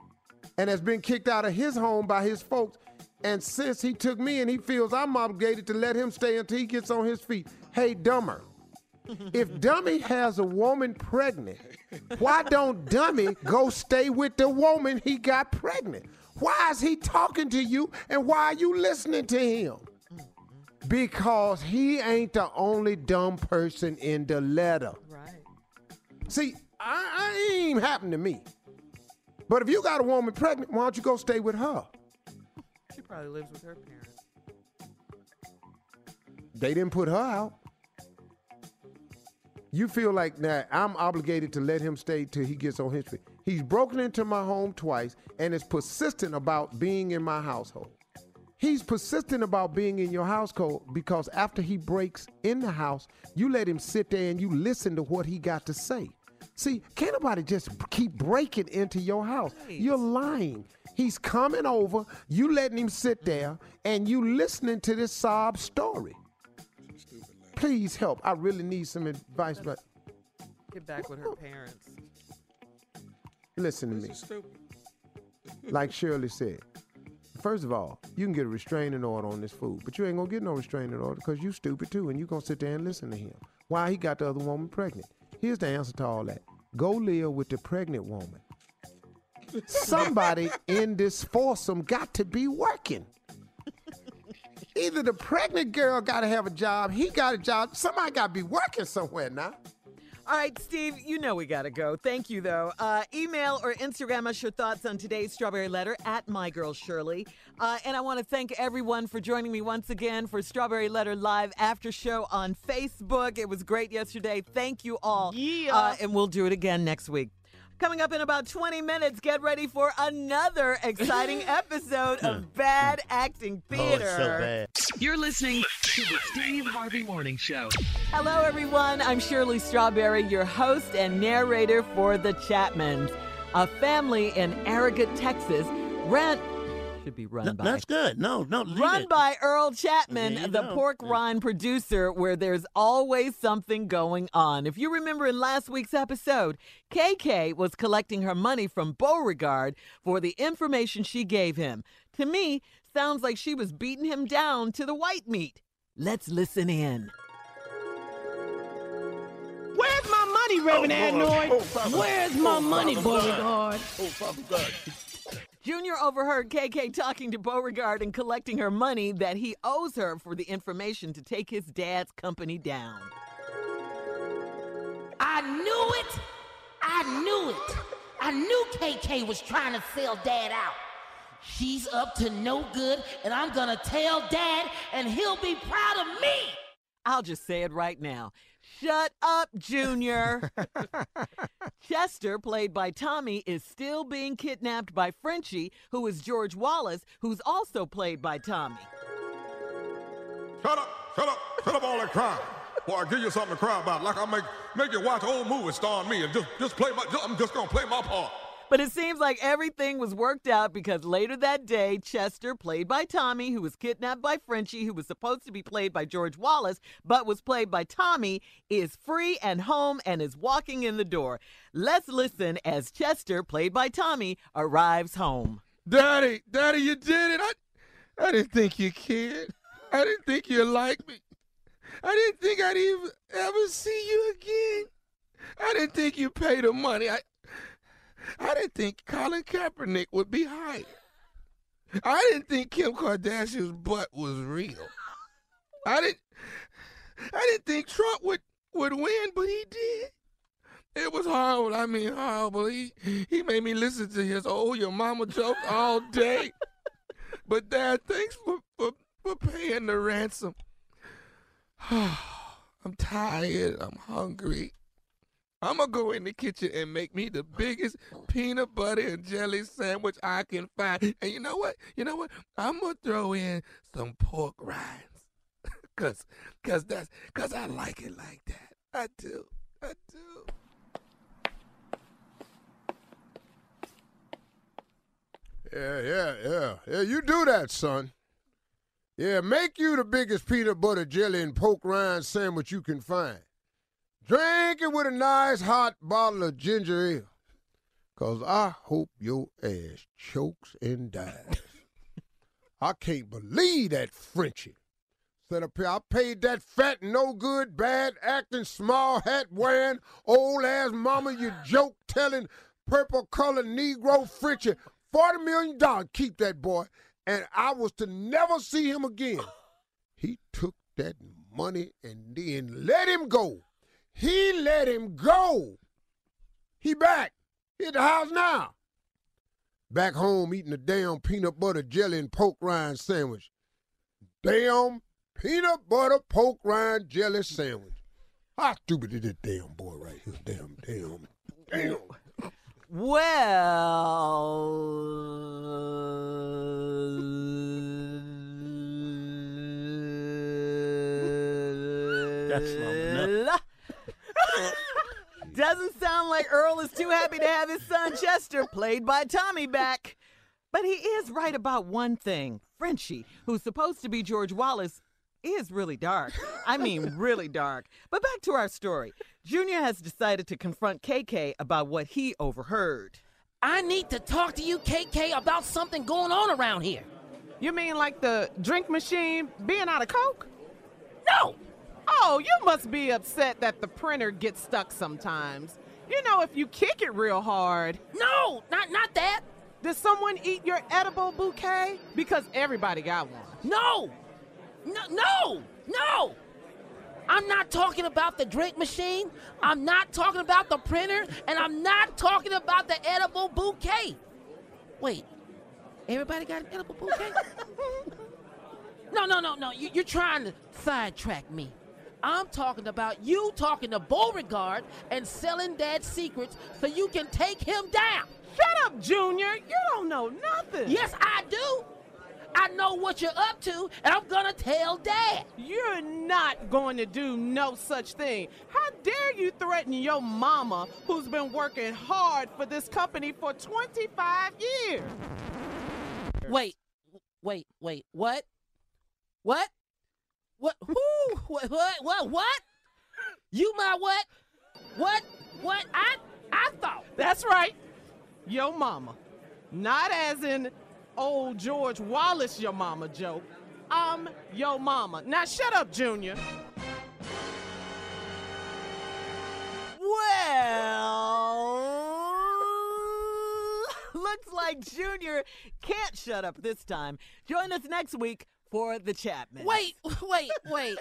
[SPEAKER 5] and has been kicked out of his home by his folks. And since he took me and he feels I'm obligated to let him stay until he gets on his feet. Hey, Dumber, if Dummy has a woman pregnant, why don't Dummy go stay with the woman he got pregnant? Why is he talking to you and why are you listening to him? Because he ain't the only dumb person in the letter. Right. See, I, I ain't even happened to me. But if you got a woman pregnant, why don't you go stay with her?
[SPEAKER 10] She probably lives with her parents.
[SPEAKER 5] They didn't put her out. You feel like now I'm obligated to let him stay till he gets on his feet. He's broken into my home twice and is persistent about being in my household. He's persistent about being in your household because after he breaks in the house, you let him sit there and you listen to what he got to say. See, can't nobody just keep breaking into your house. You're lying. He's coming over, you letting him sit there, and you listening to this sob story. Please help. I really need some advice, but
[SPEAKER 10] Get back with her parents.
[SPEAKER 5] listen to me. like Shirley said, first of all, you can get a restraining order on this fool, but you ain't gonna get no restraining order because you stupid too, and you gonna sit there and listen to him. Why he got the other woman pregnant? Here's the answer to all that: go live with the pregnant woman. Somebody in this foursome got to be working. Either the pregnant girl got to have a job, he got a job. Somebody got to be working somewhere now.
[SPEAKER 10] All right, Steve, you know we got to go. Thank you, though. Uh, email or Instagram us your thoughts on today's Strawberry Letter at My Girl Shirley. Uh, and I want to thank everyone for joining me once again for Strawberry Letter Live After Show on Facebook. It was great yesterday. Thank you all. Yeah. Uh, and we'll do it again next week. Coming up in about 20 minutes, get ready for another exciting episode of Bad Acting
[SPEAKER 6] Oh,
[SPEAKER 10] Theater.
[SPEAKER 6] You're listening to the Steve Harvey Morning Show.
[SPEAKER 10] Hello, everyone. I'm Shirley Strawberry, your host and narrator for The Chapmans. A family in Aragut, Texas, rent should be run by.
[SPEAKER 9] that's good. No, no, leave
[SPEAKER 10] Run
[SPEAKER 9] it.
[SPEAKER 10] by Earl Chapman,
[SPEAKER 9] There you
[SPEAKER 10] the
[SPEAKER 9] go.
[SPEAKER 10] pork rind producer, where there's always something going on. If you remember in last week's episode, KK was collecting her money from Beauregard for the information she gave him. To me, sounds like she was beating him down to the white meat. Let's listen in.
[SPEAKER 13] Where's my money, Reverend
[SPEAKER 10] Oh, Lord.
[SPEAKER 13] Adnoy?
[SPEAKER 10] Oh, Father.
[SPEAKER 13] Where's my
[SPEAKER 10] Oh,
[SPEAKER 13] money,
[SPEAKER 10] Father God.
[SPEAKER 13] Beauregard?
[SPEAKER 10] Junior overheard KK talking to Beauregard and collecting her money that he owes her for the information to take his dad's company down.
[SPEAKER 17] I knew it. I knew it. I knew KK was trying to sell dad out. She's up to no good, and I'm gonna tell dad, and he'll be proud of me.
[SPEAKER 10] I'll just say it right now. Shut up, Junior. Chester, played by Tommy, is still being kidnapped by Frenchie, who is George Wallace, who's also played by Tommy.
[SPEAKER 8] Shut up, shut up, shut up all that crying. Boy, I'll give you something to cry about. Like I make make you watch old movies starring me and just just play my just, I'm just gonna play my part.
[SPEAKER 10] But it seems like everything was worked out because later that day, Chester, played by Tommy, who was kidnapped by Frenchie, who was supposed to be played by George Wallace, but was played by Tommy, is free and home and is walking in the door. Let's listen as Chester, played by Tommy, arrives home.
[SPEAKER 3] Daddy, Daddy, you did it. I, I didn't think you cared. I didn't think you liked me. I didn't think I'd even ever see you again. I didn't think you paid the money. I, I didn't think Colin Kaepernick would be hired. I didn't think Kim Kardashian's butt was real. I didn't. I didn't think Trump would would win, but he did. It was horrible. I mean, horrible. He he made me listen to his "Oh, your mama" joke all day. but Dad, thanks for for, for paying the ransom. I'm tired. I'm hungry. I'm gonna go in the kitchen and make me the biggest peanut butter and jelly sandwich I can find. And you know what? You know what? I'm gonna throw in some pork rinds, cause, cause that's, cause I like it like that. I do. I do.
[SPEAKER 7] Yeah, yeah, yeah. Yeah, you do that, son. Yeah, make you the biggest peanut butter jelly and pork rind sandwich you can find. Drink it with a nice hot bottle of ginger ale. Cause I hope your ass chokes and dies. I can't believe that Frenchie. Said up here, I paid that fat, no good, bad acting, small hat wearing, old ass mama, you joke telling, purple colored Negro Frenchie, forty million dollars. Keep that boy, and I was to never see him again. He took that money and then let him go. He let him go. He back. He at the house now. Back home eating a damn peanut butter jelly and pork rind sandwich damn peanut butter pork rind jelly sandwich. How stupid is this damn boy right here? Damn, damn, damn.
[SPEAKER 10] Well.
[SPEAKER 9] That's long enough.
[SPEAKER 10] La- Doesn't sound like Earl is too happy to have his son Chester, played by Tommy, back. But he is right about one thing. Frenchie, who's supposed to be George Wallace, is really dark. I mean, really dark. But back to our story. Junior has decided to confront KK about what he overheard.
[SPEAKER 17] I need to talk to you, KK, about something going on around here.
[SPEAKER 4] You mean like the drink machine being out of Coke?
[SPEAKER 17] No!
[SPEAKER 4] Oh, you must be upset that the printer gets stuck sometimes. You know, if you kick it real hard.
[SPEAKER 17] No, not not that.
[SPEAKER 4] Did someone eat your edible bouquet? Because everybody got one.
[SPEAKER 17] No! No, no, no! I'm not talking about the drink machine. I'm not talking about the printer, and I'm not talking about the edible bouquet. Wait, everybody got an edible bouquet? no, no, no, no. You, you're trying to sidetrack me. I'm talking about you talking to Beauregard and selling Dad's secrets so you can take him down.
[SPEAKER 4] Shut up, Junior. You don't know nothing.
[SPEAKER 17] Yes, I do. I know what you're up to, and I'm gonna tell Dad.
[SPEAKER 4] You're not going to do no such thing. How dare you threaten your mama, who's been working hard for this company for 25 years?
[SPEAKER 17] Wait, wait, wait. What? What? What? Who? What? What? What? What? You my what? What? What? I I thought.
[SPEAKER 4] That's right. Your mama. Not as in old George Wallace, your mama joke. I'm your mama. Now shut up, Junior.
[SPEAKER 10] Well, looks like Junior can't shut up this time. Join us next week for the Chapman.
[SPEAKER 17] Wait, wait, wait,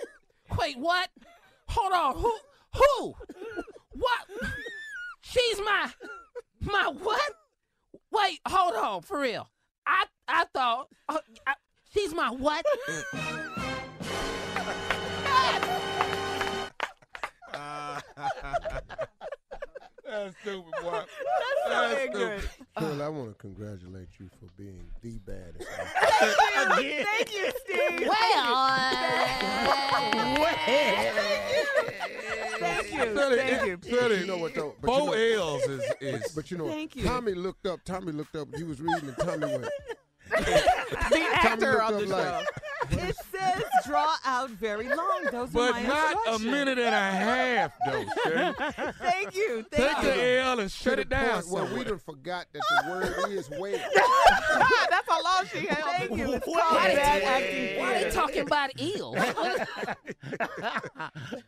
[SPEAKER 17] wait. What? Hold on. Who? Who? What? She's my my what? Wait, hold on. For real. I I thought uh, I, she's my what?
[SPEAKER 3] That's stupid, boy.
[SPEAKER 10] That's so ignorant.
[SPEAKER 5] Carol, I want to congratulate you for being the baddest.
[SPEAKER 10] Thank you. Thank you, Steve.
[SPEAKER 14] Well.
[SPEAKER 10] Thank you.
[SPEAKER 7] Sonny,
[SPEAKER 10] Thank you.
[SPEAKER 7] Sonny, you know what though? but you
[SPEAKER 8] Bo
[SPEAKER 7] know-
[SPEAKER 8] L's is- is-
[SPEAKER 7] But, but you know,
[SPEAKER 10] Thank you.
[SPEAKER 7] Tommy looked up. Tommy looked up. He was reading, and Tommy went.
[SPEAKER 4] The
[SPEAKER 7] Tommy
[SPEAKER 4] actor of
[SPEAKER 7] looked up
[SPEAKER 4] the show.
[SPEAKER 7] like,
[SPEAKER 10] It says draw out very long. Those are
[SPEAKER 8] But
[SPEAKER 10] my
[SPEAKER 8] not a
[SPEAKER 10] instructions.
[SPEAKER 8] minute and a half, though. Sherry.
[SPEAKER 10] Thank you.
[SPEAKER 8] Take
[SPEAKER 10] Thank you.
[SPEAKER 8] the L and shut
[SPEAKER 7] to
[SPEAKER 8] it
[SPEAKER 7] the
[SPEAKER 8] down.
[SPEAKER 7] point where we
[SPEAKER 8] somewhere.
[SPEAKER 7] done forgot that the word is whale.
[SPEAKER 4] That's how long she held
[SPEAKER 10] Thank you. It's
[SPEAKER 4] What?
[SPEAKER 10] called bad
[SPEAKER 17] Why are
[SPEAKER 10] acting.
[SPEAKER 17] they talking about ill?
[SPEAKER 7] Because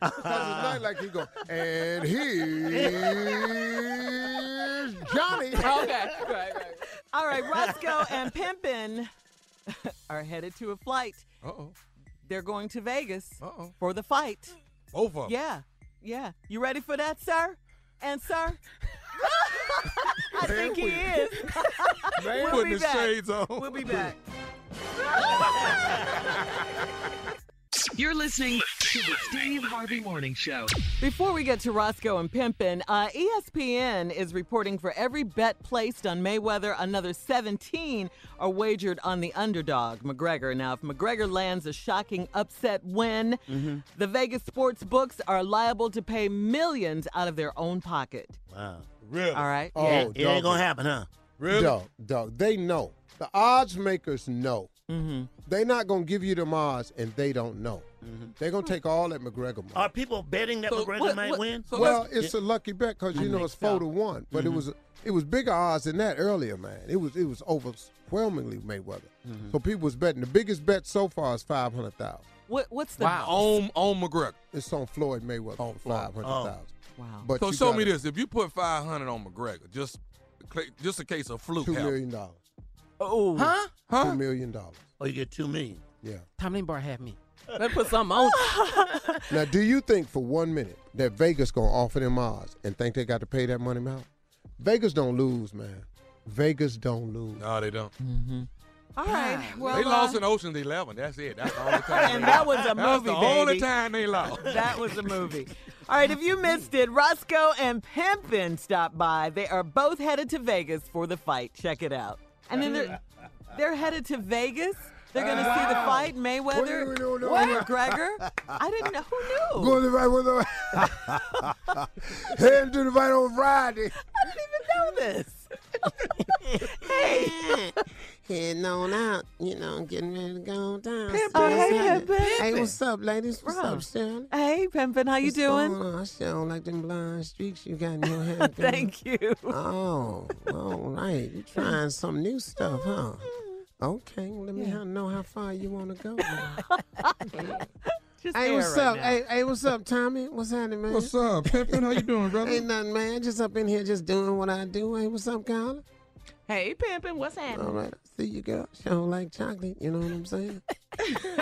[SPEAKER 7] it's not like he go, and here's Johnny.
[SPEAKER 4] Okay, right, right.
[SPEAKER 10] All right, Roscoe and Pimpin are headed to a flight.
[SPEAKER 8] Uh-oh.
[SPEAKER 10] They're going to Vegas
[SPEAKER 8] Uh-oh.
[SPEAKER 10] for the fight.
[SPEAKER 8] Both of 'em.
[SPEAKER 10] Yeah, yeah. You ready for that, sir? And sir? I think he is.
[SPEAKER 8] They
[SPEAKER 10] We'll
[SPEAKER 8] putting
[SPEAKER 10] be
[SPEAKER 8] the
[SPEAKER 10] back.
[SPEAKER 8] shades on.
[SPEAKER 10] We'll be back.
[SPEAKER 6] You're listening to the Steve Harvey Morning Show.
[SPEAKER 10] Before we get to Roscoe and Pimpin, uh, ESPN is reporting for every bet placed on Mayweather, another 17 are wagered on the underdog, McGregor. Now, if McGregor lands a shocking upset win,
[SPEAKER 22] Mm-hmm.
[SPEAKER 10] the Vegas sports books are liable to pay millions out of their own pocket.
[SPEAKER 22] Wow.
[SPEAKER 8] Really?
[SPEAKER 10] All right?
[SPEAKER 22] Oh, it, it ain't gonna happen, huh?
[SPEAKER 8] Really?
[SPEAKER 5] Dog, dog. They know. The odds makers know.
[SPEAKER 10] Mm-hmm.
[SPEAKER 5] They're not gonna give you the odds, and they don't know. They're gonna take all that McGregor money.
[SPEAKER 22] Mm-hmm. Are people betting that
[SPEAKER 8] So
[SPEAKER 22] McGregor
[SPEAKER 8] what-
[SPEAKER 22] might
[SPEAKER 8] what-
[SPEAKER 22] win?
[SPEAKER 8] so
[SPEAKER 5] well,
[SPEAKER 8] let's-
[SPEAKER 5] it's a lucky bet because you know it's four to one, but it
[SPEAKER 22] Mm-hmm.
[SPEAKER 5] was it was bigger odds than that earlier, man. It was it was overwhelmingly Mayweather.
[SPEAKER 22] Mm-hmm.
[SPEAKER 5] So people was betting. The biggest bet so far is five hundred thousand.
[SPEAKER 10] What, what's the.
[SPEAKER 8] On, on McGregor.
[SPEAKER 5] It's on Floyd Mayweather
[SPEAKER 8] Oh,
[SPEAKER 5] for
[SPEAKER 8] Floyd.
[SPEAKER 5] five hundred thousand.
[SPEAKER 22] Oh.
[SPEAKER 10] Wow.
[SPEAKER 5] Oh. But
[SPEAKER 8] so
[SPEAKER 5] you
[SPEAKER 8] show me
[SPEAKER 5] gotta-
[SPEAKER 8] this. If you put 500 on McGregor, just cl- just a case of fluke.
[SPEAKER 5] two
[SPEAKER 8] happened.
[SPEAKER 5] million dollars.
[SPEAKER 10] Oh.
[SPEAKER 17] huh?
[SPEAKER 8] Huh?
[SPEAKER 5] Two million dollars.
[SPEAKER 22] Oh, you get two million.
[SPEAKER 5] Yeah.
[SPEAKER 17] Tommy Bar had me.
[SPEAKER 4] Let's put something on.
[SPEAKER 5] Now, do you think for one minute that Vegas gonna offer them odds and think they got to pay that money out? Vegas don't lose, man. Vegas don't lose.
[SPEAKER 8] No, they don't.
[SPEAKER 10] Mm-hmm. All right. Well,
[SPEAKER 8] they
[SPEAKER 10] uh,
[SPEAKER 8] lost in Ocean's Eleven. That's it. That's the only time.
[SPEAKER 10] And
[SPEAKER 8] they
[SPEAKER 10] that
[SPEAKER 8] lost.
[SPEAKER 10] was a
[SPEAKER 8] That's
[SPEAKER 10] movie,
[SPEAKER 8] the only
[SPEAKER 10] baby.
[SPEAKER 8] time they lost.
[SPEAKER 10] That was a movie. All right, if you missed it, Roscoe and Pimpin stopped by. They are both headed to Vegas for the fight. Check it out. And then they're they're headed to Vegas. They're going to see the fight, Mayweather,
[SPEAKER 5] Wait, no, no, no.
[SPEAKER 10] McGregor. I didn't know. Who knew?
[SPEAKER 5] Go to the fight with the heading to the fight on Friday.
[SPEAKER 10] I didn't even know this. hey,
[SPEAKER 23] heading on out, you know, getting ready to go down.
[SPEAKER 10] Oh, hey, Pimpin.
[SPEAKER 23] Hey, what's up, ladies? What's
[SPEAKER 10] Bro.
[SPEAKER 23] up, Shirley?
[SPEAKER 10] hey, Pimpin, how you
[SPEAKER 23] What's
[SPEAKER 10] doing?
[SPEAKER 23] going on? I sure don't like them blind streaks you got in your hair. girl.
[SPEAKER 10] Thank you.
[SPEAKER 23] Oh, all right. You trying some new stuff, huh? Okay, let me
[SPEAKER 10] Yeah.
[SPEAKER 23] ho- know how far you want to go.
[SPEAKER 10] Just
[SPEAKER 23] hey,
[SPEAKER 10] there
[SPEAKER 23] what's
[SPEAKER 10] right
[SPEAKER 23] up?
[SPEAKER 10] now.
[SPEAKER 23] Hey, hey, what's up, Tommy? What's happening, man?
[SPEAKER 8] What's up, Pimpin? How you doing, brother?
[SPEAKER 23] Ain't nothing, man. Just up in here, just doing what I do. Hey, what's up, Carla?
[SPEAKER 4] Hey, Pimpin, what's
[SPEAKER 23] All
[SPEAKER 4] happening?
[SPEAKER 23] right, I see you, girl. She don't like chocolate. You know what I'm saying?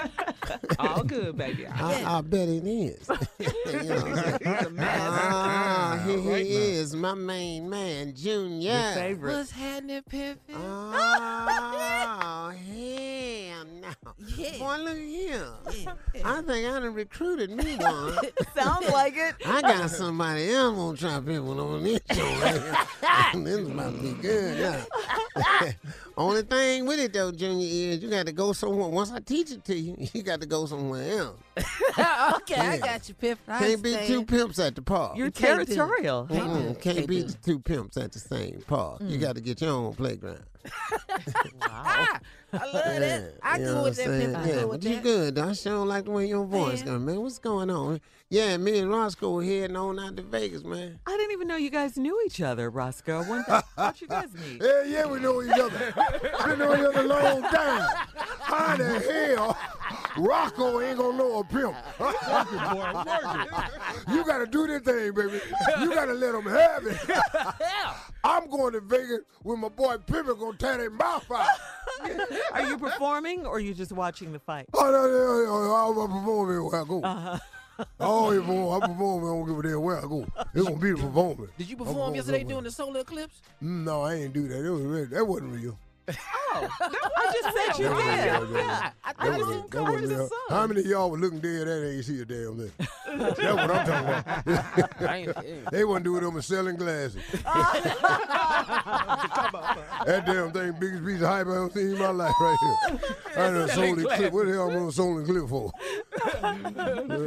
[SPEAKER 4] All good, baby.
[SPEAKER 23] I, I bet it is. you know what I'm saying? Ah, here he is, my main man, Junior.
[SPEAKER 17] What's happening, Pippin?
[SPEAKER 23] Oh, hell no. Boy, look here. I think I done recruited me one.
[SPEAKER 10] Sounds like it.
[SPEAKER 23] I got somebody else gonna try people over this show right here. this might be good. now. Only thing with it though, Junior, is you got to go somewhere. Once I teach it to you, you got to go somewhere else.
[SPEAKER 11] okay, I
[SPEAKER 23] Yeah.
[SPEAKER 11] got you, Pip. I
[SPEAKER 23] Can't be two
[SPEAKER 11] understand.
[SPEAKER 23] pimps at the park.
[SPEAKER 11] You're You can't do- territorial. can't do-
[SPEAKER 23] Mm-mm, Can't
[SPEAKER 11] can't
[SPEAKER 23] be
[SPEAKER 11] do.
[SPEAKER 23] two pimps at the same park. You
[SPEAKER 11] Mm. Ah,
[SPEAKER 23] got to get your own playground.
[SPEAKER 11] I love that. I do
[SPEAKER 23] you know
[SPEAKER 11] with
[SPEAKER 23] what
[SPEAKER 11] that,
[SPEAKER 23] I'm
[SPEAKER 11] Pip.
[SPEAKER 23] saying?
[SPEAKER 11] I
[SPEAKER 23] Yeah,
[SPEAKER 11] do
[SPEAKER 23] but
[SPEAKER 11] with
[SPEAKER 23] you
[SPEAKER 11] that.
[SPEAKER 23] good. though. I sure like the way your voice going, man. What's going on? Yeah, me and Roscoe were heading on out to Vegas, man.
[SPEAKER 10] I didn't even know you guys knew each other, Roscoe. One
[SPEAKER 23] Uh,
[SPEAKER 10] thing, how'd you guys meet?
[SPEAKER 7] Yeah, yeah, we know each other. Been knowing each other a long time. How the hell Rocco ain't gonna know a pimp? you gotta do this thing, baby. You gotta let them have it. I'm going to Vegas with my boy Pimp gonna tear their mouth out.
[SPEAKER 10] Are you performing or are you just watching the fight?
[SPEAKER 7] Oh, no, no, no, no, I'm a performer everywhere I go.
[SPEAKER 17] Uh-huh.
[SPEAKER 7] I always perform. I perform. I don't give a damn where I go. It's gonna be the performance.
[SPEAKER 17] Did you
[SPEAKER 7] I'm
[SPEAKER 17] perform
[SPEAKER 7] performing
[SPEAKER 17] yesterday
[SPEAKER 7] somewhere.
[SPEAKER 17] doing the solar eclipse?
[SPEAKER 7] No, I ain't do that. It was, that wasn't real.
[SPEAKER 17] I
[SPEAKER 10] just
[SPEAKER 7] That
[SPEAKER 17] said you
[SPEAKER 7] wasn't
[SPEAKER 17] did.
[SPEAKER 7] real, that
[SPEAKER 17] Yeah, I
[SPEAKER 7] wasn't-
[SPEAKER 17] thought
[SPEAKER 7] that
[SPEAKER 17] you
[SPEAKER 7] wasn't real. How many of y'all were looking dead at ain't see a damn thing? That's what I'm talking about. they wasn't doing them selling glasses. that damn thing, biggest piece of hype I ever seen in my life right here. I done sold it clip. What the hell I'm gonna sold it clip for?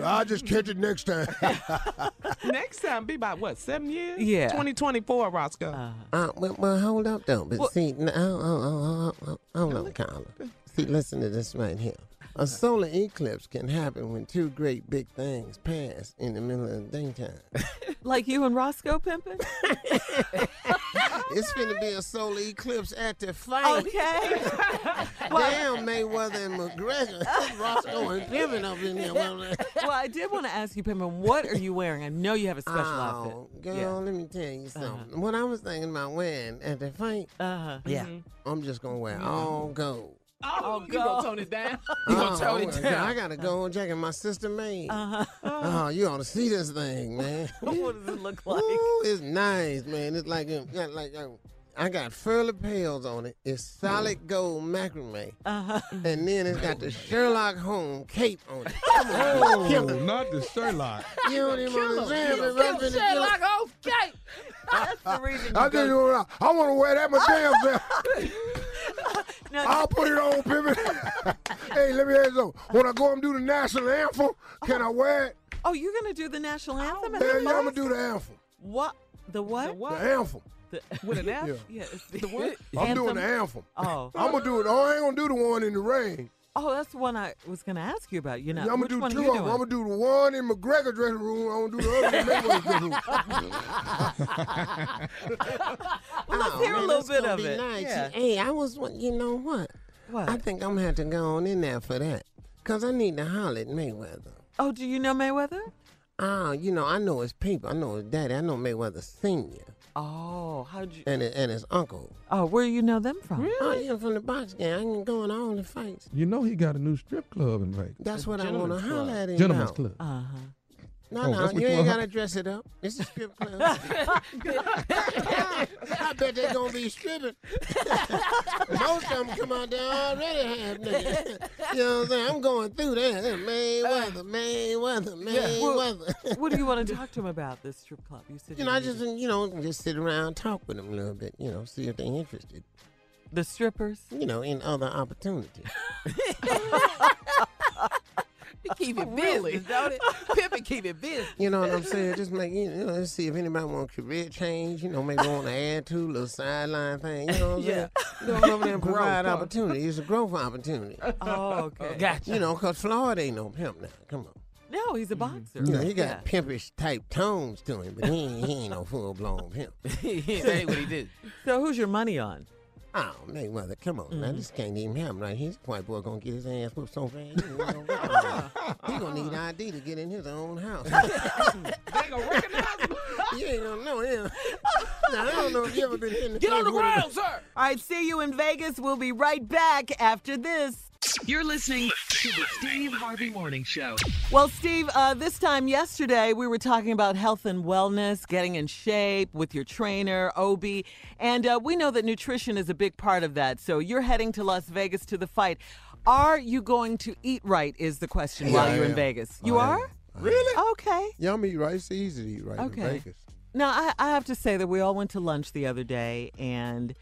[SPEAKER 7] I'll just catch it next time.
[SPEAKER 4] Next time, be about what, seven years?
[SPEAKER 23] Yeah.
[SPEAKER 4] 2024, Roscoe.
[SPEAKER 23] Uh, well, well, hold up, though. But see, n- oh, hold on, hold on, oh, hold on, Carla. See, listen to this right here. A solar eclipse can happen when two great big things pass in the middle of the daytime.
[SPEAKER 10] Like you and Roscoe pimping?
[SPEAKER 23] it's gonna be a solar eclipse at the fight.
[SPEAKER 10] Okay.
[SPEAKER 23] Damn, Mayweather and McGregor. Roscoe and Pippen up in there. Well,
[SPEAKER 10] well, I did want to ask you, Pimpin, what are you wearing? I know you have a special
[SPEAKER 23] Oh,
[SPEAKER 10] outfit.
[SPEAKER 23] girl,
[SPEAKER 10] Yeah.
[SPEAKER 23] let me tell you
[SPEAKER 10] Uh-huh.
[SPEAKER 23] something. What I was thinking about wearing at the fight,
[SPEAKER 10] uh-huh. Mm-hmm.
[SPEAKER 23] yeah,
[SPEAKER 10] Mhm.
[SPEAKER 23] I'm just gonna wear all gold.
[SPEAKER 4] Oh, you gonna tone it down?
[SPEAKER 23] Oh, I gotta- I got a gold jacket my sister made.
[SPEAKER 10] Uh-huh.
[SPEAKER 23] Oh, you ought to see this thing, man.
[SPEAKER 10] what does it look like?
[SPEAKER 23] Ooh, it's nice, man. It's like um, got like um, I got furley pales on it. It's solid gold macrame,
[SPEAKER 10] uh-huh.
[SPEAKER 23] and then it's got the Sherlock Holmes cape on it.
[SPEAKER 8] Oh, not the Sherlock.
[SPEAKER 23] You don't even
[SPEAKER 17] Kill him.
[SPEAKER 23] understand.
[SPEAKER 17] Kill
[SPEAKER 23] but I'm
[SPEAKER 17] him.
[SPEAKER 23] finna kill-
[SPEAKER 17] Sherlock Holmes cake. That's the reason
[SPEAKER 7] I just want I want to wear that my damn self. I'll put it on, Pippin. hey, let me ask you something. When I go and do the national anthem, can I wear it?
[SPEAKER 10] Oh, you're going to do the national anthem? at the
[SPEAKER 7] Hell yeah, I'm
[SPEAKER 10] fight?
[SPEAKER 7] gonna do the anthem.
[SPEAKER 10] What? Oh, The what?
[SPEAKER 7] The anthem.
[SPEAKER 10] With an F?
[SPEAKER 7] Yeah.
[SPEAKER 10] Yeah. it's the
[SPEAKER 7] what? I'm doing the anthem.
[SPEAKER 10] Oh.
[SPEAKER 7] I'm gonna do it. Oh, I ain't gonna do the one in the rain.
[SPEAKER 10] Oh, that's the one I was going to ask you about. You know,
[SPEAKER 7] Yeah, I'm
[SPEAKER 10] which
[SPEAKER 7] gonna
[SPEAKER 10] one
[SPEAKER 7] do two
[SPEAKER 10] are you
[SPEAKER 7] of them.
[SPEAKER 10] doing?
[SPEAKER 7] I'm gonna do the one in McGregor dressing room. I'm gonna do the other in Mayweather dressing room.
[SPEAKER 10] Well, let's
[SPEAKER 23] Oh,
[SPEAKER 10] hear
[SPEAKER 23] man,
[SPEAKER 10] a little
[SPEAKER 23] that's
[SPEAKER 10] bit
[SPEAKER 23] gonna
[SPEAKER 10] of
[SPEAKER 23] be
[SPEAKER 10] it.
[SPEAKER 23] nice.
[SPEAKER 10] Yeah.
[SPEAKER 23] Hey, I was, wa- you know what?
[SPEAKER 10] What?
[SPEAKER 23] I think I'm gonna have to go on in there for that, cause I need to holler at Mayweather.
[SPEAKER 10] Oh, do you know Mayweather?
[SPEAKER 23] Ah, you know, I know his people. I know his daddy. I know Mayweather Senior
[SPEAKER 10] Oh, how'd you?
[SPEAKER 23] and his, and his uncle.
[SPEAKER 10] Oh, where you know them from?
[SPEAKER 23] Oh, yeah, from the box game. I can go on all the fights.
[SPEAKER 8] You know he got a new strip club in Vegas.
[SPEAKER 23] That's what I want to holler at him
[SPEAKER 8] Gentleman's
[SPEAKER 23] about.
[SPEAKER 8] Club.
[SPEAKER 10] Uh-huh.
[SPEAKER 23] No,
[SPEAKER 8] Oh, that's
[SPEAKER 23] no,
[SPEAKER 8] what
[SPEAKER 23] you
[SPEAKER 8] you
[SPEAKER 23] ain't
[SPEAKER 8] want-
[SPEAKER 23] gotta dress it up. It's a strip club. I bet they're gonna be stripping. Most of them come out there already half naked. you know what I'm saying? I'm going through that.
[SPEAKER 10] Uh,
[SPEAKER 23] Mayweather, Mayweather,
[SPEAKER 10] Well,
[SPEAKER 23] Mayweather.
[SPEAKER 10] what do you want to talk to him about this strip club? You said
[SPEAKER 23] You know, I
[SPEAKER 10] needed-
[SPEAKER 23] just you know just sit around, talk with them a little bit. You know, see if they're interested.
[SPEAKER 10] the strippers.
[SPEAKER 23] You know, in other opportunities.
[SPEAKER 17] Keep it busy, don't it? Pip and keep it busy.
[SPEAKER 23] You know what I'm saying? Just make you know, let's see if anybody want career change. You know, maybe want to add to a little sideline thing. You know what I'm
[SPEAKER 17] Yeah.
[SPEAKER 23] saying? Go over there and
[SPEAKER 17] Growth,
[SPEAKER 23] provide
[SPEAKER 17] huh?
[SPEAKER 23] opportunity. It's a growth opportunity.
[SPEAKER 10] Oh, okay.
[SPEAKER 17] Gotcha.
[SPEAKER 23] You know, cause Floyd ain't no pimp now. Come on.
[SPEAKER 10] No, he's a
[SPEAKER 7] Mm-hmm.
[SPEAKER 10] boxer.
[SPEAKER 23] You know, he
[SPEAKER 10] Yeah.
[SPEAKER 23] got pimpish type tones to him, but he ain't, he ain't no full blown pimp.
[SPEAKER 10] that ain't what he
[SPEAKER 17] did.
[SPEAKER 10] So who's your money on?
[SPEAKER 23] Oh, Mayweather, come on.
[SPEAKER 10] Mm-hmm.
[SPEAKER 23] Now, this can't even happen right here. This white boy gonna get his ass whooped so fast. He ain't gonna get on. He gonna
[SPEAKER 10] Uh-uh.
[SPEAKER 23] need ID to get in his own house. you ain't gonna know him. Now, I don't know if you ever been in the
[SPEAKER 10] Get on
[SPEAKER 23] club
[SPEAKER 10] the
[SPEAKER 23] with a-
[SPEAKER 10] ground,
[SPEAKER 17] sir.
[SPEAKER 10] All right, see you in Vegas. We'll be right back after this.
[SPEAKER 6] You're listening to the Steve Harvey Morning Show.
[SPEAKER 10] Well, Steve, uh, this time yesterday we were talking about health and wellness, getting in shape with your trainer, OB, and uh, we know that nutrition is a big part of that. So you're heading to Las Vegas to the fight. Are you going to eat right? Is the question
[SPEAKER 5] Yeah,
[SPEAKER 10] while
[SPEAKER 5] I
[SPEAKER 10] you're in
[SPEAKER 5] am.
[SPEAKER 10] Vegas.
[SPEAKER 5] I
[SPEAKER 10] You
[SPEAKER 5] am.
[SPEAKER 10] are? Really? Okay.
[SPEAKER 5] Y'all eat right. It's easy to eat right in
[SPEAKER 10] Okay.
[SPEAKER 5] Vegas.
[SPEAKER 10] Now, I, I have to say that we all went to lunch the other day and.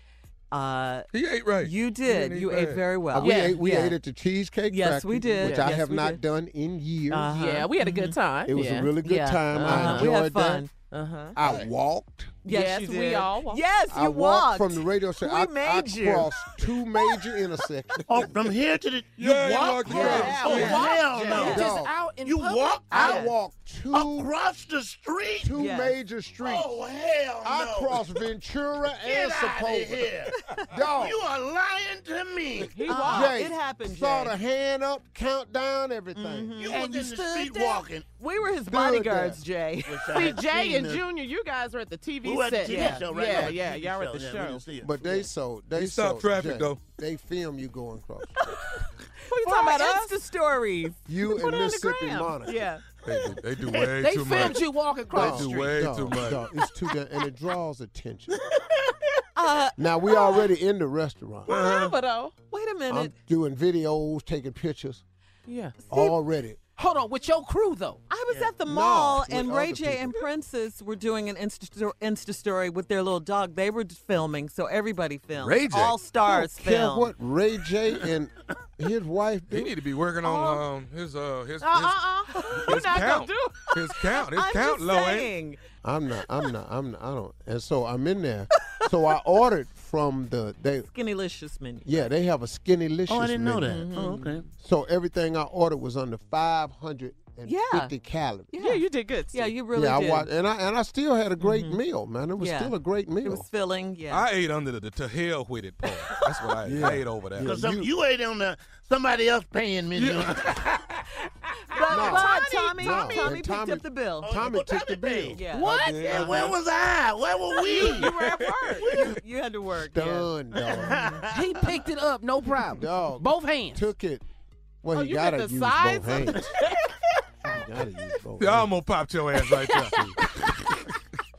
[SPEAKER 10] Uh,
[SPEAKER 8] he ate right.
[SPEAKER 10] You did.
[SPEAKER 5] didn't eat
[SPEAKER 10] You ate
[SPEAKER 5] bad.
[SPEAKER 10] very well.
[SPEAKER 5] Uh, we ate- we ate at the Cheesecake
[SPEAKER 10] Yes,
[SPEAKER 5] Factory,
[SPEAKER 10] we did.
[SPEAKER 5] Which I
[SPEAKER 10] Yes,
[SPEAKER 5] have
[SPEAKER 10] we
[SPEAKER 5] not
[SPEAKER 10] did.
[SPEAKER 5] done in years.
[SPEAKER 10] Uh-huh.
[SPEAKER 24] Yeah, we had a good time.
[SPEAKER 5] It was
[SPEAKER 24] Yeah.
[SPEAKER 5] a really good
[SPEAKER 24] Yeah.
[SPEAKER 5] time. I
[SPEAKER 24] Uh-huh. We
[SPEAKER 5] enjoyed
[SPEAKER 24] had
[SPEAKER 5] that.
[SPEAKER 24] fun. Uh-huh.
[SPEAKER 5] I walked.
[SPEAKER 24] Yes, Yes, you we did. all walked.
[SPEAKER 10] Yes,
[SPEAKER 5] I
[SPEAKER 10] you
[SPEAKER 5] walked,
[SPEAKER 10] walked.
[SPEAKER 5] from the radio station.
[SPEAKER 10] We
[SPEAKER 5] I,
[SPEAKER 10] made
[SPEAKER 5] I
[SPEAKER 10] you.
[SPEAKER 5] crossed two major intersections. Oh, from here to the
[SPEAKER 7] You Yeah, you walked? walked
[SPEAKER 5] Yeah.
[SPEAKER 7] across the
[SPEAKER 5] Oh,
[SPEAKER 7] street.
[SPEAKER 5] hell
[SPEAKER 7] Yeah.
[SPEAKER 5] no.
[SPEAKER 7] You just
[SPEAKER 5] No.
[SPEAKER 7] out in
[SPEAKER 5] You
[SPEAKER 7] public?
[SPEAKER 5] walked. I
[SPEAKER 7] Yeah.
[SPEAKER 5] walked two across the street. Two
[SPEAKER 7] Yes.
[SPEAKER 5] major streets.
[SPEAKER 7] Oh, hell
[SPEAKER 5] I
[SPEAKER 7] no.
[SPEAKER 5] crossed Ventura and
[SPEAKER 7] Get outta
[SPEAKER 5] Sepulveda.
[SPEAKER 7] here.
[SPEAKER 5] Dog.
[SPEAKER 7] You are lying to me. He walked.
[SPEAKER 5] Jay,
[SPEAKER 7] It happened,
[SPEAKER 5] Saw
[SPEAKER 7] Jay.
[SPEAKER 5] the hand up, count down, everything.
[SPEAKER 7] You And was you in the stood street there? walking.
[SPEAKER 10] We were his
[SPEAKER 5] Stood
[SPEAKER 10] bodyguards,
[SPEAKER 5] there.
[SPEAKER 10] Jay.
[SPEAKER 4] See, Jay and Junior, you guys were at the TV
[SPEAKER 10] We were at the
[SPEAKER 4] set.
[SPEAKER 10] TV
[SPEAKER 4] yeah.
[SPEAKER 10] show, right?
[SPEAKER 4] Yeah,
[SPEAKER 10] We were
[SPEAKER 4] yeah,
[SPEAKER 10] at the
[SPEAKER 4] y'all were
[SPEAKER 10] TV
[SPEAKER 4] at the
[SPEAKER 10] show.
[SPEAKER 4] show.
[SPEAKER 10] Yeah, we didn't see it.
[SPEAKER 5] But they sold. They
[SPEAKER 8] He stopped
[SPEAKER 5] sold,
[SPEAKER 8] traffic,
[SPEAKER 5] Jay.
[SPEAKER 8] though.
[SPEAKER 5] They film you going cross.
[SPEAKER 10] What you talking about? Insta stories.
[SPEAKER 5] You
[SPEAKER 10] Put
[SPEAKER 5] and
[SPEAKER 10] it on the
[SPEAKER 5] Mississippi
[SPEAKER 10] gram.
[SPEAKER 5] Monica.
[SPEAKER 10] Yeah.
[SPEAKER 8] They do, they do way
[SPEAKER 4] They
[SPEAKER 8] too much.
[SPEAKER 4] filmed you walking across
[SPEAKER 8] They do
[SPEAKER 4] the street.
[SPEAKER 8] way
[SPEAKER 5] Dog,
[SPEAKER 8] too much.
[SPEAKER 5] dog, it's too damn, and it draws attention. now
[SPEAKER 4] Uh,
[SPEAKER 5] we already in the restaurant.
[SPEAKER 4] Remember though.
[SPEAKER 10] Wait a minute.
[SPEAKER 5] I'm doing videos, taking pictures
[SPEAKER 4] yeah.
[SPEAKER 5] already.
[SPEAKER 4] Hold on, with your crew though.
[SPEAKER 10] I was at the mall,
[SPEAKER 5] with
[SPEAKER 10] and
[SPEAKER 5] other
[SPEAKER 10] Ray J and Princess were doing an Insta, sto- Insta story with their little dog. They were filming, so everybody filmed.
[SPEAKER 5] Ray J.
[SPEAKER 10] All stars
[SPEAKER 5] Don't care
[SPEAKER 10] filmed.
[SPEAKER 5] what Ray J and his wife do.
[SPEAKER 8] He need to be working
[SPEAKER 10] Oh.
[SPEAKER 8] on um, his uh his
[SPEAKER 4] Uh uh uh. We're not gonna
[SPEAKER 8] count.
[SPEAKER 4] do.
[SPEAKER 8] his count. His
[SPEAKER 4] I'm
[SPEAKER 8] count
[SPEAKER 4] just
[SPEAKER 8] low. ain't
[SPEAKER 4] saying.
[SPEAKER 5] I'm not. I'm not. I'm not. I don't. And so I'm in there. So I ordered from the they.
[SPEAKER 10] Skinnylicious menu.
[SPEAKER 5] Yeah, they have a skinny licious.
[SPEAKER 10] Oh, I didn't know
[SPEAKER 5] menu.
[SPEAKER 10] that. Oh, okay.
[SPEAKER 5] So everything I ordered was under 550 calories.
[SPEAKER 4] Yeah. you did good.
[SPEAKER 10] Yeah, you really
[SPEAKER 5] yeah,
[SPEAKER 10] did. Mm-hmm.
[SPEAKER 5] I watched, and I and I still had a great meal, man. It was
[SPEAKER 10] Yeah.
[SPEAKER 5] still a great meal.
[SPEAKER 10] It was filling. Yeah.
[SPEAKER 8] I ate under the, the to hell with it part. That's what I ate. I ate over that.
[SPEAKER 9] Because you, ain't on the somebody else paying me.
[SPEAKER 10] But, but Tommy,
[SPEAKER 9] No,
[SPEAKER 10] Tommy,
[SPEAKER 9] and
[SPEAKER 10] picked
[SPEAKER 9] Tommy-
[SPEAKER 10] up the bill.
[SPEAKER 5] Tommy took the bill.
[SPEAKER 10] Yeah.
[SPEAKER 9] What?
[SPEAKER 5] Yeah.
[SPEAKER 9] And Oh, where was I? Where were we?
[SPEAKER 10] you were at work. you, you had to work.
[SPEAKER 5] Done,
[SPEAKER 4] He picked it up, no problem.
[SPEAKER 5] dog.
[SPEAKER 4] Both hands.
[SPEAKER 5] Took it. Well,
[SPEAKER 4] Oh,
[SPEAKER 5] he
[SPEAKER 4] you
[SPEAKER 5] gotta
[SPEAKER 4] got the
[SPEAKER 5] use
[SPEAKER 4] sides?
[SPEAKER 5] both hands. he gotta use both.
[SPEAKER 8] Yeah, I'm gonna pop your ass right there.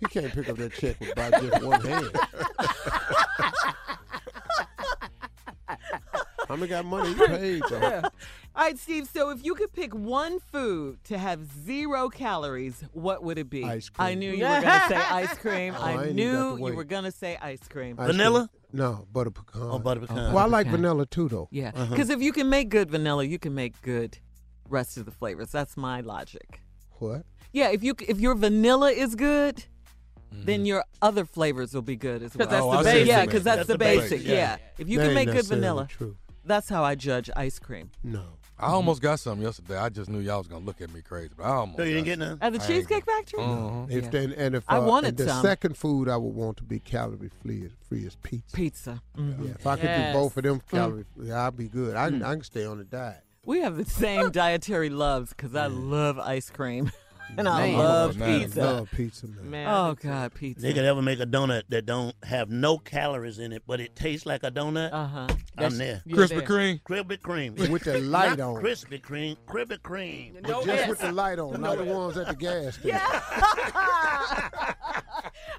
[SPEAKER 5] He can't pick up that check with by just one hand. How many got money? You paid though.
[SPEAKER 10] Yeah. All right, Steve. So if you could pick one food to have zero calories, what would it be? Ice cream. I knew you were gonna say ice cream.
[SPEAKER 5] Oh, I
[SPEAKER 10] I,
[SPEAKER 5] ain't even got
[SPEAKER 10] knew
[SPEAKER 5] to
[SPEAKER 10] you
[SPEAKER 5] wait.
[SPEAKER 10] were gonna say ice cream.
[SPEAKER 5] Ice cream. No, butter pecan. Uh-huh. Oh,
[SPEAKER 9] butter
[SPEAKER 10] pecan. Uh-huh.
[SPEAKER 5] well, I like
[SPEAKER 10] pecan.
[SPEAKER 5] vanilla too, though.
[SPEAKER 10] Yeah, because if you can make good vanilla, you can make good rest of the flavors. That's my logic.
[SPEAKER 5] What?
[SPEAKER 10] Yeah, if you c- if your vanilla is good, then your other flavors will be good as well.
[SPEAKER 4] 'Cause that's Oh, the I see what
[SPEAKER 10] basic.
[SPEAKER 4] basic. you
[SPEAKER 10] Yeah,
[SPEAKER 4] mean.
[SPEAKER 10] because that's, the basic. Yeah.
[SPEAKER 4] yeah.
[SPEAKER 10] if you
[SPEAKER 8] That ain't
[SPEAKER 10] can make good
[SPEAKER 8] necessarily
[SPEAKER 10] vanilla,
[SPEAKER 8] true.
[SPEAKER 10] that's how I judge ice cream.
[SPEAKER 5] uh, No.
[SPEAKER 8] I almost got something yesterday. I just knew y'all was gonna look at me crazy, but I almost.
[SPEAKER 9] So you didn't
[SPEAKER 8] got
[SPEAKER 9] get none?
[SPEAKER 8] something.
[SPEAKER 10] At the
[SPEAKER 8] I ain't
[SPEAKER 10] Cheesecake
[SPEAKER 8] got-
[SPEAKER 10] Factory?
[SPEAKER 8] Uh-huh.
[SPEAKER 5] If then and if
[SPEAKER 10] I
[SPEAKER 5] uh,
[SPEAKER 10] wanted
[SPEAKER 5] and the
[SPEAKER 10] some.
[SPEAKER 5] second food I would want to be calorie free is free is pizza.
[SPEAKER 10] Pizza. Mhm.
[SPEAKER 5] Yeah, if I could
[SPEAKER 10] Yes.
[SPEAKER 5] do both of them
[SPEAKER 10] Mm.
[SPEAKER 5] calorie, free, I'd be good. I, can I can stay on the diet.
[SPEAKER 10] We have the same dietary loves because I love ice cream and I
[SPEAKER 5] Man.
[SPEAKER 10] love
[SPEAKER 5] Oh, man, I
[SPEAKER 10] pizza.
[SPEAKER 5] love pizza, man.
[SPEAKER 9] Man, I
[SPEAKER 10] oh
[SPEAKER 9] do too.
[SPEAKER 10] God, pizza.
[SPEAKER 9] They could ever make a donut that don't have no calories in it, but it tastes like a donut. Uh
[SPEAKER 10] huh.
[SPEAKER 9] I'm
[SPEAKER 10] Uh-huh. That's-
[SPEAKER 9] there.
[SPEAKER 10] you're Krispy there. Kreme.
[SPEAKER 9] Krispy Kreme.
[SPEAKER 5] With the light
[SPEAKER 9] Not
[SPEAKER 5] on.
[SPEAKER 9] Krispy Kreme. Krispy Kreme.
[SPEAKER 5] But just with the light on, not the ones at the gas station.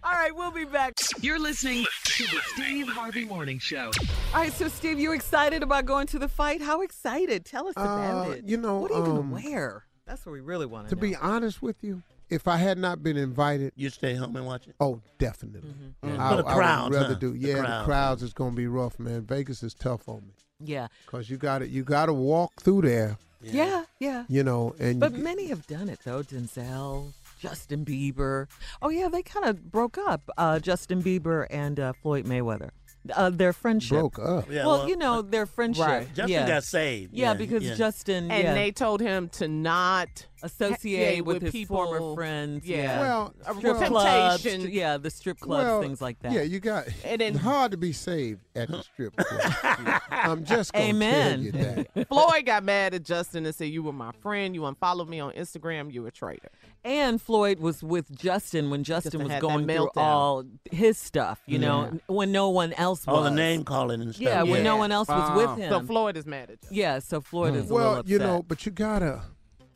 [SPEAKER 10] All right, we'll be back.
[SPEAKER 6] You're listening to the Steve Harvey Morning Show.
[SPEAKER 10] All right, so Steve, you excited about going to the fight? How excited? Tell us about
[SPEAKER 5] Uh,
[SPEAKER 10] it.
[SPEAKER 5] you know,
[SPEAKER 10] what are you
[SPEAKER 5] um,
[SPEAKER 10] gonna wear? That's what we really want
[SPEAKER 5] To be honest with you, if I had not been invited,
[SPEAKER 9] you stay home and watch it.
[SPEAKER 5] Oh, definitely.
[SPEAKER 10] Mm-hmm.
[SPEAKER 9] Mhm.
[SPEAKER 5] I,
[SPEAKER 9] For the crowds,
[SPEAKER 5] I would rather
[SPEAKER 9] huh?
[SPEAKER 5] do.
[SPEAKER 9] The
[SPEAKER 5] Yeah, the,
[SPEAKER 9] crowds.
[SPEAKER 5] crowds is gonna be rough, man. Vegas is tough on me
[SPEAKER 10] Yeah.
[SPEAKER 5] because you got to You got to walk through there,
[SPEAKER 10] Yeah. Yeah.
[SPEAKER 5] you know, and
[SPEAKER 10] but
[SPEAKER 5] you,
[SPEAKER 10] many have done it though. Denzel, Justin Bieber. Oh yeah, they kind of broke up. Uh, Justin Bieber and uh, Floyd Mayweather. Uh, their friendship
[SPEAKER 5] Broke up.
[SPEAKER 9] Yeah,
[SPEAKER 10] well,
[SPEAKER 9] well,
[SPEAKER 10] you know their friendship.
[SPEAKER 9] Right. Justin
[SPEAKER 10] yeah.
[SPEAKER 9] got saved.
[SPEAKER 10] Yeah,
[SPEAKER 9] Yeah,
[SPEAKER 10] because
[SPEAKER 9] yeah.
[SPEAKER 10] Justin
[SPEAKER 4] And
[SPEAKER 10] yeah.
[SPEAKER 4] they told him to not
[SPEAKER 10] associate
[SPEAKER 4] yeah,
[SPEAKER 10] with, his
[SPEAKER 4] people.
[SPEAKER 10] former friends. Yeah,
[SPEAKER 5] Well,
[SPEAKER 10] strip
[SPEAKER 5] well-
[SPEAKER 10] clubs.
[SPEAKER 4] Temptation.
[SPEAKER 10] st- Yeah, the strip clubs,
[SPEAKER 5] Well,
[SPEAKER 10] things like that.
[SPEAKER 5] Yeah, you got.
[SPEAKER 4] And
[SPEAKER 5] it's hard to be saved at the strip club. I'm just gonna
[SPEAKER 4] Amen.
[SPEAKER 5] tell you that.
[SPEAKER 4] Floyd got mad at Justin and said, "You were my friend. You unfollowed me on Instagram. You a traitor."
[SPEAKER 10] And Floyd was with Justin when Justin,
[SPEAKER 4] Justin
[SPEAKER 10] was
[SPEAKER 4] had that
[SPEAKER 10] going through
[SPEAKER 4] meltdown.
[SPEAKER 10] all his stuff, you know,
[SPEAKER 9] Yeah.
[SPEAKER 10] n- when no one else was.
[SPEAKER 9] All the name calling and stuff.
[SPEAKER 10] Yeah, when no
[SPEAKER 9] Yeah.
[SPEAKER 10] one else was with him.
[SPEAKER 4] Uh-huh. So Floyd is mad at Justin.
[SPEAKER 10] yeah, so Floyd
[SPEAKER 8] Hmm.
[SPEAKER 10] is a
[SPEAKER 5] well,
[SPEAKER 10] little
[SPEAKER 5] you know,
[SPEAKER 10] upset.
[SPEAKER 5] but you gotta,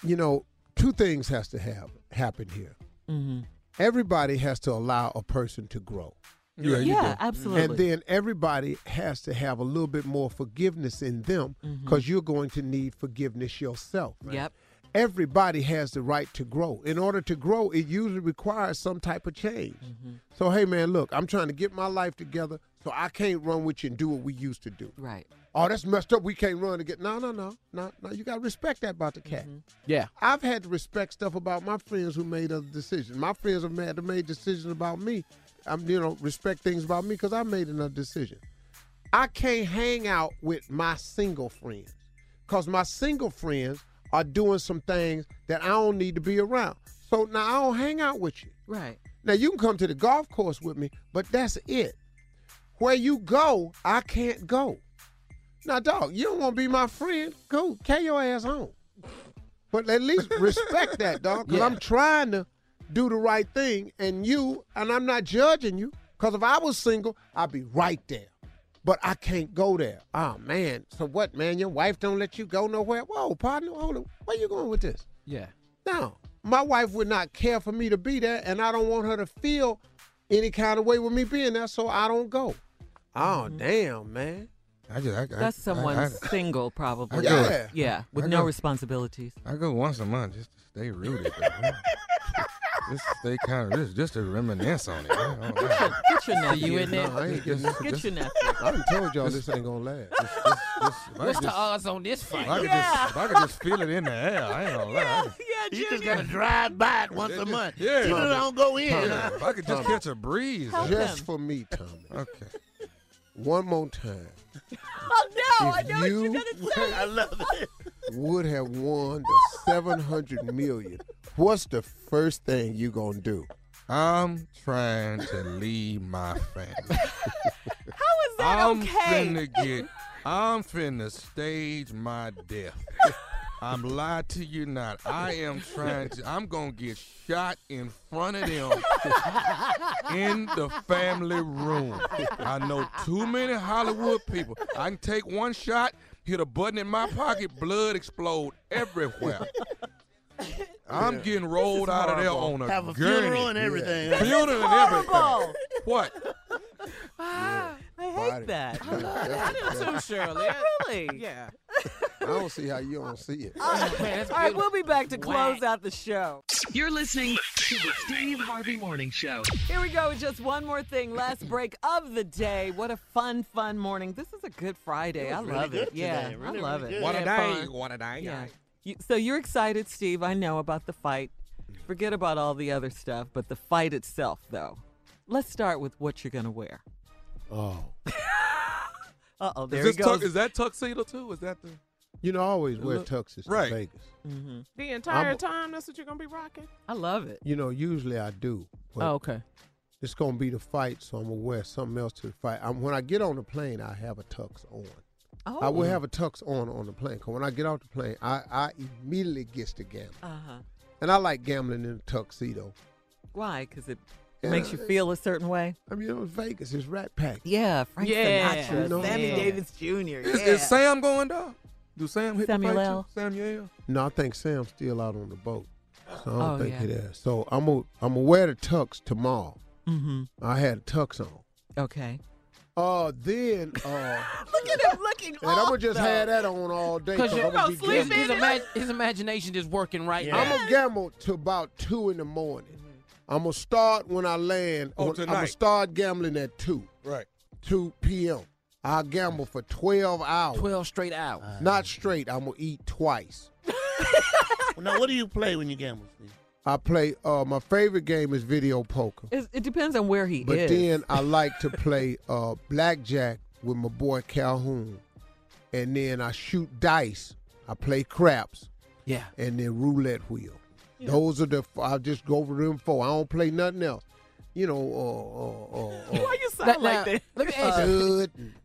[SPEAKER 5] you know, two things has to have happen here.
[SPEAKER 10] Mhm.
[SPEAKER 5] Everybody has to allow a person to grow.
[SPEAKER 8] Yeah, you Yeah, do. absolutely.
[SPEAKER 5] And then everybody has to have a little bit more forgiveness in them because you're going to need forgiveness yourself.
[SPEAKER 10] Mm-hmm. Yep.
[SPEAKER 5] Everybody has the right to grow. In order to grow, it usually requires some type of change. So, hey, man, look, I'm trying to get my life together, so I can't run with you and do what we used to do.
[SPEAKER 10] Right.
[SPEAKER 5] Oh, that's messed up. We can't run to get. No, no, no, no, no. You got to respect that about the cat.
[SPEAKER 21] Yeah.
[SPEAKER 5] I've had to respect stuff about my friends who made other decisions. My friends have made, have made decisions about me. I'm, you know, respect things about me because I made another decision. I can't hang out with my single friends because my single friends are doing some things that I don't need to be around. So now I don't hang out with you.
[SPEAKER 10] Right.
[SPEAKER 5] Now you can come to the golf course with me, but that's it. Where you go, I can't go. Now, dog, you don't want to be my friend. Go, carry your ass home. But at least respect that, dog, because I'm trying to do the right thing, and you, and I'm not judging you, because if I was single, I'd be right there. But I can't go there. Oh man, so what, man? Your wife don't let you go nowhere? Whoa, partner, hold on. Where you going with this?
[SPEAKER 21] Yeah.
[SPEAKER 5] No, my wife would not care for me to be there, and I don't want her to feel any kind of way with me being there, so I don't go. Oh damn, man.
[SPEAKER 8] I just, Mm-hmm. I, I-
[SPEAKER 10] That's someone
[SPEAKER 8] I- I-
[SPEAKER 10] single, probably.
[SPEAKER 8] I go-
[SPEAKER 10] yeah. with
[SPEAKER 8] I
[SPEAKER 10] no
[SPEAKER 8] go-
[SPEAKER 10] responsibilities.
[SPEAKER 8] I go once a month just to stay rooted. man. just stay kind of just, just to reminisce on it. man. Oh, man.
[SPEAKER 10] Get your nephew.
[SPEAKER 8] you in there?
[SPEAKER 5] No, I ain't getting
[SPEAKER 8] Just-
[SPEAKER 10] Get
[SPEAKER 8] just-
[SPEAKER 10] your nephew.
[SPEAKER 5] I done told y'all this ain't gonna last.
[SPEAKER 8] If I
[SPEAKER 21] What's the
[SPEAKER 8] just-
[SPEAKER 21] odds on this
[SPEAKER 8] if
[SPEAKER 21] fight?
[SPEAKER 8] I could just, if I could just feel it in the air. I ain't gonna lie.
[SPEAKER 9] You just gotta drive by it once a month.
[SPEAKER 8] Yeah.
[SPEAKER 9] People don't go in.
[SPEAKER 8] Tommy, If I could just
[SPEAKER 5] Tommy.
[SPEAKER 8] catch a breeze.
[SPEAKER 5] Just for me, Tommy. Okay. One more time. Oh no! I know you what you're gonna say. I love it. Would have won the seven hundred million. What's the first thing you gonna do?
[SPEAKER 8] I'm trying to leave my family. How is
[SPEAKER 10] that
[SPEAKER 8] I'm
[SPEAKER 10] okay?
[SPEAKER 8] Finna get, I'm finna stage my death. I'm lied to you not. I am trying to. I'm gonna get shot in front of them in the family room. I know too many Hollywood people. I can take one shot, hit a button in my pocket, blood explode everywhere. I'm
[SPEAKER 9] Yeah.
[SPEAKER 8] getting rolled out of there on a
[SPEAKER 9] Have a
[SPEAKER 8] gurney.
[SPEAKER 9] funeral and everything.
[SPEAKER 8] Yeah.
[SPEAKER 9] This is
[SPEAKER 8] Funeral and
[SPEAKER 9] horrible.
[SPEAKER 8] everything. What?
[SPEAKER 10] Ah, I hate that. Oh,
[SPEAKER 5] I love
[SPEAKER 4] I do too, Shirley.
[SPEAKER 10] really?
[SPEAKER 4] Yeah.
[SPEAKER 5] I don't see how you don't see it.
[SPEAKER 10] All right, we'll be back to close out the show.
[SPEAKER 6] You're listening to the Steve Harvey Morning Show.
[SPEAKER 10] Here we go with just one more thing. Last break of the day. What a fun, fun morning. This is a good Friday.
[SPEAKER 6] It
[SPEAKER 10] I
[SPEAKER 6] was
[SPEAKER 10] love
[SPEAKER 6] really
[SPEAKER 10] it.
[SPEAKER 6] good
[SPEAKER 10] yeah,
[SPEAKER 6] today. Really,
[SPEAKER 10] I love
[SPEAKER 6] really
[SPEAKER 10] it.
[SPEAKER 6] good. What a
[SPEAKER 10] Yeah,
[SPEAKER 6] day.
[SPEAKER 10] fun.
[SPEAKER 6] What a day.
[SPEAKER 10] Yeah.
[SPEAKER 6] Yeah.
[SPEAKER 10] You, so you're excited, Steve. I know about the fight. Forget about all the other stuff, but the fight itself, though. Let's start with what you're going to wear.
[SPEAKER 5] Oh.
[SPEAKER 10] Uh oh, there
[SPEAKER 8] Is,
[SPEAKER 10] he
[SPEAKER 8] this
[SPEAKER 10] goes.
[SPEAKER 8] tux, is that tuxedo too? Is that the?
[SPEAKER 5] You know, I always wear
[SPEAKER 8] Look.
[SPEAKER 5] tuxes
[SPEAKER 8] Right.
[SPEAKER 5] in Vegas.
[SPEAKER 10] Mm-hmm.
[SPEAKER 4] The entire
[SPEAKER 5] I'm-
[SPEAKER 4] time, that's what you're gonna be rocking.
[SPEAKER 10] I love it.
[SPEAKER 5] You know, usually I do. but
[SPEAKER 4] Oh, okay.
[SPEAKER 5] It's gonna be the fight, so I'm gonna wear something else to the fight. i when I get on the plane, I have a tux on. I will
[SPEAKER 10] Oh.
[SPEAKER 5] have a tux on on the plane. Cause when I get off the plane, I, I immediately gets to gambling,
[SPEAKER 10] Uh huh.
[SPEAKER 6] Uh-huh.
[SPEAKER 5] and I like gambling in a tuxedo.
[SPEAKER 10] Why? Because it
[SPEAKER 5] Yeah.
[SPEAKER 10] makes you feel a certain way.
[SPEAKER 5] I mean, it was Vegas. It's Rat Pack.
[SPEAKER 10] Yeah, Frank
[SPEAKER 5] Yeah.
[SPEAKER 10] Sinatra,
[SPEAKER 5] You know?
[SPEAKER 10] Sammy
[SPEAKER 5] Yeah.
[SPEAKER 10] Davis Jr.
[SPEAKER 8] Is,
[SPEAKER 10] Yeah.
[SPEAKER 8] is Sam going down? Do Sam hit
[SPEAKER 10] Samuel
[SPEAKER 8] the fight
[SPEAKER 10] L.
[SPEAKER 8] too? Samuel.
[SPEAKER 5] No, I think Sam's still out on the boat, so I don't
[SPEAKER 8] Oh,
[SPEAKER 5] think
[SPEAKER 8] yeah.
[SPEAKER 5] he there. So I'm gonna I'm gonna wear the tux tomorrow.
[SPEAKER 10] Mm-hmm.
[SPEAKER 5] I had a tux on.
[SPEAKER 10] Okay.
[SPEAKER 5] Oh, uh, then uh,
[SPEAKER 10] look at him looking.
[SPEAKER 5] and I'm gonna just have that on all day.
[SPEAKER 21] Because
[SPEAKER 5] I'm be
[SPEAKER 21] his,
[SPEAKER 5] gambling.
[SPEAKER 21] his, imag- his imagination is working right
[SPEAKER 5] I'm
[SPEAKER 21] now.
[SPEAKER 5] gonna gamble to about two in the morning.
[SPEAKER 10] Mm-hmm.
[SPEAKER 5] I'm gonna start when I land.
[SPEAKER 8] Oh,
[SPEAKER 5] I'm gonna
[SPEAKER 8] tonight.
[SPEAKER 5] start gambling at two,
[SPEAKER 8] Right.
[SPEAKER 5] 2 p.m. I gamble for 12 hours.
[SPEAKER 21] 12 straight hours.
[SPEAKER 5] Not straight. I'm gonna eat twice.
[SPEAKER 22] now, what do you play when you gamble? Steve?
[SPEAKER 5] I play. Uh, my favorite game is video poker,
[SPEAKER 10] It's, it depends on where he
[SPEAKER 5] but
[SPEAKER 10] is.
[SPEAKER 5] then I like to play uh, blackjack with my boy Calhoun, and then I shoot dice. I play craps.
[SPEAKER 21] Yeah.
[SPEAKER 5] and then roulette wheel. Those are the I just go over them four. I don't play nothing else. You know, uh, uh, uh, uh,
[SPEAKER 4] Why you sound like that?
[SPEAKER 21] Let me ask you.
[SPEAKER 5] stud,
[SPEAKER 21] Well, let me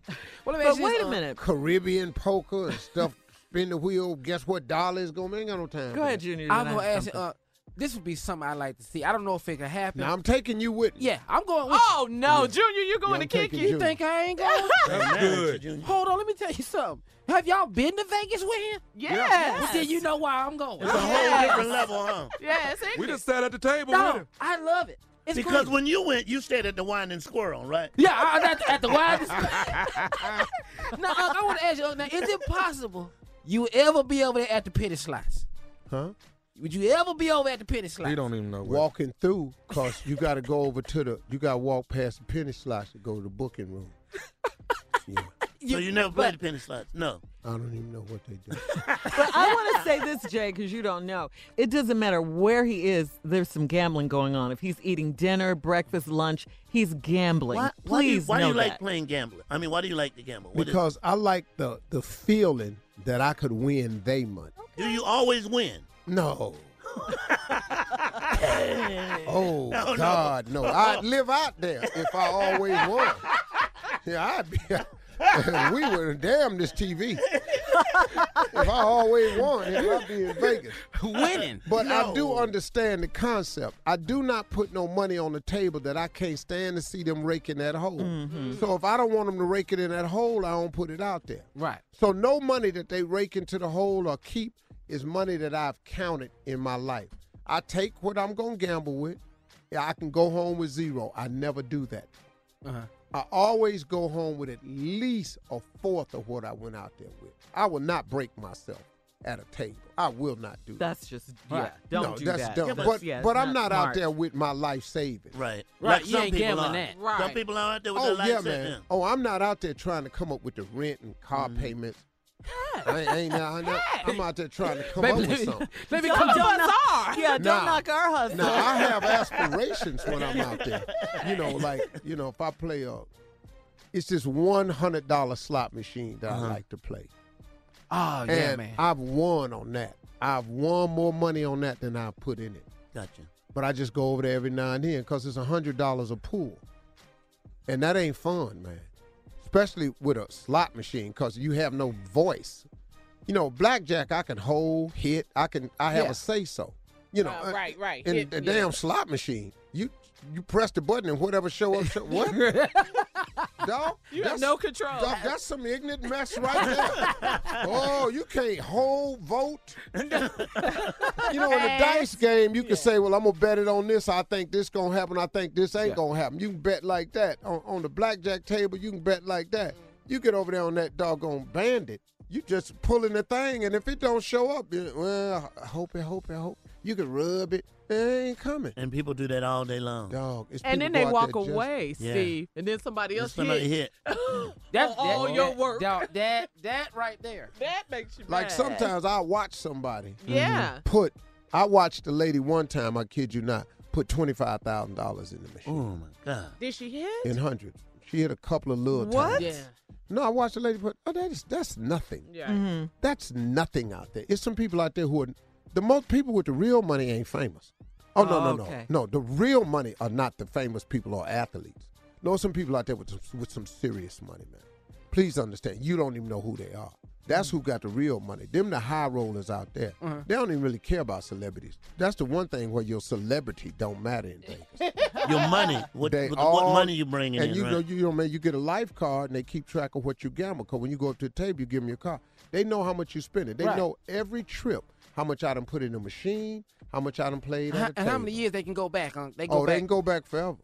[SPEAKER 10] But
[SPEAKER 21] ask you this,
[SPEAKER 10] wait a
[SPEAKER 21] uh,
[SPEAKER 10] minute.
[SPEAKER 5] Mm. Caribbean poker and stuff. Spin the wheel. Guess what? Dollar is gonna. Ain't got no time. for
[SPEAKER 10] Go ahead,
[SPEAKER 5] that.
[SPEAKER 10] Junior.
[SPEAKER 21] I'm gonna ask. Uh, this would be something I like to see. I don't know if it could happen.
[SPEAKER 5] Now I'm taking you with me.
[SPEAKER 21] yeah, I'm going. With
[SPEAKER 4] Oh no, Junior, you're
[SPEAKER 5] Yeah,
[SPEAKER 4] going
[SPEAKER 5] I'm
[SPEAKER 4] to kick
[SPEAKER 5] taking
[SPEAKER 4] you.
[SPEAKER 5] Junior.
[SPEAKER 21] think I ain't going?
[SPEAKER 8] That's good.
[SPEAKER 21] Hold on, let me tell you something. Have y'all been to Vegas with him?
[SPEAKER 4] Yes. Yes.
[SPEAKER 21] Well, then you know why I'm going.
[SPEAKER 4] It's a whole Yes. different
[SPEAKER 22] level, huh?
[SPEAKER 4] Yes,
[SPEAKER 8] We just sat at the table with
[SPEAKER 21] No,
[SPEAKER 8] him.
[SPEAKER 21] I love it.
[SPEAKER 17] It's
[SPEAKER 22] because
[SPEAKER 17] crazy.
[SPEAKER 22] when you went, you stayed at the Winding Squirrel, right?
[SPEAKER 17] Yeah, I- I- at- at the Winding
[SPEAKER 22] Squirrel.
[SPEAKER 17] Now, Unc, I want to ask you, Unc, now, is it possible you ever be over there at the penny slots?
[SPEAKER 5] Huh?
[SPEAKER 17] Would you ever be over at the penny slots?
[SPEAKER 5] even know. Walking through, cause you got to go over to the, you got to walk past the penny slots to go to the booking room.
[SPEAKER 22] so you never played the penny slots? No.
[SPEAKER 5] I don't even know what they do.
[SPEAKER 10] But I want to say this, Jay, because you don't know. It doesn't matter where he is. There's some gambling going on. If he's eating dinner, breakfast, lunch, he's gambling.
[SPEAKER 22] Why, why do you,
[SPEAKER 10] Please
[SPEAKER 22] why do
[SPEAKER 10] know
[SPEAKER 22] you like
[SPEAKER 10] that.
[SPEAKER 22] playing gambling? I mean, why do you like to gamble? What is-
[SPEAKER 5] because I like the the feeling that I could win they money.
[SPEAKER 22] do you always win?
[SPEAKER 5] No. oh
[SPEAKER 22] No, no.
[SPEAKER 5] God, no. I'd live out there if I always won. Yeah, I'd be. we would have damned this TV. if I always won, then I'd be in Vegas
[SPEAKER 13] winning.
[SPEAKER 5] But I do understand the concept. I do not put no money on the table that I can't stand to see them raking that hole. So if I don't want them to rake it in that hole, I don't put it out there.
[SPEAKER 21] Right.
[SPEAKER 5] So no money that they rake into the hole or keep is money that I've counted in my life. I take what I'm gonna gamble with. Yeah, I can go home with zero. I never do that.
[SPEAKER 21] Uh-huh.
[SPEAKER 5] I always go home with at least a fourth of what I went out there with. I will not break myself at a table. I will not do
[SPEAKER 10] That's
[SPEAKER 5] that.
[SPEAKER 10] just- yeah, don't
[SPEAKER 5] no,
[SPEAKER 10] do
[SPEAKER 5] that's
[SPEAKER 10] that.
[SPEAKER 5] Dumb.
[SPEAKER 10] Yeah, but-
[SPEAKER 5] but
[SPEAKER 10] yeah, it's
[SPEAKER 5] but I'm
[SPEAKER 10] not
[SPEAKER 5] not
[SPEAKER 10] smart.
[SPEAKER 5] out there with my life savings.
[SPEAKER 22] Right.
[SPEAKER 10] Right, you ain't gambling that. Right.
[SPEAKER 22] Some people are out there with
[SPEAKER 5] oh
[SPEAKER 22] their life
[SPEAKER 5] yeah,
[SPEAKER 22] set
[SPEAKER 5] man.
[SPEAKER 22] down.
[SPEAKER 5] Oh, I'm not out there trying to come up with the rent and car
[SPEAKER 22] Mm-hmm.
[SPEAKER 5] payments. I ain't, I ain't, I am out there trying to come
[SPEAKER 21] Baby,
[SPEAKER 5] up with
[SPEAKER 21] let me-
[SPEAKER 5] something.
[SPEAKER 21] let me
[SPEAKER 10] Don't
[SPEAKER 21] come-
[SPEAKER 10] knock- Yeah, don't
[SPEAKER 5] Nah.
[SPEAKER 10] knock our hustle.
[SPEAKER 5] Now I have aspirations when I'm out there. You know, like you know, if I play a, it's this one hundred dollar slot machine that I like to play.
[SPEAKER 13] Oh, yeah,
[SPEAKER 5] and
[SPEAKER 13] man.
[SPEAKER 5] I've won on that. I've won more money on that than I put in it.
[SPEAKER 22] Gotcha.
[SPEAKER 5] But I just go over there every now and then because it's hundred dollars a pool, and that ain't fun, man. Especially with a slot machine because you have no voice. You know, blackjack I can hold, hit. I can. I have
[SPEAKER 4] Yeah.
[SPEAKER 5] a say so. You know,
[SPEAKER 4] Uh,
[SPEAKER 5] uh,
[SPEAKER 4] right, right.
[SPEAKER 5] In
[SPEAKER 4] Hit,
[SPEAKER 5] the
[SPEAKER 4] yeah.
[SPEAKER 5] damn slot machine, you you press the button and whatever show up. Show, what? Dog,
[SPEAKER 4] You
[SPEAKER 5] that's-
[SPEAKER 4] have no control.
[SPEAKER 5] Dog, that's some ignorant mess right there. oh, you can't hold vote. You know, in the dice game, you can say, "Well, I'm gonna bet it on this. I think this gonna happen. I think this ain't gonna happen." You can bet like that on, on the blackjack table. You can bet like that. You get over there on that doggone bandit. You just pulling the thing, and if it don't show up, you- well, I hope it, hope it, hope you can rub it. It ain't coming.
[SPEAKER 22] And people do that all day long.
[SPEAKER 5] Dog, it's
[SPEAKER 4] and then they walk away, Steve. And then somebody
[SPEAKER 22] Then
[SPEAKER 4] else
[SPEAKER 22] somebody
[SPEAKER 4] hit.
[SPEAKER 17] That's
[SPEAKER 4] all
[SPEAKER 17] that-
[SPEAKER 4] your
[SPEAKER 17] that-
[SPEAKER 4] work.
[SPEAKER 17] That, that that right there.
[SPEAKER 4] That makes you
[SPEAKER 5] Like
[SPEAKER 4] mad.
[SPEAKER 5] sometimes I watch somebody.
[SPEAKER 4] Yeah. Mm-hmm.
[SPEAKER 5] Put. I watched a lady one time. I kid you not. Put twenty five thousand dollars in the machine.
[SPEAKER 22] Oh my god.
[SPEAKER 4] Did she hit?
[SPEAKER 5] In hundreds. She hit a couple of little
[SPEAKER 4] What?
[SPEAKER 5] times.
[SPEAKER 4] Yeah.
[SPEAKER 5] No, I watched a lady put. Oh, that is that's nothing.
[SPEAKER 4] Yeah. Mhm.
[SPEAKER 5] That's nothing out there. It's some people out there who are the most people with the real money ain't famous. Oh no no
[SPEAKER 25] Okay.
[SPEAKER 5] no no. The real money are not the famous people or athletes. No, some people out there with some, with some serious money, man. Please understand. You don't even know who they are. That's who got the real money. Them the high rollers out there. They don't even really care about celebrities. That's the one thing where your celebrity don't matter in Vegas.
[SPEAKER 22] Your money. What,
[SPEAKER 5] They
[SPEAKER 22] what,
[SPEAKER 5] all-
[SPEAKER 22] what money you bringing
[SPEAKER 5] and
[SPEAKER 22] in,
[SPEAKER 5] you
[SPEAKER 22] right?
[SPEAKER 5] know you know man you get a life card and they keep track of what you gamble because when you go up to the table you give them your card they know how much you spend it they
[SPEAKER 17] Right.
[SPEAKER 5] know every trip how much i done put in the machine how much i done played
[SPEAKER 17] How-
[SPEAKER 5] at the
[SPEAKER 17] and how
[SPEAKER 5] table.
[SPEAKER 17] many years they can go back? Unc? They go
[SPEAKER 5] oh
[SPEAKER 17] back.
[SPEAKER 5] they can go back forever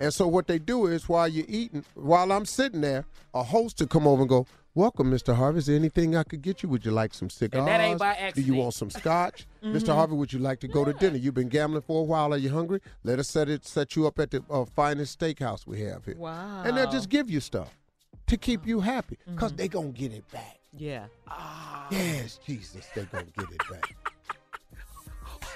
[SPEAKER 5] and so what they do is while you're eating while i'm sitting there a host will come over and go welcome mr harvey is there anything i could get you would you like some cigars
[SPEAKER 17] that ain't by
[SPEAKER 5] do you want some scotch mr
[SPEAKER 17] Mhm.
[SPEAKER 5] harvey would you like to go to dinner you've been gambling for a while are you hungry let us set it set you up at the uh, finest steakhouse we have here
[SPEAKER 10] Wow.
[SPEAKER 5] and they'll just give you stuff to keep you happy because
[SPEAKER 17] Mm-hmm.
[SPEAKER 5] they going to get it back.
[SPEAKER 10] Yeah.
[SPEAKER 17] Ah.
[SPEAKER 5] Yes, Ah, Jesus, they going to get it back.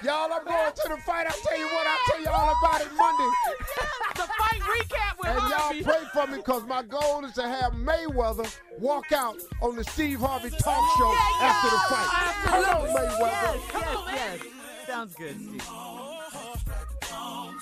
[SPEAKER 5] Y'all, I'm going to the fight. I'll tell you what, I'll tell y'all about it Monday.
[SPEAKER 4] the fight recap with
[SPEAKER 5] and
[SPEAKER 4] Harvey.
[SPEAKER 5] y'all pray for me because my goal is to have Mayweather walk out on the Steve Harvey talk show after the fight. Hello, Mayweather.
[SPEAKER 10] Yes, yes, yes. Sounds good, Steve.